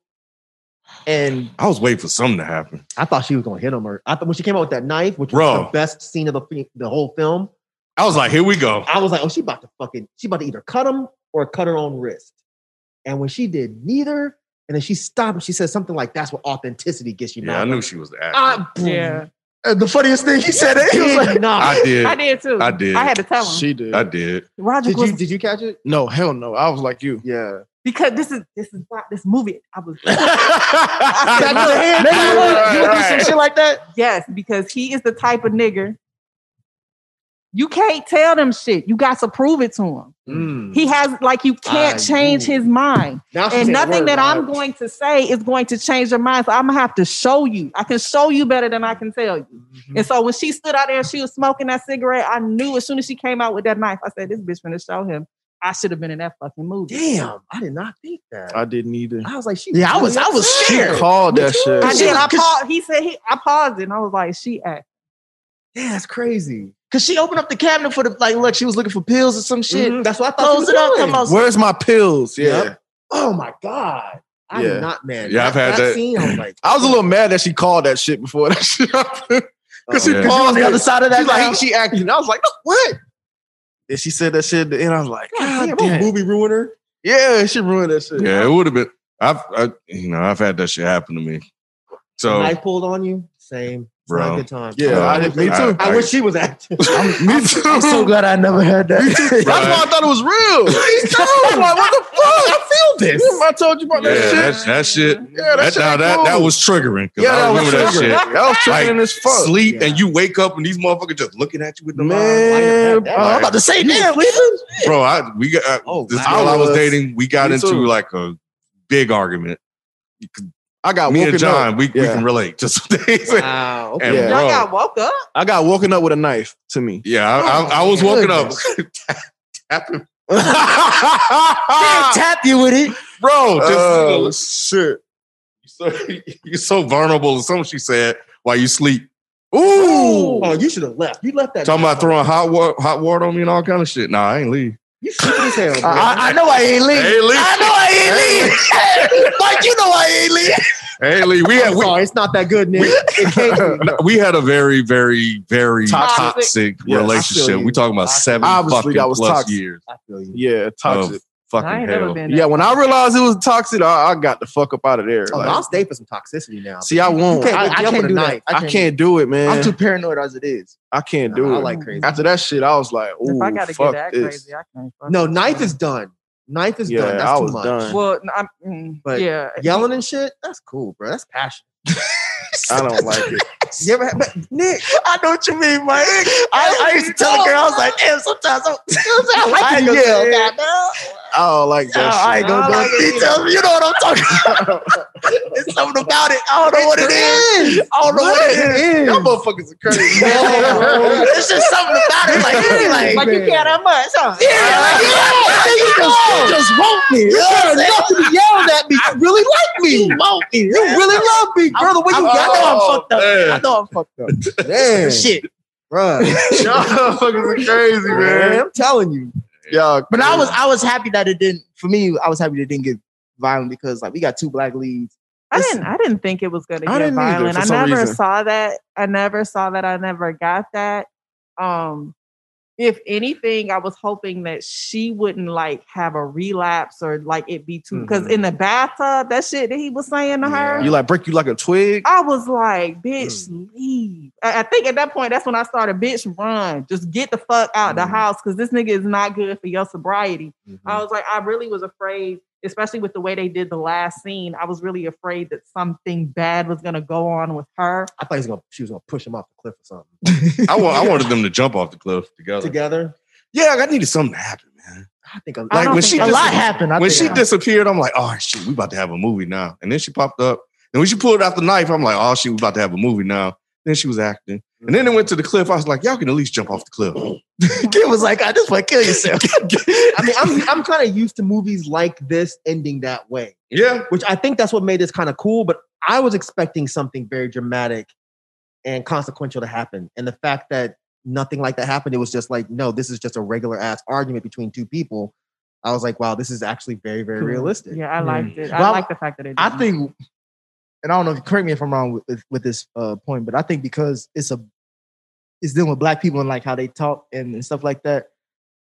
[SPEAKER 6] And
[SPEAKER 10] I was waiting for something to happen.
[SPEAKER 7] I thought she was gonna hit him. Or I thought when she came out with that knife, which
[SPEAKER 10] Bro.
[SPEAKER 7] was the best scene of the fi- the whole film.
[SPEAKER 10] I was like, here we go.
[SPEAKER 7] I was like, oh, she about to fucking, she about to either cut him or cut her own wrist. And when she did neither, and then she stopped and she said something like, "That's what authenticity gets you."
[SPEAKER 10] Yeah, I
[SPEAKER 7] [LAUGHS] Malcolm."
[SPEAKER 10] knew she was the actor.
[SPEAKER 7] I,
[SPEAKER 8] Yeah.
[SPEAKER 6] and Uh, the funniest thing he said, it, he was like,
[SPEAKER 9] [LAUGHS]
[SPEAKER 7] did [LAUGHS] not.
[SPEAKER 10] I did.
[SPEAKER 8] I did too.
[SPEAKER 10] I did.
[SPEAKER 8] I had to tell him.
[SPEAKER 9] She did.
[SPEAKER 10] I did.
[SPEAKER 8] Roger
[SPEAKER 7] Did
[SPEAKER 8] was
[SPEAKER 7] you did you catch it?
[SPEAKER 9] No, hell no. I was like [LAUGHS] you.
[SPEAKER 7] Yeah.
[SPEAKER 8] because this is this is why this movie I
[SPEAKER 7] [LAUGHS]
[SPEAKER 8] was
[SPEAKER 7] Back of the hand.
[SPEAKER 6] maybe you would, you would do some
[SPEAKER 10] Right.
[SPEAKER 6] shit like that.
[SPEAKER 8] yes, because he is the type of nigger. You can't tell them shit. You got to prove it to him.
[SPEAKER 7] Mm.
[SPEAKER 8] He has like you can't
[SPEAKER 7] I
[SPEAKER 8] change
[SPEAKER 7] knew.
[SPEAKER 8] his mind.
[SPEAKER 7] Now she
[SPEAKER 8] And
[SPEAKER 7] said
[SPEAKER 8] nothing
[SPEAKER 7] word,
[SPEAKER 8] that
[SPEAKER 7] Rob.
[SPEAKER 8] I'm going to say is going to change your mind. So I'm gonna have to show you. I can show you better than I can tell you.
[SPEAKER 9] Mm-hmm.
[SPEAKER 8] And
[SPEAKER 7] Mm-hmm.
[SPEAKER 8] so when she stood out there and she was smoking that cigarette, I knew as soon as she came out with that knife, I said, This bitch finna show him. I should have been in that fucking movie.
[SPEAKER 7] Damn, I did not think that.
[SPEAKER 9] I didn't either.
[SPEAKER 7] I was like, she.
[SPEAKER 6] Yeah, I was-
[SPEAKER 7] really
[SPEAKER 6] I was
[SPEAKER 7] upset.
[SPEAKER 9] She
[SPEAKER 6] Scared.
[SPEAKER 9] called that shit.
[SPEAKER 8] I
[SPEAKER 6] She-
[SPEAKER 8] did. I
[SPEAKER 6] 'cause-
[SPEAKER 8] paused. He said he. I paused it, and I was like, "She act."
[SPEAKER 7] Yeah, that's crazy.
[SPEAKER 6] Cause she opened up the cabinet for the like look, she was looking for pills or some shit.
[SPEAKER 7] Mhm, That's what I thought.
[SPEAKER 6] Mm-hmm. Close
[SPEAKER 7] she
[SPEAKER 6] it
[SPEAKER 7] was
[SPEAKER 6] up,
[SPEAKER 7] doing.
[SPEAKER 6] come out.
[SPEAKER 9] Where's my pills? Yeah.
[SPEAKER 7] Yep. Oh my god. I
[SPEAKER 9] Yeah.
[SPEAKER 7] did not, man.
[SPEAKER 10] Yeah, I've had that.
[SPEAKER 7] Scene, I was like,
[SPEAKER 9] I was a little mad that she called that shit before that [LAUGHS] shit happened.
[SPEAKER 7] Oh,
[SPEAKER 9] Because she
[SPEAKER 10] Yeah.
[SPEAKER 6] You on
[SPEAKER 9] paused
[SPEAKER 6] the other side of that.
[SPEAKER 9] She's like,
[SPEAKER 6] now?
[SPEAKER 9] she acting. And I was like, [LAUGHS] no, what? And she said that shit at the end. I was like,
[SPEAKER 7] God,
[SPEAKER 9] God
[SPEAKER 7] damn,
[SPEAKER 9] damn.
[SPEAKER 7] I'm a movie ruiner.
[SPEAKER 9] Yeah, she ruined that shit.
[SPEAKER 10] Yeah, it would have been. I've, I, you know, I've had that shit happen to me. So
[SPEAKER 7] I pulled on you. Same. It's not
[SPEAKER 10] Bro.
[SPEAKER 7] a good time.
[SPEAKER 9] Yeah,
[SPEAKER 10] Uh,
[SPEAKER 9] I did, me too.
[SPEAKER 10] I-
[SPEAKER 7] I wish she was acting.
[SPEAKER 9] me too.
[SPEAKER 6] I'm so glad I never had that.
[SPEAKER 7] [LAUGHS]
[SPEAKER 9] That's why I thought it was [LAUGHS] real. me too. I'm like, what the fuck? I feel this. I told you about
[SPEAKER 10] yeah,
[SPEAKER 9] that
[SPEAKER 10] that,
[SPEAKER 9] shit.
[SPEAKER 10] that shit.
[SPEAKER 9] yeah,
[SPEAKER 10] That,
[SPEAKER 9] shit
[SPEAKER 10] now
[SPEAKER 9] ain't
[SPEAKER 10] that,
[SPEAKER 9] cool.
[SPEAKER 10] that was triggering. 'cause
[SPEAKER 9] Yeah,
[SPEAKER 10] I
[SPEAKER 9] that was
[SPEAKER 10] remember that
[SPEAKER 9] triggering.
[SPEAKER 10] shit.
[SPEAKER 9] That was
[SPEAKER 10] Like,
[SPEAKER 9] triggering as fuck.
[SPEAKER 10] Sleep
[SPEAKER 7] Yeah.
[SPEAKER 10] and you wake up and these motherfuckers just looking at you with the
[SPEAKER 9] Man,
[SPEAKER 7] that.
[SPEAKER 6] Oh, I'm about to say, damn, we
[SPEAKER 10] Bro, I we got I,
[SPEAKER 7] Oh,
[SPEAKER 10] this
[SPEAKER 9] wow.
[SPEAKER 10] girl I was
[SPEAKER 9] I was-
[SPEAKER 10] dating. We got
[SPEAKER 9] me
[SPEAKER 10] into
[SPEAKER 9] too.
[SPEAKER 10] like a big argument.
[SPEAKER 9] I got
[SPEAKER 10] Me
[SPEAKER 9] woken
[SPEAKER 10] and John,
[SPEAKER 9] up.
[SPEAKER 10] we, we
[SPEAKER 9] Yeah.
[SPEAKER 10] can relate. Just [LAUGHS] what they said.
[SPEAKER 7] Wow. Okay.
[SPEAKER 10] and
[SPEAKER 9] Yeah.
[SPEAKER 8] Y'all
[SPEAKER 10] bro,
[SPEAKER 8] got woke up.
[SPEAKER 9] I got woken up with a knife to me.
[SPEAKER 10] yeah, I, I, I was
[SPEAKER 7] Oh,
[SPEAKER 10] walking up, [LAUGHS] tapping,
[SPEAKER 9] [LAUGHS]
[SPEAKER 6] can't tap you with it.
[SPEAKER 10] bro. Just you [LAUGHS] know,
[SPEAKER 9] Oh, shit.
[SPEAKER 10] so, [LAUGHS] you're so vulnerable. Something she said while you sleep.
[SPEAKER 7] Ooh. Oh, you should have left. You left that.
[SPEAKER 10] Talking about throwing hot water, hot water on me and all kind of shit. Nah, I ain't leave.
[SPEAKER 7] You stupid as hell. Bro.
[SPEAKER 6] I, I know I ain't leave.
[SPEAKER 10] Hey, Lee.
[SPEAKER 6] I know I ain't leave. Mike, you know I ain't leave.
[SPEAKER 10] Hey, Lee, we had
[SPEAKER 7] I'm
[SPEAKER 10] we,
[SPEAKER 7] sorry, Oh, it's not that good, Nick. It can't be.
[SPEAKER 10] no, we had a very, very, very
[SPEAKER 9] Toxic.
[SPEAKER 10] toxic,
[SPEAKER 9] Yes, I
[SPEAKER 10] relationship.
[SPEAKER 7] feel you.
[SPEAKER 10] We talking about
[SPEAKER 7] Toxic.
[SPEAKER 10] seven
[SPEAKER 9] Obviously,
[SPEAKER 10] fucking
[SPEAKER 9] that was
[SPEAKER 10] plus
[SPEAKER 9] toxic.
[SPEAKER 10] years
[SPEAKER 7] I feel you.
[SPEAKER 9] Yeah, toxic.
[SPEAKER 10] of Oh, fucking
[SPEAKER 8] I ain't
[SPEAKER 10] hell.
[SPEAKER 8] never been.
[SPEAKER 9] yeah, when I realized it was toxic, I, I got the fuck up out of there.
[SPEAKER 7] Oh,
[SPEAKER 9] Like,
[SPEAKER 7] I'll stay for some toxicity now.
[SPEAKER 9] see, I won't.
[SPEAKER 7] You can't
[SPEAKER 9] I,
[SPEAKER 7] wake
[SPEAKER 6] I
[SPEAKER 7] me up
[SPEAKER 6] can't
[SPEAKER 7] with a
[SPEAKER 6] do that.
[SPEAKER 7] knife.
[SPEAKER 9] I
[SPEAKER 6] I
[SPEAKER 9] can't,
[SPEAKER 6] can't-
[SPEAKER 9] do it, man.
[SPEAKER 6] I'm too paranoid as it is.
[SPEAKER 9] I can't do
[SPEAKER 7] Nah, I
[SPEAKER 9] it.
[SPEAKER 7] like crazy.
[SPEAKER 9] After that shit, I was like,
[SPEAKER 8] If
[SPEAKER 9] ooh,
[SPEAKER 8] I gotta
[SPEAKER 9] fuck
[SPEAKER 8] get that
[SPEAKER 9] this.
[SPEAKER 8] crazy, I can't. fuck
[SPEAKER 7] No,
[SPEAKER 8] with
[SPEAKER 7] knife
[SPEAKER 8] you.
[SPEAKER 7] is done. Knife is
[SPEAKER 9] Yeah,
[SPEAKER 7] done. That's
[SPEAKER 9] I
[SPEAKER 7] too
[SPEAKER 9] was
[SPEAKER 7] much.
[SPEAKER 9] done.
[SPEAKER 8] Well, no, I'm, mm,
[SPEAKER 7] But
[SPEAKER 8] yeah.
[SPEAKER 7] Yelling and shit, that's cool, bro. That's passion.
[SPEAKER 9] I don't like it.
[SPEAKER 7] You ever had, but Nick,
[SPEAKER 6] [LAUGHS] I know what you mean, Mike. I, I used to tell a girl, I was like, damn, sometimes [LAUGHS] I'm, I like
[SPEAKER 7] I
[SPEAKER 6] I
[SPEAKER 7] ain't
[SPEAKER 6] ain't
[SPEAKER 7] gonna say
[SPEAKER 6] yell.
[SPEAKER 7] it.
[SPEAKER 9] I don't like that
[SPEAKER 6] I
[SPEAKER 9] shit.
[SPEAKER 6] ain't gonna
[SPEAKER 8] I
[SPEAKER 6] go
[SPEAKER 8] like
[SPEAKER 6] into
[SPEAKER 8] it.
[SPEAKER 6] details. You know what I'm talking [LAUGHS] about. it's something about it. I don't know what it is. I don't know what it is.
[SPEAKER 9] Y'all motherfuckers are [LAUGHS] crazy.
[SPEAKER 6] it's just something about it. Like, you like,
[SPEAKER 9] [LAUGHS]
[SPEAKER 8] Like you care that much, huh?
[SPEAKER 6] Yeah, like, yeah, you just, you just want me. You just nothing to yell at me. You really like me. You want me.
[SPEAKER 10] [LAUGHS]
[SPEAKER 6] [LAUGHS] You really love me, bro. The way you, I know I'm fucked up. I know I'm fucked up.
[SPEAKER 7] Damn.
[SPEAKER 6] Shit.
[SPEAKER 7] Bruh.
[SPEAKER 9] Y'all motherfuckers are crazy, man.
[SPEAKER 7] I'm telling you.
[SPEAKER 9] Yeah,
[SPEAKER 7] But I was I was happy that it didn't for me, I was happy that it didn't get violent because like we got two black leads.
[SPEAKER 8] I didn't. I didn't think it was going to
[SPEAKER 7] I
[SPEAKER 8] get
[SPEAKER 7] didn't either,
[SPEAKER 8] violent.
[SPEAKER 7] for
[SPEAKER 8] I
[SPEAKER 7] some
[SPEAKER 8] never
[SPEAKER 7] reason.
[SPEAKER 8] saw that. I never saw that. I never got that. Um, if anything, I was hoping that she wouldn't like have a relapse or like it be too. Because
[SPEAKER 7] Mm-hmm.
[SPEAKER 8] in the bathtub, that shit that he was saying to her,
[SPEAKER 9] You like break you like a twig?
[SPEAKER 8] I was like, bitch,
[SPEAKER 7] Mm.
[SPEAKER 8] leave. I, I think at that point, that's when I started, bitch, run. Just get the fuck out
[SPEAKER 7] Mm.
[SPEAKER 8] the house because this nigga is not good for your sobriety.
[SPEAKER 7] Mm-hmm.
[SPEAKER 8] I was like, I really was afraid, especially with the way they did the last scene. I was really afraid that something bad was gonna go on with her.
[SPEAKER 6] I thought he was gonna, she was gonna push him off the cliff or something.
[SPEAKER 10] I, wa- I wanted them to jump off the cliff together.
[SPEAKER 6] Together.
[SPEAKER 10] Yeah, I needed something to happen, man.
[SPEAKER 6] I think a,
[SPEAKER 10] Like when she
[SPEAKER 6] a lot
[SPEAKER 10] dis-
[SPEAKER 6] happened. I
[SPEAKER 10] when she
[SPEAKER 6] think.
[SPEAKER 10] disappeared, I'm like, oh shit, we about to have a movie now. And then she popped up, and when she pulled out the knife, I'm like, oh shit, we about to have a movie now. Then she was acting, and then it went to the cliff. I was like, y'all can at least jump off the cliff.
[SPEAKER 7] [LAUGHS] Kid was like, I just want to kill yourself.
[SPEAKER 6] I mean, I'm I'm kind of used to movies like this ending that way.
[SPEAKER 10] Yeah.
[SPEAKER 6] Which I think that's what made this kind of cool, but I was expecting something very dramatic and consequential to happen. And the fact that nothing like that happened, it was just like, no, this is just a regular ass argument between two people. I was like, wow, this is actually very, very
[SPEAKER 8] Cool.
[SPEAKER 6] realistic.
[SPEAKER 8] Yeah, I liked it. I
[SPEAKER 6] Well,
[SPEAKER 8] like the fact that it.
[SPEAKER 7] Mm. I
[SPEAKER 8] [LAUGHS]
[SPEAKER 7] think, and I don't know if correct me if I'm wrong with- with, with this uh, point, but I think because it's a it's dealing with black people and like how they talk and, and stuff like that.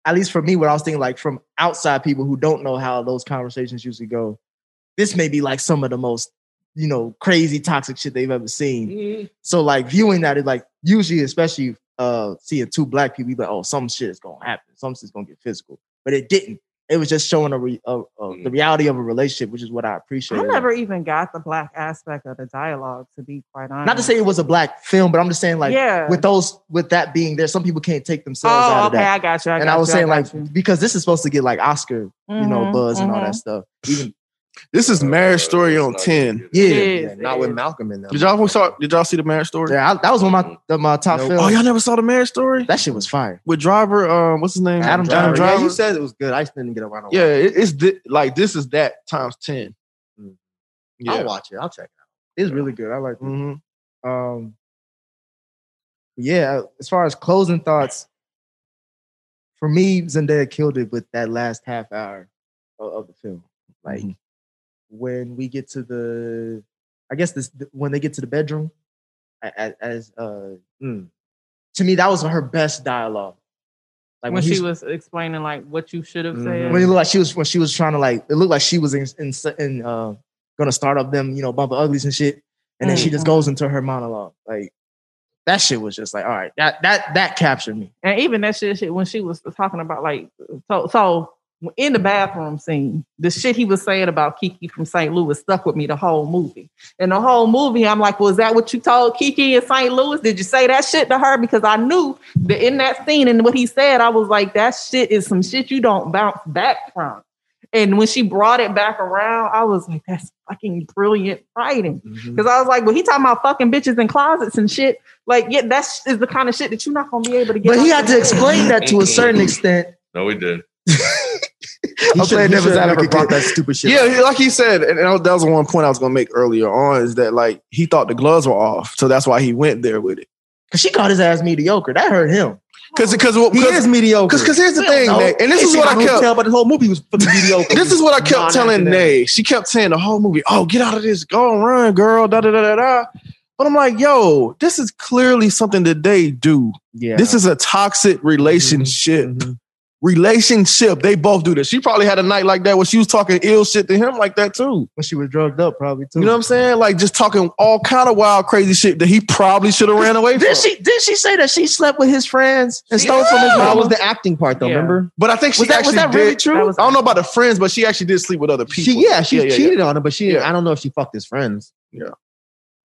[SPEAKER 7] At least for me, what I was thinking, like from outside people who don't know how those conversations usually go, this may be like some of the most you know crazy toxic shit they've ever seen.
[SPEAKER 8] Mm.
[SPEAKER 7] So like viewing that is like usually, especially uh seeing two black people, you be like, oh, some shit is gonna happen, some shit's gonna get physical, but it didn't. It was just showing a, re- a, a the reality of a relationship, which is what I appreciate.
[SPEAKER 8] Mm. I never even got the black aspect of the dialogue, to be quite honest.
[SPEAKER 7] Not to say it was a black film, but I'm just saying like
[SPEAKER 8] Yeah.
[SPEAKER 7] with those with that being there, some people can't take themselves
[SPEAKER 8] Oh,
[SPEAKER 7] out of
[SPEAKER 8] okay,
[SPEAKER 7] that.
[SPEAKER 8] I got you, I
[SPEAKER 7] and
[SPEAKER 8] got
[SPEAKER 7] I was
[SPEAKER 8] you, I
[SPEAKER 7] saying
[SPEAKER 8] got
[SPEAKER 7] like because this is supposed to get like Oscar, you know,
[SPEAKER 6] Mm-hmm,
[SPEAKER 8] Mhm,
[SPEAKER 7] buzz and all
[SPEAKER 8] mhm.
[SPEAKER 7] that stuff.
[SPEAKER 9] This is Marriage Story on ten.
[SPEAKER 7] Yeah,
[SPEAKER 6] Yeah, not with Malcolm in them.
[SPEAKER 9] Did y'all saw? Did y'all see the Marriage Story?
[SPEAKER 7] Yeah, I, that was one of my the, my top
[SPEAKER 9] Nope.
[SPEAKER 7] films.
[SPEAKER 9] Oh, y'all never saw the Marriage Story?
[SPEAKER 7] That shit was fire.
[SPEAKER 9] With Driver, um, what's his name?
[SPEAKER 6] Adam Driver.
[SPEAKER 9] Adam
[SPEAKER 6] Yeah,
[SPEAKER 9] Driver.
[SPEAKER 6] you said it was good. I just didn't get around. to
[SPEAKER 9] Yeah,
[SPEAKER 6] watching it.
[SPEAKER 9] it, it's thi- like this is that times ten.
[SPEAKER 6] I'll watch it. I'll check it
[SPEAKER 7] It's really good. I like it. Um, yeah, as far as closing thoughts, for me, Zendaya killed it with that last half hour of, of the film. Like when we get to the, I guess this when they get to the bedroom, a- a- as uh, to me that was her best dialogue. Like Mm-hmm.
[SPEAKER 8] when she
[SPEAKER 7] he's-
[SPEAKER 8] was explaining like what you should have said.
[SPEAKER 7] when it looked like she was when she was trying to like it looked like she was in in, in uh gonna start up them you know bumper uglies and shit, and then she
[SPEAKER 6] Mm.
[SPEAKER 7] just goes into her monologue like that shit was just like all right that that that captured me.
[SPEAKER 8] And even that shit, shit when she was talking about like so so in the bathroom scene, the shit he was saying about Kiki from St. Louis stuck with me the whole movie. And the whole movie, I'm like, was that what you told Kiki in St. Louis? Did you say that shit to her? Because I knew that in that scene and what he said, I was like, that shit is some shit you don't bounce back from. And when she brought it back around, I was like, that's fucking brilliant writing. Because
[SPEAKER 7] Mm-hmm.
[SPEAKER 8] I was like, well, he talking about fucking bitches in closets and shit. Like, yeah, that sh- is the kind of shit that you're not going to be able to get.
[SPEAKER 7] But he
[SPEAKER 8] out
[SPEAKER 7] had to
[SPEAKER 8] your
[SPEAKER 7] explain
[SPEAKER 8] head.
[SPEAKER 7] that to a certain extent.
[SPEAKER 10] No, we did.
[SPEAKER 7] I'm playing devil's advocate.
[SPEAKER 6] brought that stupid shit.
[SPEAKER 9] Yeah, he- like he said, and and that was one point I was gonna make earlier on is that like he thought the gloves were off, so that's why he went there with it.
[SPEAKER 7] Cause she called his ass mediocre. That hurt him.
[SPEAKER 9] Cause, cause, cause he
[SPEAKER 6] is mediocre.
[SPEAKER 9] Cause, cause here's the
[SPEAKER 7] We don't
[SPEAKER 9] thing,
[SPEAKER 7] know.
[SPEAKER 9] Nate, and this
[SPEAKER 7] It
[SPEAKER 9] is
[SPEAKER 7] seemed
[SPEAKER 9] what
[SPEAKER 7] like
[SPEAKER 9] I
[SPEAKER 7] we
[SPEAKER 9] kept.
[SPEAKER 7] tell
[SPEAKER 6] But the whole movie was fucking mediocre.
[SPEAKER 9] This is what I kept telling
[SPEAKER 6] Non-academic.
[SPEAKER 9] Nay. She kept saying the whole movie, "Oh, get out of this, go and run, girl." Da da da da da. But I'm like, yo, this is clearly something that they do.
[SPEAKER 6] Yeah.
[SPEAKER 9] This is a toxic
[SPEAKER 7] Mm-hmm.
[SPEAKER 9] relationship. Relationship. They both do this. She probably had a night like that where she was talking ill shit to him like that too.
[SPEAKER 7] When she was drugged up, probably too.
[SPEAKER 9] You know what I'm saying? Like just talking all kind of wild, crazy shit that he probably should have ran away from.
[SPEAKER 7] Did she did she say that she slept with his friends and stole from his
[SPEAKER 6] That
[SPEAKER 7] mom?
[SPEAKER 6] was the acting part, though.
[SPEAKER 9] Yeah.
[SPEAKER 6] Remember?
[SPEAKER 9] But I think she
[SPEAKER 6] Was that- was
[SPEAKER 9] actually
[SPEAKER 6] that really
[SPEAKER 9] did-
[SPEAKER 6] true? That was-
[SPEAKER 9] I don't know about the friends, but she actually did sleep with other people.
[SPEAKER 6] She, yeah, she cheated on him, but she.
[SPEAKER 9] Yeah.
[SPEAKER 6] I don't know if she fucked his friends.
[SPEAKER 9] Yeah.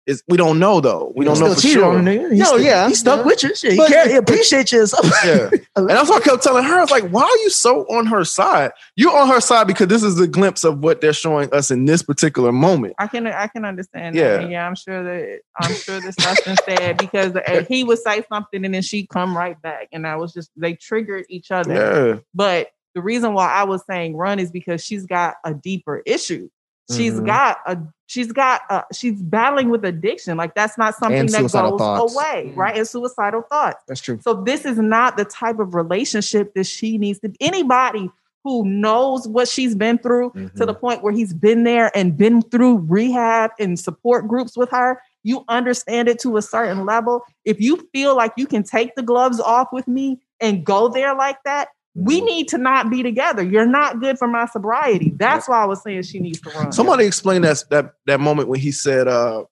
[SPEAKER 9] It's, we don't know though. We
[SPEAKER 6] He
[SPEAKER 9] don't know
[SPEAKER 6] still
[SPEAKER 9] for
[SPEAKER 6] cheated
[SPEAKER 9] sure.
[SPEAKER 6] on her, nigga. He
[SPEAKER 7] No,
[SPEAKER 6] still-
[SPEAKER 7] yeah,
[SPEAKER 6] he stuck with
[SPEAKER 7] you. Shit, he
[SPEAKER 9] But-
[SPEAKER 7] care- he appreciate you. or something.
[SPEAKER 9] [LAUGHS] yeah. And that's why I kept telling her, I was like, why are you so on her side? You're on her side because this is the glimpse of what they're showing us in this particular moment.
[SPEAKER 8] I can I can understand.
[SPEAKER 9] Yeah.
[SPEAKER 8] that. And yeah. I'm sure that I'm sure this stuff's been said because uh, he would say something and then she'd come right back, and I was just they triggered each other.
[SPEAKER 9] Yeah.
[SPEAKER 8] But
[SPEAKER 7] Mm-hmm.
[SPEAKER 8] the reason why I was saying run is because she's got a deeper issue. She's
[SPEAKER 9] Mhm.
[SPEAKER 8] got a She's got uh, she's battling with addiction. Like that's not something
[SPEAKER 7] And
[SPEAKER 8] that goes
[SPEAKER 7] suicidal thoughts. Mm-hmm.
[SPEAKER 8] away, right? And suicidal thoughts.
[SPEAKER 7] That's true.
[SPEAKER 8] So this is not the type of relationship that she needs to anybody who knows what she's been through to
[SPEAKER 7] Mm-hmm.
[SPEAKER 8] the point where he's been there and been through rehab and support groups with her. You understand it to a certain level. If you feel like you can take the gloves off with me and go there like that,
[SPEAKER 7] Mm-hmm.
[SPEAKER 8] we need to not be together. You're not good for my sobriety. That's why I was saying she needs to run.
[SPEAKER 9] Somebody explain that that that moment when he said, "Uh,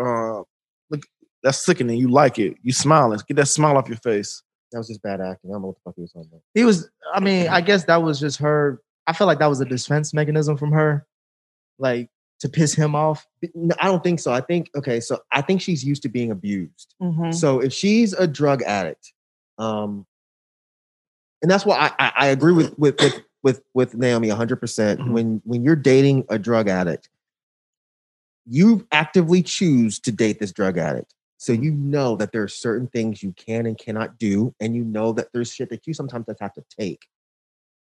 [SPEAKER 9] uh, look, that's sickening. You like it? You smiling? Get that smile off your face."
[SPEAKER 7] That was just bad acting. I don't know what the fuck he was on about.
[SPEAKER 6] He was. I mean, I guess that was just her. I feel like that was a defense mechanism from her, like to piss him off.
[SPEAKER 7] No, I don't think so. I think okay, so I think she's used to being abused.
[SPEAKER 8] Mhm.
[SPEAKER 7] So if she's a drug addict, um, and that's why I, I, I agree with with with with, with Naomi 100 percent. When when you're dating a drug addict, you actively choose to date this drug addict. So you know that there are certain things you can and cannot do, and you know that there's shit that you sometimes just have to take.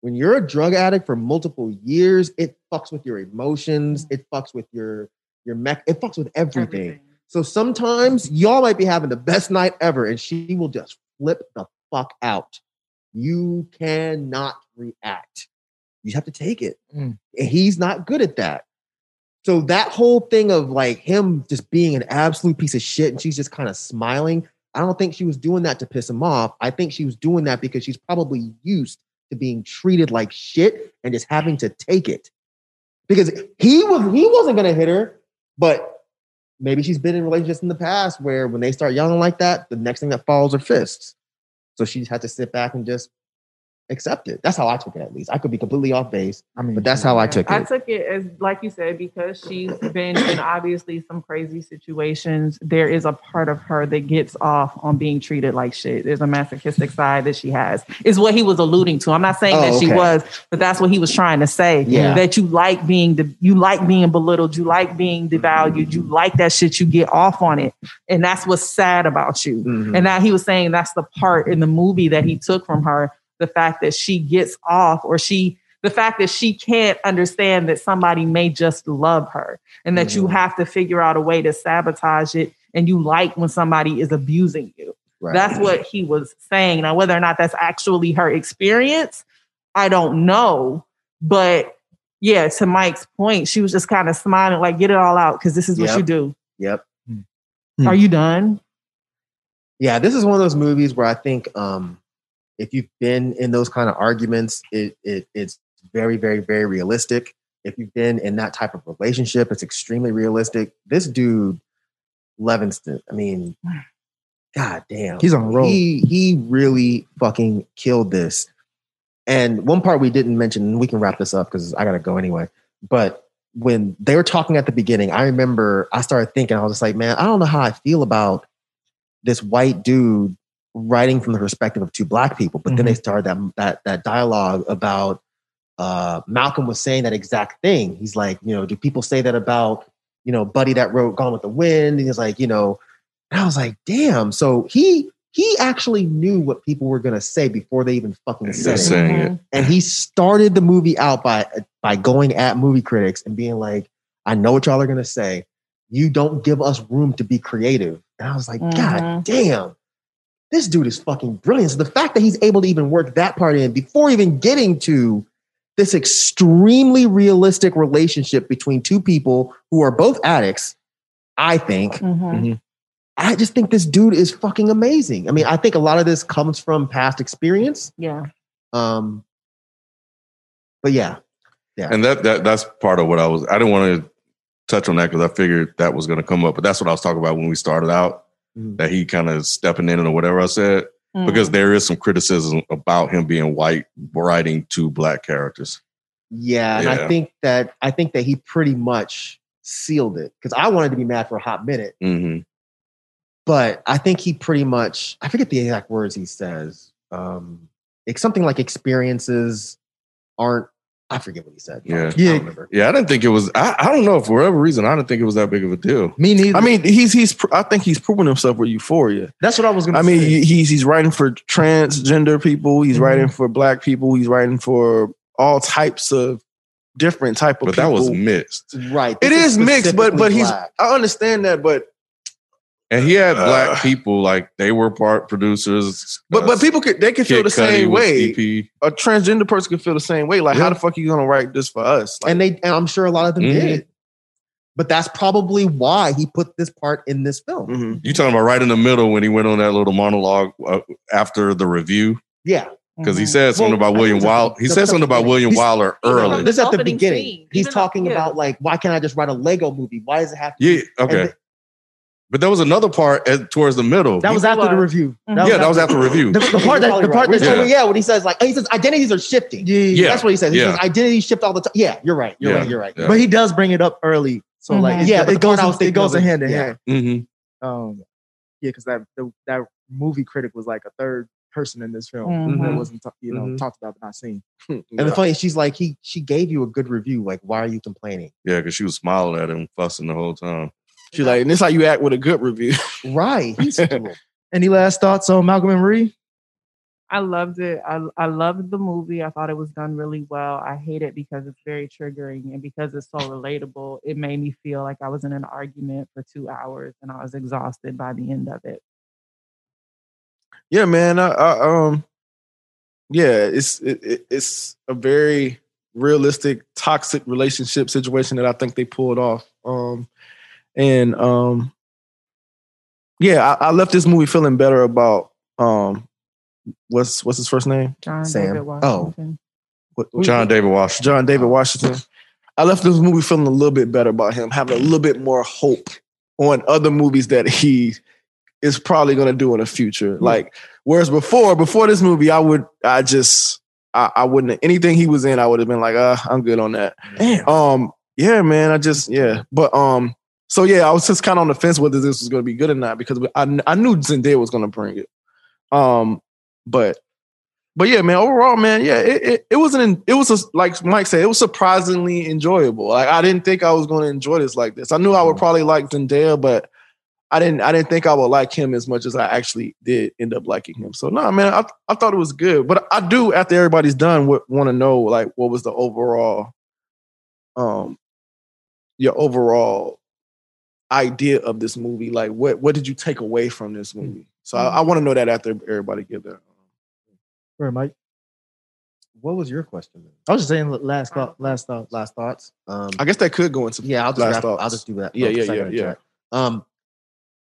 [SPEAKER 7] When you're a drug addict for multiple years, it fucks with your emotions, it fucks with your your mech, it fucks with everything. So sometimes y'all might be having the best night ever, and she will just flip the fuck out. You cannot react. You have to take it.
[SPEAKER 6] Mm.
[SPEAKER 7] And he's not good at that. So that whole thing of like him just being an absolute piece of shit and she's just kind of smiling, I don't think she was doing that to piss him off. I think she was doing that because she's probably used to being treated like shit and just having to take it. Because he was he wasn't gonna hit her, but maybe she's been in relationships in the past where when they start yelling like that, the next thing that follows are fists. So she just had to sit back and just accept it. That's how I took it at least. I could be completely off base, I mean, but that's how I took it.
[SPEAKER 8] I took it as, like you said, because she's been in obviously some crazy situations. There is a part of her that gets off on being treated like shit. There's a masochistic side that she has, is what he was alluding to. I'm not saying
[SPEAKER 13] Oh,
[SPEAKER 8] that she
[SPEAKER 13] okay.
[SPEAKER 8] was, but that's what he was trying to say.
[SPEAKER 13] Yeah.
[SPEAKER 8] That you like being de- you like being belittled, you like being devalued, you like that shit, you get off on it. And that's what's sad about you.
[SPEAKER 7] Mm-hmm.
[SPEAKER 10] Mm-hmm.
[SPEAKER 8] And now he was saying that's the part in the movie that he took from her, the fact that she gets off or she the fact that she can't understand that somebody may just love her and that
[SPEAKER 10] Mm-hmm.
[SPEAKER 8] you have to figure out a way to sabotage it and you like when somebody is abusing you.
[SPEAKER 7] Right.
[SPEAKER 8] That's what he was saying. Now, whether or not that's actually her experience, I don't know. But yeah, to Mike's point, she was just kind of smiling, like, get it all out because this is what
[SPEAKER 7] Yep.
[SPEAKER 8] you do.
[SPEAKER 7] Yep.
[SPEAKER 10] Mm-hmm.
[SPEAKER 8] Are you done?
[SPEAKER 7] Yeah, this is one of those movies where I think um, if you've been in those kind of arguments, it, it it's very, very, very realistic. If you've been in that type of relationship, it's extremely realistic. This dude, Levinston, I mean, god damn.
[SPEAKER 6] He's on a roll.
[SPEAKER 7] He he really fucking killed this. And one part we didn't mention, and we can wrap this up because I gotta go anyway. But when they were talking at the beginning, I remember I started thinking, I was just like, man, I don't know how I feel about this white dude writing from the perspective of two black people. But then they started that that that dialogue about uh, Malcolm was saying that exact thing. He's like, you know, do people say that about you know Buddy that wrote Gone with the Wind? And he's like, you know, and I was like, damn. So he he actually knew what people were gonna say before they even fucking said
[SPEAKER 10] They're
[SPEAKER 7] it.
[SPEAKER 10] saying it.
[SPEAKER 7] And he started the movie out by by going at movie critics and being like, I know what y'all are gonna say. You don't give us room to be creative. And I was like,
[SPEAKER 13] Mhm.
[SPEAKER 7] God damn, this dude is fucking brilliant. So the fact that he's able to even work that part in before even getting to this extremely realistic relationship between two people who are both addicts, I think.
[SPEAKER 8] Mm-hmm.
[SPEAKER 7] I just think this dude is fucking amazing. I mean, I think a lot of this comes from past experience.
[SPEAKER 8] Yeah.
[SPEAKER 7] Um, but yeah, Yeah.
[SPEAKER 10] And that, that that's part of what I was. I didn't want to touch on that because I figured that was going to come up. But that's what I was talking about when we started out.
[SPEAKER 9] Mm-hmm.
[SPEAKER 10] That he kind of stepping in or whatever I said
[SPEAKER 8] Mm.
[SPEAKER 10] because there is some criticism about him being white writing two black characters.
[SPEAKER 7] yeah. And I
[SPEAKER 10] Yeah.
[SPEAKER 7] think that I think that he pretty much sealed it because I wanted to be mad for a hot minute,
[SPEAKER 10] Mm-hmm.
[SPEAKER 7] but I think he pretty much I forget the exact words he says. Um, it's something like experiences aren't. I forget what he said.
[SPEAKER 10] Yeah,
[SPEAKER 7] Yeah.
[SPEAKER 10] yeah. I didn't think it was. I, I don't know for whatever reason. I didn't think it was that big of a deal.
[SPEAKER 6] [LAUGHS] Me neither.
[SPEAKER 9] I mean, he's he's. pr- I think he's proven himself with Euphoria.
[SPEAKER 6] That's what I was gonna
[SPEAKER 9] I mean,
[SPEAKER 6] say.
[SPEAKER 9] he's he's writing for
[SPEAKER 10] Mm-hmm.
[SPEAKER 9] transgender people. He's writing for black people. He's writing for all types of different type of
[SPEAKER 10] But that was
[SPEAKER 9] people.
[SPEAKER 10] mixed.
[SPEAKER 7] Right.
[SPEAKER 9] It
[SPEAKER 7] This
[SPEAKER 9] is mixed, but but
[SPEAKER 7] specifically
[SPEAKER 9] he's
[SPEAKER 7] black.
[SPEAKER 9] I understand that, but
[SPEAKER 10] And he had black people, like they were part producers. uh,
[SPEAKER 9] but but people could they could feel
[SPEAKER 10] Kid
[SPEAKER 9] the
[SPEAKER 10] Cudi E
[SPEAKER 9] same
[SPEAKER 10] was
[SPEAKER 9] way.
[SPEAKER 10] CP.
[SPEAKER 9] A transgender person could feel the same way. Like, how the fuck are you gonna write this for us? Like,
[SPEAKER 7] and they and I'm sure a lot of them
[SPEAKER 9] Mhm.
[SPEAKER 7] did. But that's probably why he put this part in this film.
[SPEAKER 9] Mm-hmm. [LAUGHS]
[SPEAKER 10] You talking about right in the middle when he went on that little monologue uh, after the review
[SPEAKER 7] Yeah.
[SPEAKER 10] because
[SPEAKER 8] Mm-hmm.
[SPEAKER 10] he said something
[SPEAKER 7] Well,
[SPEAKER 10] about William Wilder. He said something about William
[SPEAKER 7] He's-
[SPEAKER 10] Wilder early.
[SPEAKER 7] This at the
[SPEAKER 8] opening
[SPEAKER 7] beginning.
[SPEAKER 8] scene.
[SPEAKER 7] He's
[SPEAKER 8] Even the-
[SPEAKER 7] talking
[SPEAKER 8] yeah.
[SPEAKER 7] about like, why can't I just write a Lego movie? Why does it have to?
[SPEAKER 10] Yeah, okay.
[SPEAKER 7] And
[SPEAKER 10] but there was another part at, towards the middle.
[SPEAKER 7] That was
[SPEAKER 10] He-
[SPEAKER 7] after the review.
[SPEAKER 10] Mhm. Yeah, that was after the review.
[SPEAKER 7] The, the part that the part that
[SPEAKER 10] Yeah.
[SPEAKER 7] yeah. when he says like he says identities are shifting. Yeah,
[SPEAKER 10] yeah.
[SPEAKER 7] that's what he says. He
[SPEAKER 10] Yeah.
[SPEAKER 7] says identities shift all the time. Yeah, you're right. You're
[SPEAKER 10] Yeah.
[SPEAKER 7] right. You're right.
[SPEAKER 10] Yeah.
[SPEAKER 6] But he does bring it up early. So like it's-
[SPEAKER 7] yeah,
[SPEAKER 6] but
[SPEAKER 7] but
[SPEAKER 6] it goes
[SPEAKER 7] I was
[SPEAKER 6] it
[SPEAKER 7] thinking
[SPEAKER 6] goes
[SPEAKER 7] of
[SPEAKER 6] hand in
[SPEAKER 7] yeah.
[SPEAKER 6] hand.
[SPEAKER 10] Mhm.
[SPEAKER 6] Um yeah, because that the, that movie critic was like a third person in this film that
[SPEAKER 7] Mhm.
[SPEAKER 6] wasn't ta- you know
[SPEAKER 7] Mhm.
[SPEAKER 6] talked about but not seen.
[SPEAKER 7] And the funny, she's like, he she gave you a good review. Like, why are you complaining?
[SPEAKER 10] Yeah, because she was smiling at him, fussing the whole time.
[SPEAKER 9] She like, and this how you act with a good review.
[SPEAKER 7] Right.
[SPEAKER 10] [LAUGHS]
[SPEAKER 7] He's
[SPEAKER 6] Any last thoughts on Malcolm and Marie?
[SPEAKER 8] I loved it. I I loved the movie. I thought it was done really well. I hate it because it's very triggering and because it's so relatable. It made me feel like I was in an argument for two hours and I was exhausted by the end of it.
[SPEAKER 9] yeah, man. I, I um, yeah, it's it, it- it's a very realistic toxic relationship situation that I think they pulled off. Um, and um, yeah, I, I left this movie feeling better about um, what's what's his first name?
[SPEAKER 8] John
[SPEAKER 9] Sam.
[SPEAKER 8] David
[SPEAKER 9] Oh.
[SPEAKER 8] Washington.
[SPEAKER 9] What-
[SPEAKER 10] John David Washington.
[SPEAKER 9] John David Washington. I left this movie feeling a little bit better about him, having a little bit more hope on other movies that he is probably going to do in the future.
[SPEAKER 10] Hmm.
[SPEAKER 9] Like whereas before, before this movie, I would, I just, I, I wouldn't anything he was in, I would have been like, uh, I'm good on that. Um, yeah, man, I just, yeah, but um, so yeah, I was just kind of on the fence whether this was going to be good or not because I, kn- I knew Zendaya was going to bring it. Um, but but yeah, man, overall, man, yeah, it, it, it was an it was a, like Mike said, it was surprisingly enjoyable. Like I didn't think I was going to enjoy this like this. I knew I would probably like Zendaya, but I didn't I didn't think I would like him as much as I actually did end up liking him. So no, man, I I thought it was good, but I do after everybody's done want to know like what was the overall um your overall idea of this movie? Like what what did you take away from this movie? So I, I want to know that after everybody get there. um,
[SPEAKER 6] Where Mike?
[SPEAKER 7] What was your question?
[SPEAKER 6] I was just saying last thought last thought.
[SPEAKER 7] Last thoughts. Um,
[SPEAKER 9] I guess that could go into
[SPEAKER 7] yeah. I'll just
[SPEAKER 9] last
[SPEAKER 7] wrap-
[SPEAKER 9] thoughts.
[SPEAKER 7] I'll just do that.
[SPEAKER 9] Yeah,
[SPEAKER 7] Oh,
[SPEAKER 9] yeah,
[SPEAKER 7] second
[SPEAKER 9] yeah,
[SPEAKER 7] in
[SPEAKER 9] yeah.
[SPEAKER 7] chat. Um,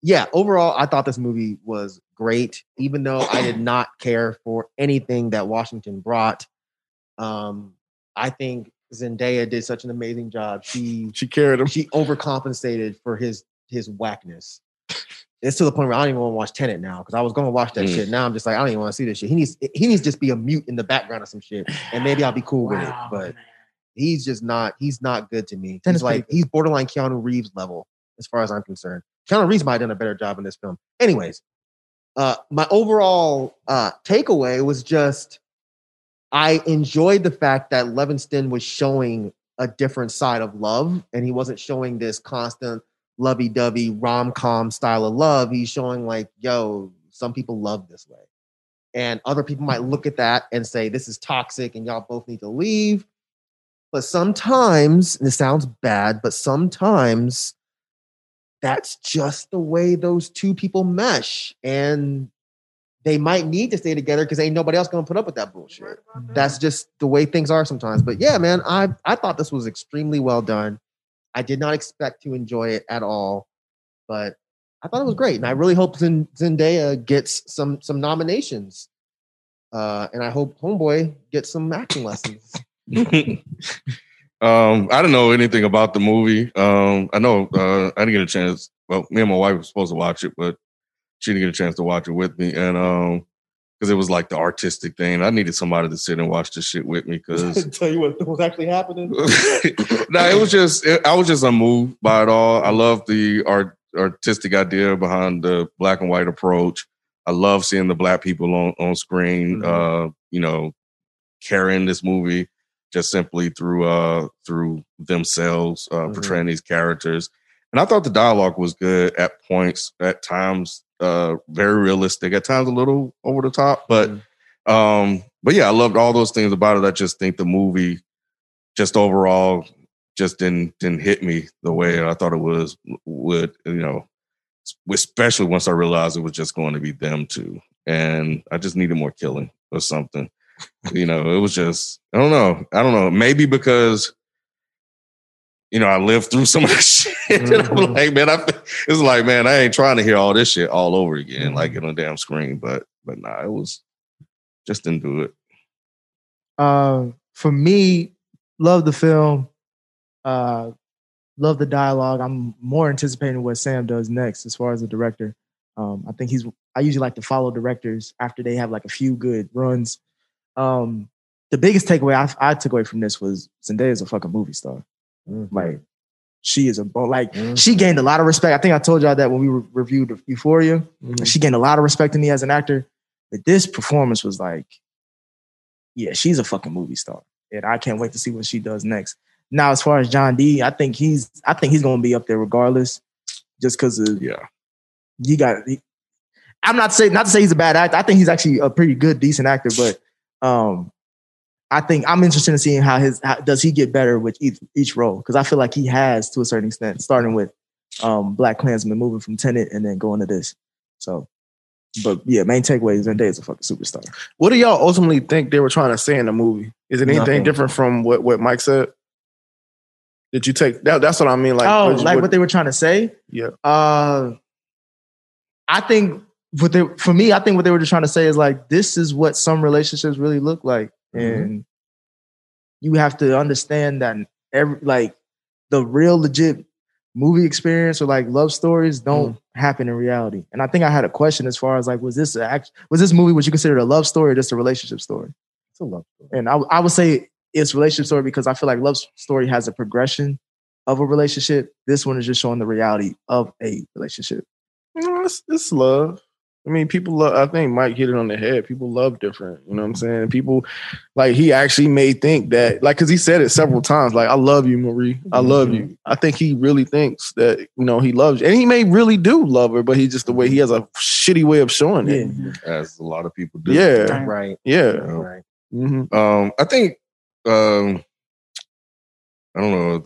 [SPEAKER 7] yeah. Overall, I thought this movie was great, even though I did not care for anything that Washington brought. Um, I think Zendaya did such an amazing job. She
[SPEAKER 9] she carried him.
[SPEAKER 7] She overcompensated for his his whackness. It's to the point where I don't even want to watch Tenet now because I was going to watch that
[SPEAKER 10] Mm.
[SPEAKER 7] shit. Now I'm just like I don't even want to see this shit. He needs he needs to just be a mute in the background or some shit, and maybe I'll be cool with it. But he's just not he's not good to me.
[SPEAKER 6] Tenet's
[SPEAKER 7] he's like he's borderline Keanu Reeves level as far as I'm concerned. Keanu Reeves might have done a better job in this film. Anyways, uh, my overall uh, takeaway was just I enjoyed the fact that Levinston was showing a different side of love, and he wasn't showing this constant lovey-dovey rom-com style of love. He's showing like, yo, some people love this way, and other people might look at that and say this is toxic, and y'all both need to leave. But sometimes, and it sounds bad, but sometimes that's just the way those two people mesh. And they might need to stay together because ain't nobody else gonna put up with that bullshit. That's just the way things are sometimes. But yeah, man, I I thought this was extremely well done. I did not expect to enjoy it at all, but I thought it was great, and I really hope Zen- Zendaya gets some some nominations, uh, and I hope Homeboy gets some acting lessons.
[SPEAKER 10] Um, I don't know anything about the movie. Um, I know uh, I didn't get a chance. Well, me and my wife were supposed to watch it, but she didn't get a chance to watch it with me, and um, because it was like the artistic thing, I needed somebody to sit and watch this shit with me.
[SPEAKER 7] [LAUGHS]
[SPEAKER 10] [LAUGHS] Because
[SPEAKER 7] Tell you what was actually happening.
[SPEAKER 10] no, it was just it, I was just unmoved by it all. I love the art, artistic idea behind the black and white approach. I love seeing the black people on on screen. Uh, you know, carrying this movie just simply through uh through themselves uh, portraying these characters. And I thought the dialogue was good at points, at times uh very realistic, at times a little over the top, but um but yeah, I loved all those things about it. I just think the movie just overall just didn't didn't hit me the way I thought it was would you know especially once I realized it was just going to be them two and I just needed more killing or something you know it was just I don't know I don't know maybe because you know I lived through so [LAUGHS] much shit and I'm like man I it's like man I ain't trying to hear all this shit all over again like in a damn screen but but nah it was just didn't do it
[SPEAKER 6] Uh, for me, love the film. Uh, love the dialogue. I'm more anticipating what Sam does next as far as the director. Um, I think he's. I usually like to follow directors after they have like a few good runs. Um, the biggest takeaway I, I took away from this was Zendaya is a fucking movie star. Like she is a bo- like she gained a lot of respect. I think I told y'all that when we re- reviewed Euphoria. Mm-hmm. She gained a lot of respect in me as an actor, but this performance was like, yeah, she's a fucking movie star, and I can't wait to see what she does next. Now, as far as John D, I think he's I think he's gonna be up there regardless, just because of
[SPEAKER 10] yeah.
[SPEAKER 6] You got. he- I'm not saying not to say he's a bad actor. I think he's actually a pretty good, decent actor, but um, I think I'm interested in seeing how his how, does he get better with each each role because I feel like he has to a certain extent, starting with um, Black Klansman, moving from Tenet, and then going to this. So, but yeah, main takeaway is Zendaya is a fucking superstar.
[SPEAKER 9] What do y'all ultimately think they were trying to say in the movie? Is it anything
[SPEAKER 6] Nothing.
[SPEAKER 9] different from what, what Mike said? Did you take that? That's what I mean. Like,
[SPEAKER 6] oh,
[SPEAKER 9] what-
[SPEAKER 6] like what they were trying to say.
[SPEAKER 9] Yeah.
[SPEAKER 6] Uh, I think what they for me, I think what they were just trying to say is like this is what some relationships really look like, and you have to understand that every like the real legit movie experience or like love stories don't
[SPEAKER 7] Mm.
[SPEAKER 6] happen in reality. And I think I had a question as far as like was this a, act- was this movie what you considered a love story or just a relationship story?
[SPEAKER 7] It's a love
[SPEAKER 6] And I, I would say it's relationship story because I feel like love story has a progression of a relationship. This one is just showing the reality of a relationship.
[SPEAKER 9] No, it's, it's love. I mean, people love. I think Mike hit it on the head. People love different. You know what I'm saying? People like he actually may think that, like, because he said it several times. Like, I love you, Marie. I love
[SPEAKER 10] Mm-hmm.
[SPEAKER 9] you. I think he really thinks that you know he loves you, and he may really do love her, but he just the way he has a shitty way of showing it.
[SPEAKER 8] Mm-hmm.
[SPEAKER 10] as a lot of people do
[SPEAKER 9] Yeah,
[SPEAKER 7] Right.
[SPEAKER 9] Yeah.
[SPEAKER 10] Right.
[SPEAKER 9] Mm-hmm.
[SPEAKER 10] Um, I think um, I don't know.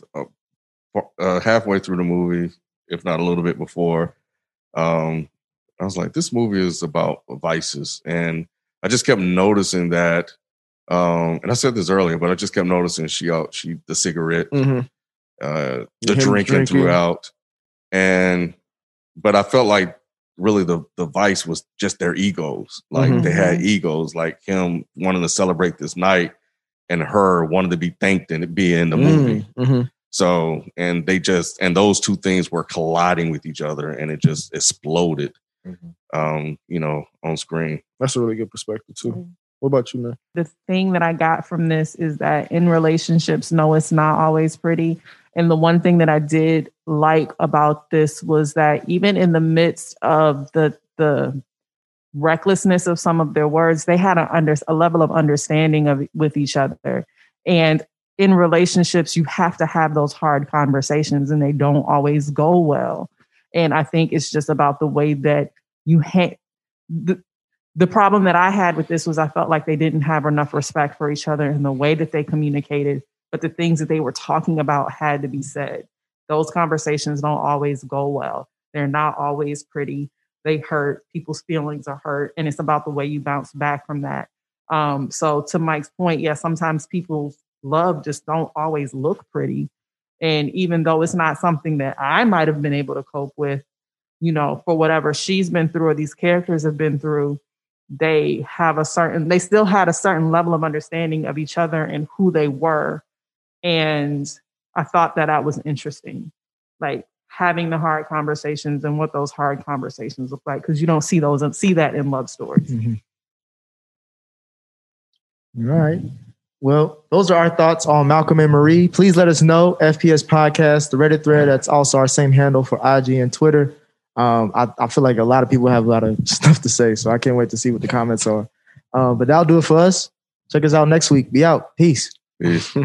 [SPEAKER 10] uh, Uh, halfway through the movie, if not a little bit before, um, I was like, "This movie is about vices," and I just kept noticing that. Um, and I said this earlier, but I just kept noticing she out, she the cigarette,
[SPEAKER 9] Mhm.
[SPEAKER 10] uh, the
[SPEAKER 9] Him
[SPEAKER 10] drinking,
[SPEAKER 9] drinking.
[SPEAKER 10] throughout, and but I felt like really the the vice was just their egos. Like
[SPEAKER 9] Mhm.
[SPEAKER 10] they had egos, like him wanting to celebrate this night, and her wanting to be thanked and be in the movie.
[SPEAKER 9] Mm-hmm.
[SPEAKER 10] So, and they just, and those two things were colliding with each other and it just exploded, um, you know, on screen.
[SPEAKER 9] That's a really good perspective too.
[SPEAKER 10] Mm.
[SPEAKER 9] What about you, man?
[SPEAKER 8] the thing that I got from this is that in relationships, no, it's not always pretty. And the one thing that I did like about this was that even in the midst of the the recklessness of some of their words, they had a under a level of understanding of with each other. And in relationships, you have to have those hard conversations, and they don't always go well. And I think it's just about the way that you ha- the, the problem that I had with this was I felt like they didn't have enough respect for each other in the way that they communicated, but the things that they were talking about had to be said. Those conversations don't always go well. They're not always pretty. They hurt. People's feelings are hurt. And it's about the way you bounce back from that. Um, so, to Mike's point, yeah, sometimes people's love just don't always look pretty. And even though it's not something that I might have been able to cope with, you know, for whatever she's been through or these characters have been through, they have a certain, they still had a certain level of understanding of each other and who they were. And I thought that that was interesting, like having the hard conversations and what those hard conversations look like, because you don't see those and see that in love stories.
[SPEAKER 6] Mm-hmm. All right. Well, those are our thoughts on Malcolm and Marie. Please let us know. FPS Podcast, the Reddit thread. That's also our same handle for IG and Twitter. Um, I, I feel like a lot of people have a lot of [LAUGHS] stuff to say, so I can't wait to see what the comments are. Um, but that'll do it for us. Check us out next week. Be out. Peace.
[SPEAKER 10] Peace.